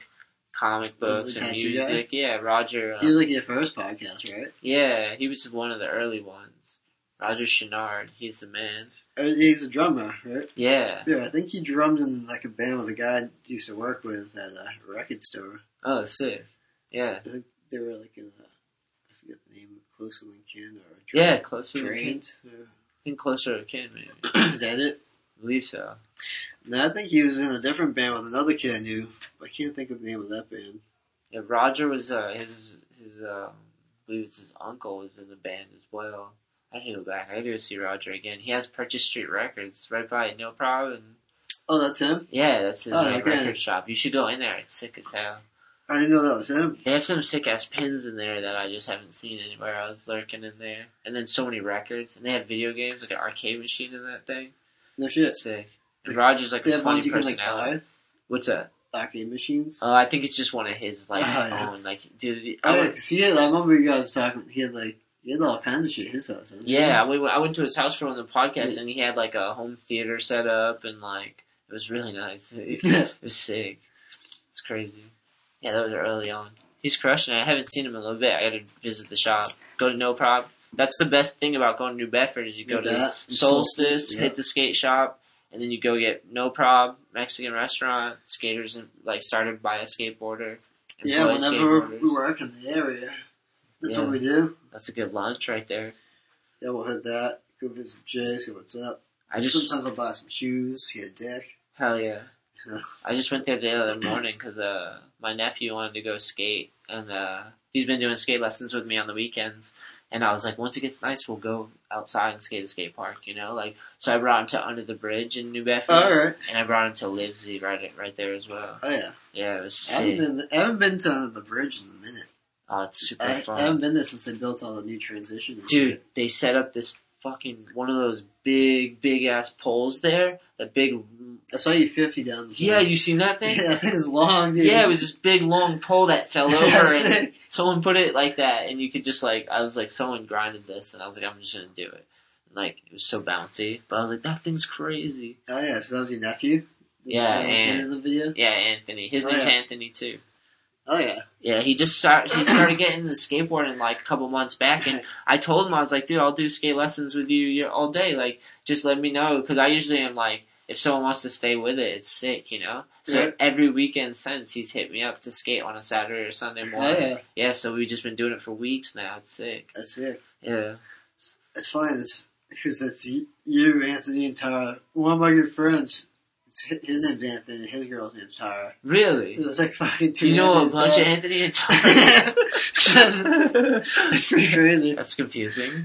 [SPEAKER 5] comic books and
[SPEAKER 7] tattoo guy?
[SPEAKER 5] music. Yeah, Roger. uh
[SPEAKER 7] He was like your first podcast, right?
[SPEAKER 5] yeah, he was one of the early ones. Roger Chenard, he's the man.
[SPEAKER 7] Uh, He's a drummer, right?
[SPEAKER 5] Yeah.
[SPEAKER 7] Yeah, I think he drummed in like a band with a guy I used to work with at a record store.
[SPEAKER 5] Oh, sick. Yeah.
[SPEAKER 7] I think they were like in a, I forget the name, Closer Than Kin or a
[SPEAKER 5] Yeah, closer to kin.
[SPEAKER 7] Trained. Yeah.
[SPEAKER 5] I think closer to kin, maybe. I
[SPEAKER 7] Is that it?
[SPEAKER 5] believe so.
[SPEAKER 7] No, I think he was in a different band with another kid I knew. I can't think of the name of that band.
[SPEAKER 5] Yeah, Roger was uh, his his um, I believe it's his uncle was in the band as well. I need to go back. I need to go see Roger again. He has Purchase Street Records right by No Problem. And
[SPEAKER 7] Oh, that's him.
[SPEAKER 5] Yeah, that's his
[SPEAKER 7] Oh,
[SPEAKER 5] like,
[SPEAKER 7] okay.
[SPEAKER 5] record shop. You should go in there. It's sick as hell.
[SPEAKER 7] I didn't know that was him.
[SPEAKER 5] They have some sick ass pins in there that I just haven't seen anywhere else lurking in there. And then so many records. And they have video games, like an arcade machine in that thing.
[SPEAKER 7] No shit.
[SPEAKER 5] It's sick. And Roger's like
[SPEAKER 7] They
[SPEAKER 5] a
[SPEAKER 7] have ones
[SPEAKER 5] funny
[SPEAKER 7] you can like
[SPEAKER 5] personality.
[SPEAKER 7] buy
[SPEAKER 5] What's that?
[SPEAKER 7] arcade machines.
[SPEAKER 5] Oh, I think it's just one of his like
[SPEAKER 7] Oh, yeah.
[SPEAKER 5] own like dude. I
[SPEAKER 7] Oh, yeah,
[SPEAKER 5] went,
[SPEAKER 7] 'cause he had, I remember you guys talking. He had like he had all kinds of shit at his house. wasn't he?
[SPEAKER 5] yeah, we went, I went to his house for one of the podcasts, and he had like a home theater set up, and like it was really nice. It, it was sick. It's crazy. Yeah, that was early on. He's crushing. it. I haven't seen him in a little bit. I got to visit the shop. Go to No Prob. That's the best thing about going to New Bedford is you go
[SPEAKER 7] Did
[SPEAKER 5] to
[SPEAKER 7] that.
[SPEAKER 5] Solstice,
[SPEAKER 7] Solstice, yeah.
[SPEAKER 5] hit the skate shop, and then you go get No Prob Mexican restaurant. Skaters and like started by a skateboarder.
[SPEAKER 7] Yeah,
[SPEAKER 5] employ
[SPEAKER 7] whenever
[SPEAKER 5] skateboarders.
[SPEAKER 7] we work in the area, that's
[SPEAKER 5] Yeah.
[SPEAKER 7] what we do.
[SPEAKER 5] That's a good lunch right there.
[SPEAKER 7] Yeah, we'll hit that. Go visit Jay, see what's up.
[SPEAKER 5] I just
[SPEAKER 7] Sometimes I'll buy some shoes, see a dick.
[SPEAKER 5] Hell yeah.
[SPEAKER 7] Yeah.
[SPEAKER 5] I just went there the other morning because uh, my nephew wanted to go skate, and uh, he's been doing skate lessons with me on the weekends. And I was like, once it gets nice, we'll go outside and skate a skate park, you know. Like, so I brought him to Under the Bridge in New Bedford,
[SPEAKER 7] Alright.
[SPEAKER 5] and I brought him to Livesey right right there as well.
[SPEAKER 7] Oh, yeah.
[SPEAKER 5] Yeah, it was
[SPEAKER 7] I haven't
[SPEAKER 5] sick.
[SPEAKER 7] been, I haven't been to the bridge in a minute.
[SPEAKER 5] Oh, it's super
[SPEAKER 7] I, I
[SPEAKER 5] fun,
[SPEAKER 7] haven't been there since they built all the new transition. and
[SPEAKER 5] dude.
[SPEAKER 7] shit.
[SPEAKER 5] They set up this fucking one of those big, big ass poles there. That big,
[SPEAKER 7] I saw you 50 down the
[SPEAKER 5] yeah, you seen that thing?
[SPEAKER 7] Yeah, it was long, dude.
[SPEAKER 5] Yeah, it was this big long pole that fell over,
[SPEAKER 7] Yeah,
[SPEAKER 5] and
[SPEAKER 7] sick.
[SPEAKER 5] someone put it like that, and you could just like, I was like, someone grinded this, and I was like, I'm just gonna do it. And, like, it was so bouncy, but I was like, that thing's crazy.
[SPEAKER 7] Oh, yeah, so that was your nephew?
[SPEAKER 5] Yeah,
[SPEAKER 7] The one at the end
[SPEAKER 5] and
[SPEAKER 7] of the video?
[SPEAKER 5] yeah, Anthony. His
[SPEAKER 7] Oh,
[SPEAKER 5] name's
[SPEAKER 7] yeah.
[SPEAKER 5] Anthony too.
[SPEAKER 7] Oh, yeah.
[SPEAKER 5] Yeah, he just started. He started getting the skateboarding like a couple months back, and I told him I was like, "Dude, I'll do skate lessons with you year- all day. Like, just let me know because I usually am like, if someone wants to stay with it, it's sick, you know." So
[SPEAKER 7] Right.
[SPEAKER 5] every weekend since he's hit me up to skate on a Saturday or Sunday morning.
[SPEAKER 7] Oh, yeah.
[SPEAKER 5] Yeah, so we've just been doing it for weeks now. It's sick.
[SPEAKER 7] That's it.
[SPEAKER 5] Yeah.
[SPEAKER 7] It's fine. It's, because it's you, Anthony, and Tyler. One of my good friends It's hi- his name's Anthony. His girl's name's Tara.
[SPEAKER 5] Really?
[SPEAKER 7] It's like fucking two.
[SPEAKER 5] You know a
[SPEAKER 7] Anthony's
[SPEAKER 5] bunch of
[SPEAKER 7] dad.
[SPEAKER 5] Anthony and Tara.
[SPEAKER 7] uh, It's pretty crazy. Oh.
[SPEAKER 5] That's confusing.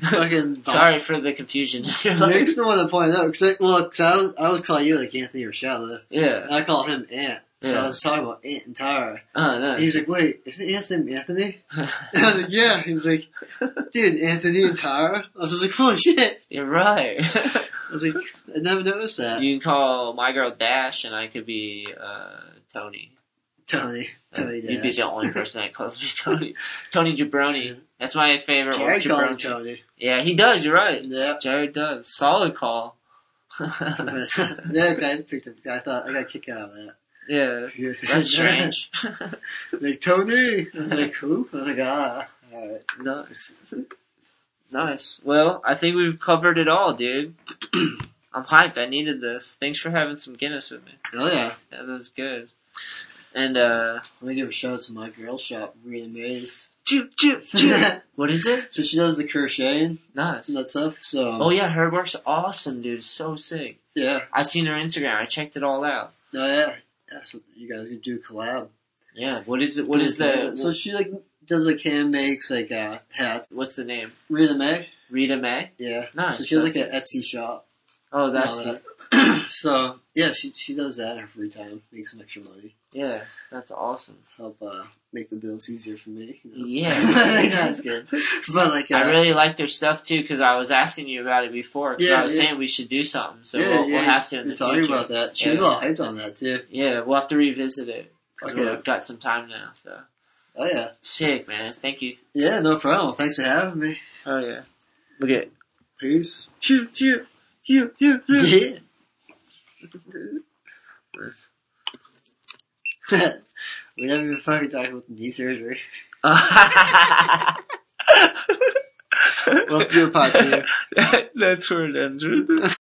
[SPEAKER 7] Fucking
[SPEAKER 5] Sorry for the confusion. You're like-
[SPEAKER 7] Nick's the one that pointed out. Cause I, well, 'cause I, was- I always call you like Anthony or Shella.
[SPEAKER 5] yeah.
[SPEAKER 7] And I call him Ant. So
[SPEAKER 5] Yeah.
[SPEAKER 7] I was talking about Ant and Tara.
[SPEAKER 5] Oh, no.
[SPEAKER 7] And he's like, wait, isn't Ant's name Anthony? And I was like, yeah. He's like, dude, Anthony and Tara? I was just like, holy shit.
[SPEAKER 5] You're right.
[SPEAKER 7] I was like, I never noticed that.
[SPEAKER 5] you can call my girl Dash, and I could be uh, Tony.
[SPEAKER 7] Tony. Tony
[SPEAKER 5] You'd be
[SPEAKER 7] Dash.
[SPEAKER 5] the only person that calls me Tony. Tony Jabroni. That's my favorite one.
[SPEAKER 7] Jared called him
[SPEAKER 5] Jabroni.
[SPEAKER 7] Tony.
[SPEAKER 5] Yeah, he does. You're right.
[SPEAKER 7] Yeah.
[SPEAKER 5] Jared does. Solid call.
[SPEAKER 7] But that guy picked up, I thought, I got a kick out of that.
[SPEAKER 5] yeah. That's strange.
[SPEAKER 7] like, Tony! I was like, who? I was like, ah. Alright.
[SPEAKER 5] nice. Nice. Well, I think we've covered it all, dude. I'm hyped. I needed this. Thanks for having some Guinness with me.
[SPEAKER 7] Oh yeah.
[SPEAKER 5] That was good. And, uh,
[SPEAKER 7] Let me give a shout out to my girl shop, Rita Mays.
[SPEAKER 5] choo, choo, choo.
[SPEAKER 7] so
[SPEAKER 5] what is it?
[SPEAKER 7] she does the crocheting
[SPEAKER 5] Nice.
[SPEAKER 7] and that stuff, so.
[SPEAKER 5] Oh, yeah, her work's awesome, dude. So sick.
[SPEAKER 7] yeah.
[SPEAKER 5] I've seen her Instagram. I checked it all out.
[SPEAKER 7] Oh yeah. yeah so you guys could do a collab.
[SPEAKER 5] Yeah, what is it? What is the.
[SPEAKER 7] So she like does like hand makes like uh hats.
[SPEAKER 5] What's the name?
[SPEAKER 7] Rita May.
[SPEAKER 5] Rita May?
[SPEAKER 7] Yeah.
[SPEAKER 5] Nice,
[SPEAKER 7] So she has like an
[SPEAKER 5] that's-
[SPEAKER 7] Etsy shop.
[SPEAKER 5] Oh,
[SPEAKER 7] and all
[SPEAKER 5] that's.
[SPEAKER 7] that. so yeah, she she does that in her free time, makes some extra money,
[SPEAKER 5] Yeah, that's awesome.
[SPEAKER 7] help uh make the bills easier for me. You know?
[SPEAKER 5] Yeah.
[SPEAKER 7] that's good. But like uh,
[SPEAKER 5] I really like their stuff too because I was asking you about it before. 'cause
[SPEAKER 7] Yeah,
[SPEAKER 5] I was
[SPEAKER 7] yeah.
[SPEAKER 5] saying we should do something, so
[SPEAKER 7] yeah,
[SPEAKER 5] we'll,
[SPEAKER 7] yeah,
[SPEAKER 5] we'll have to in
[SPEAKER 7] You're
[SPEAKER 5] the
[SPEAKER 7] talking
[SPEAKER 5] future.
[SPEAKER 7] about that. She
[SPEAKER 5] Yeah.
[SPEAKER 7] was all hyped on that too.
[SPEAKER 5] Yeah, we'll have to revisit it because
[SPEAKER 7] Okay.
[SPEAKER 5] we've got some time now. So
[SPEAKER 7] Oh yeah.
[SPEAKER 5] sick, man! Thank you.
[SPEAKER 7] Yeah, no problem. Thanks for having me.
[SPEAKER 5] Oh yeah, look at
[SPEAKER 7] Peace.
[SPEAKER 5] you, you, you, you,
[SPEAKER 7] Yeah. we haven't even fucking talked about knee surgery. We'll do a part two.
[SPEAKER 5] That's where it ends.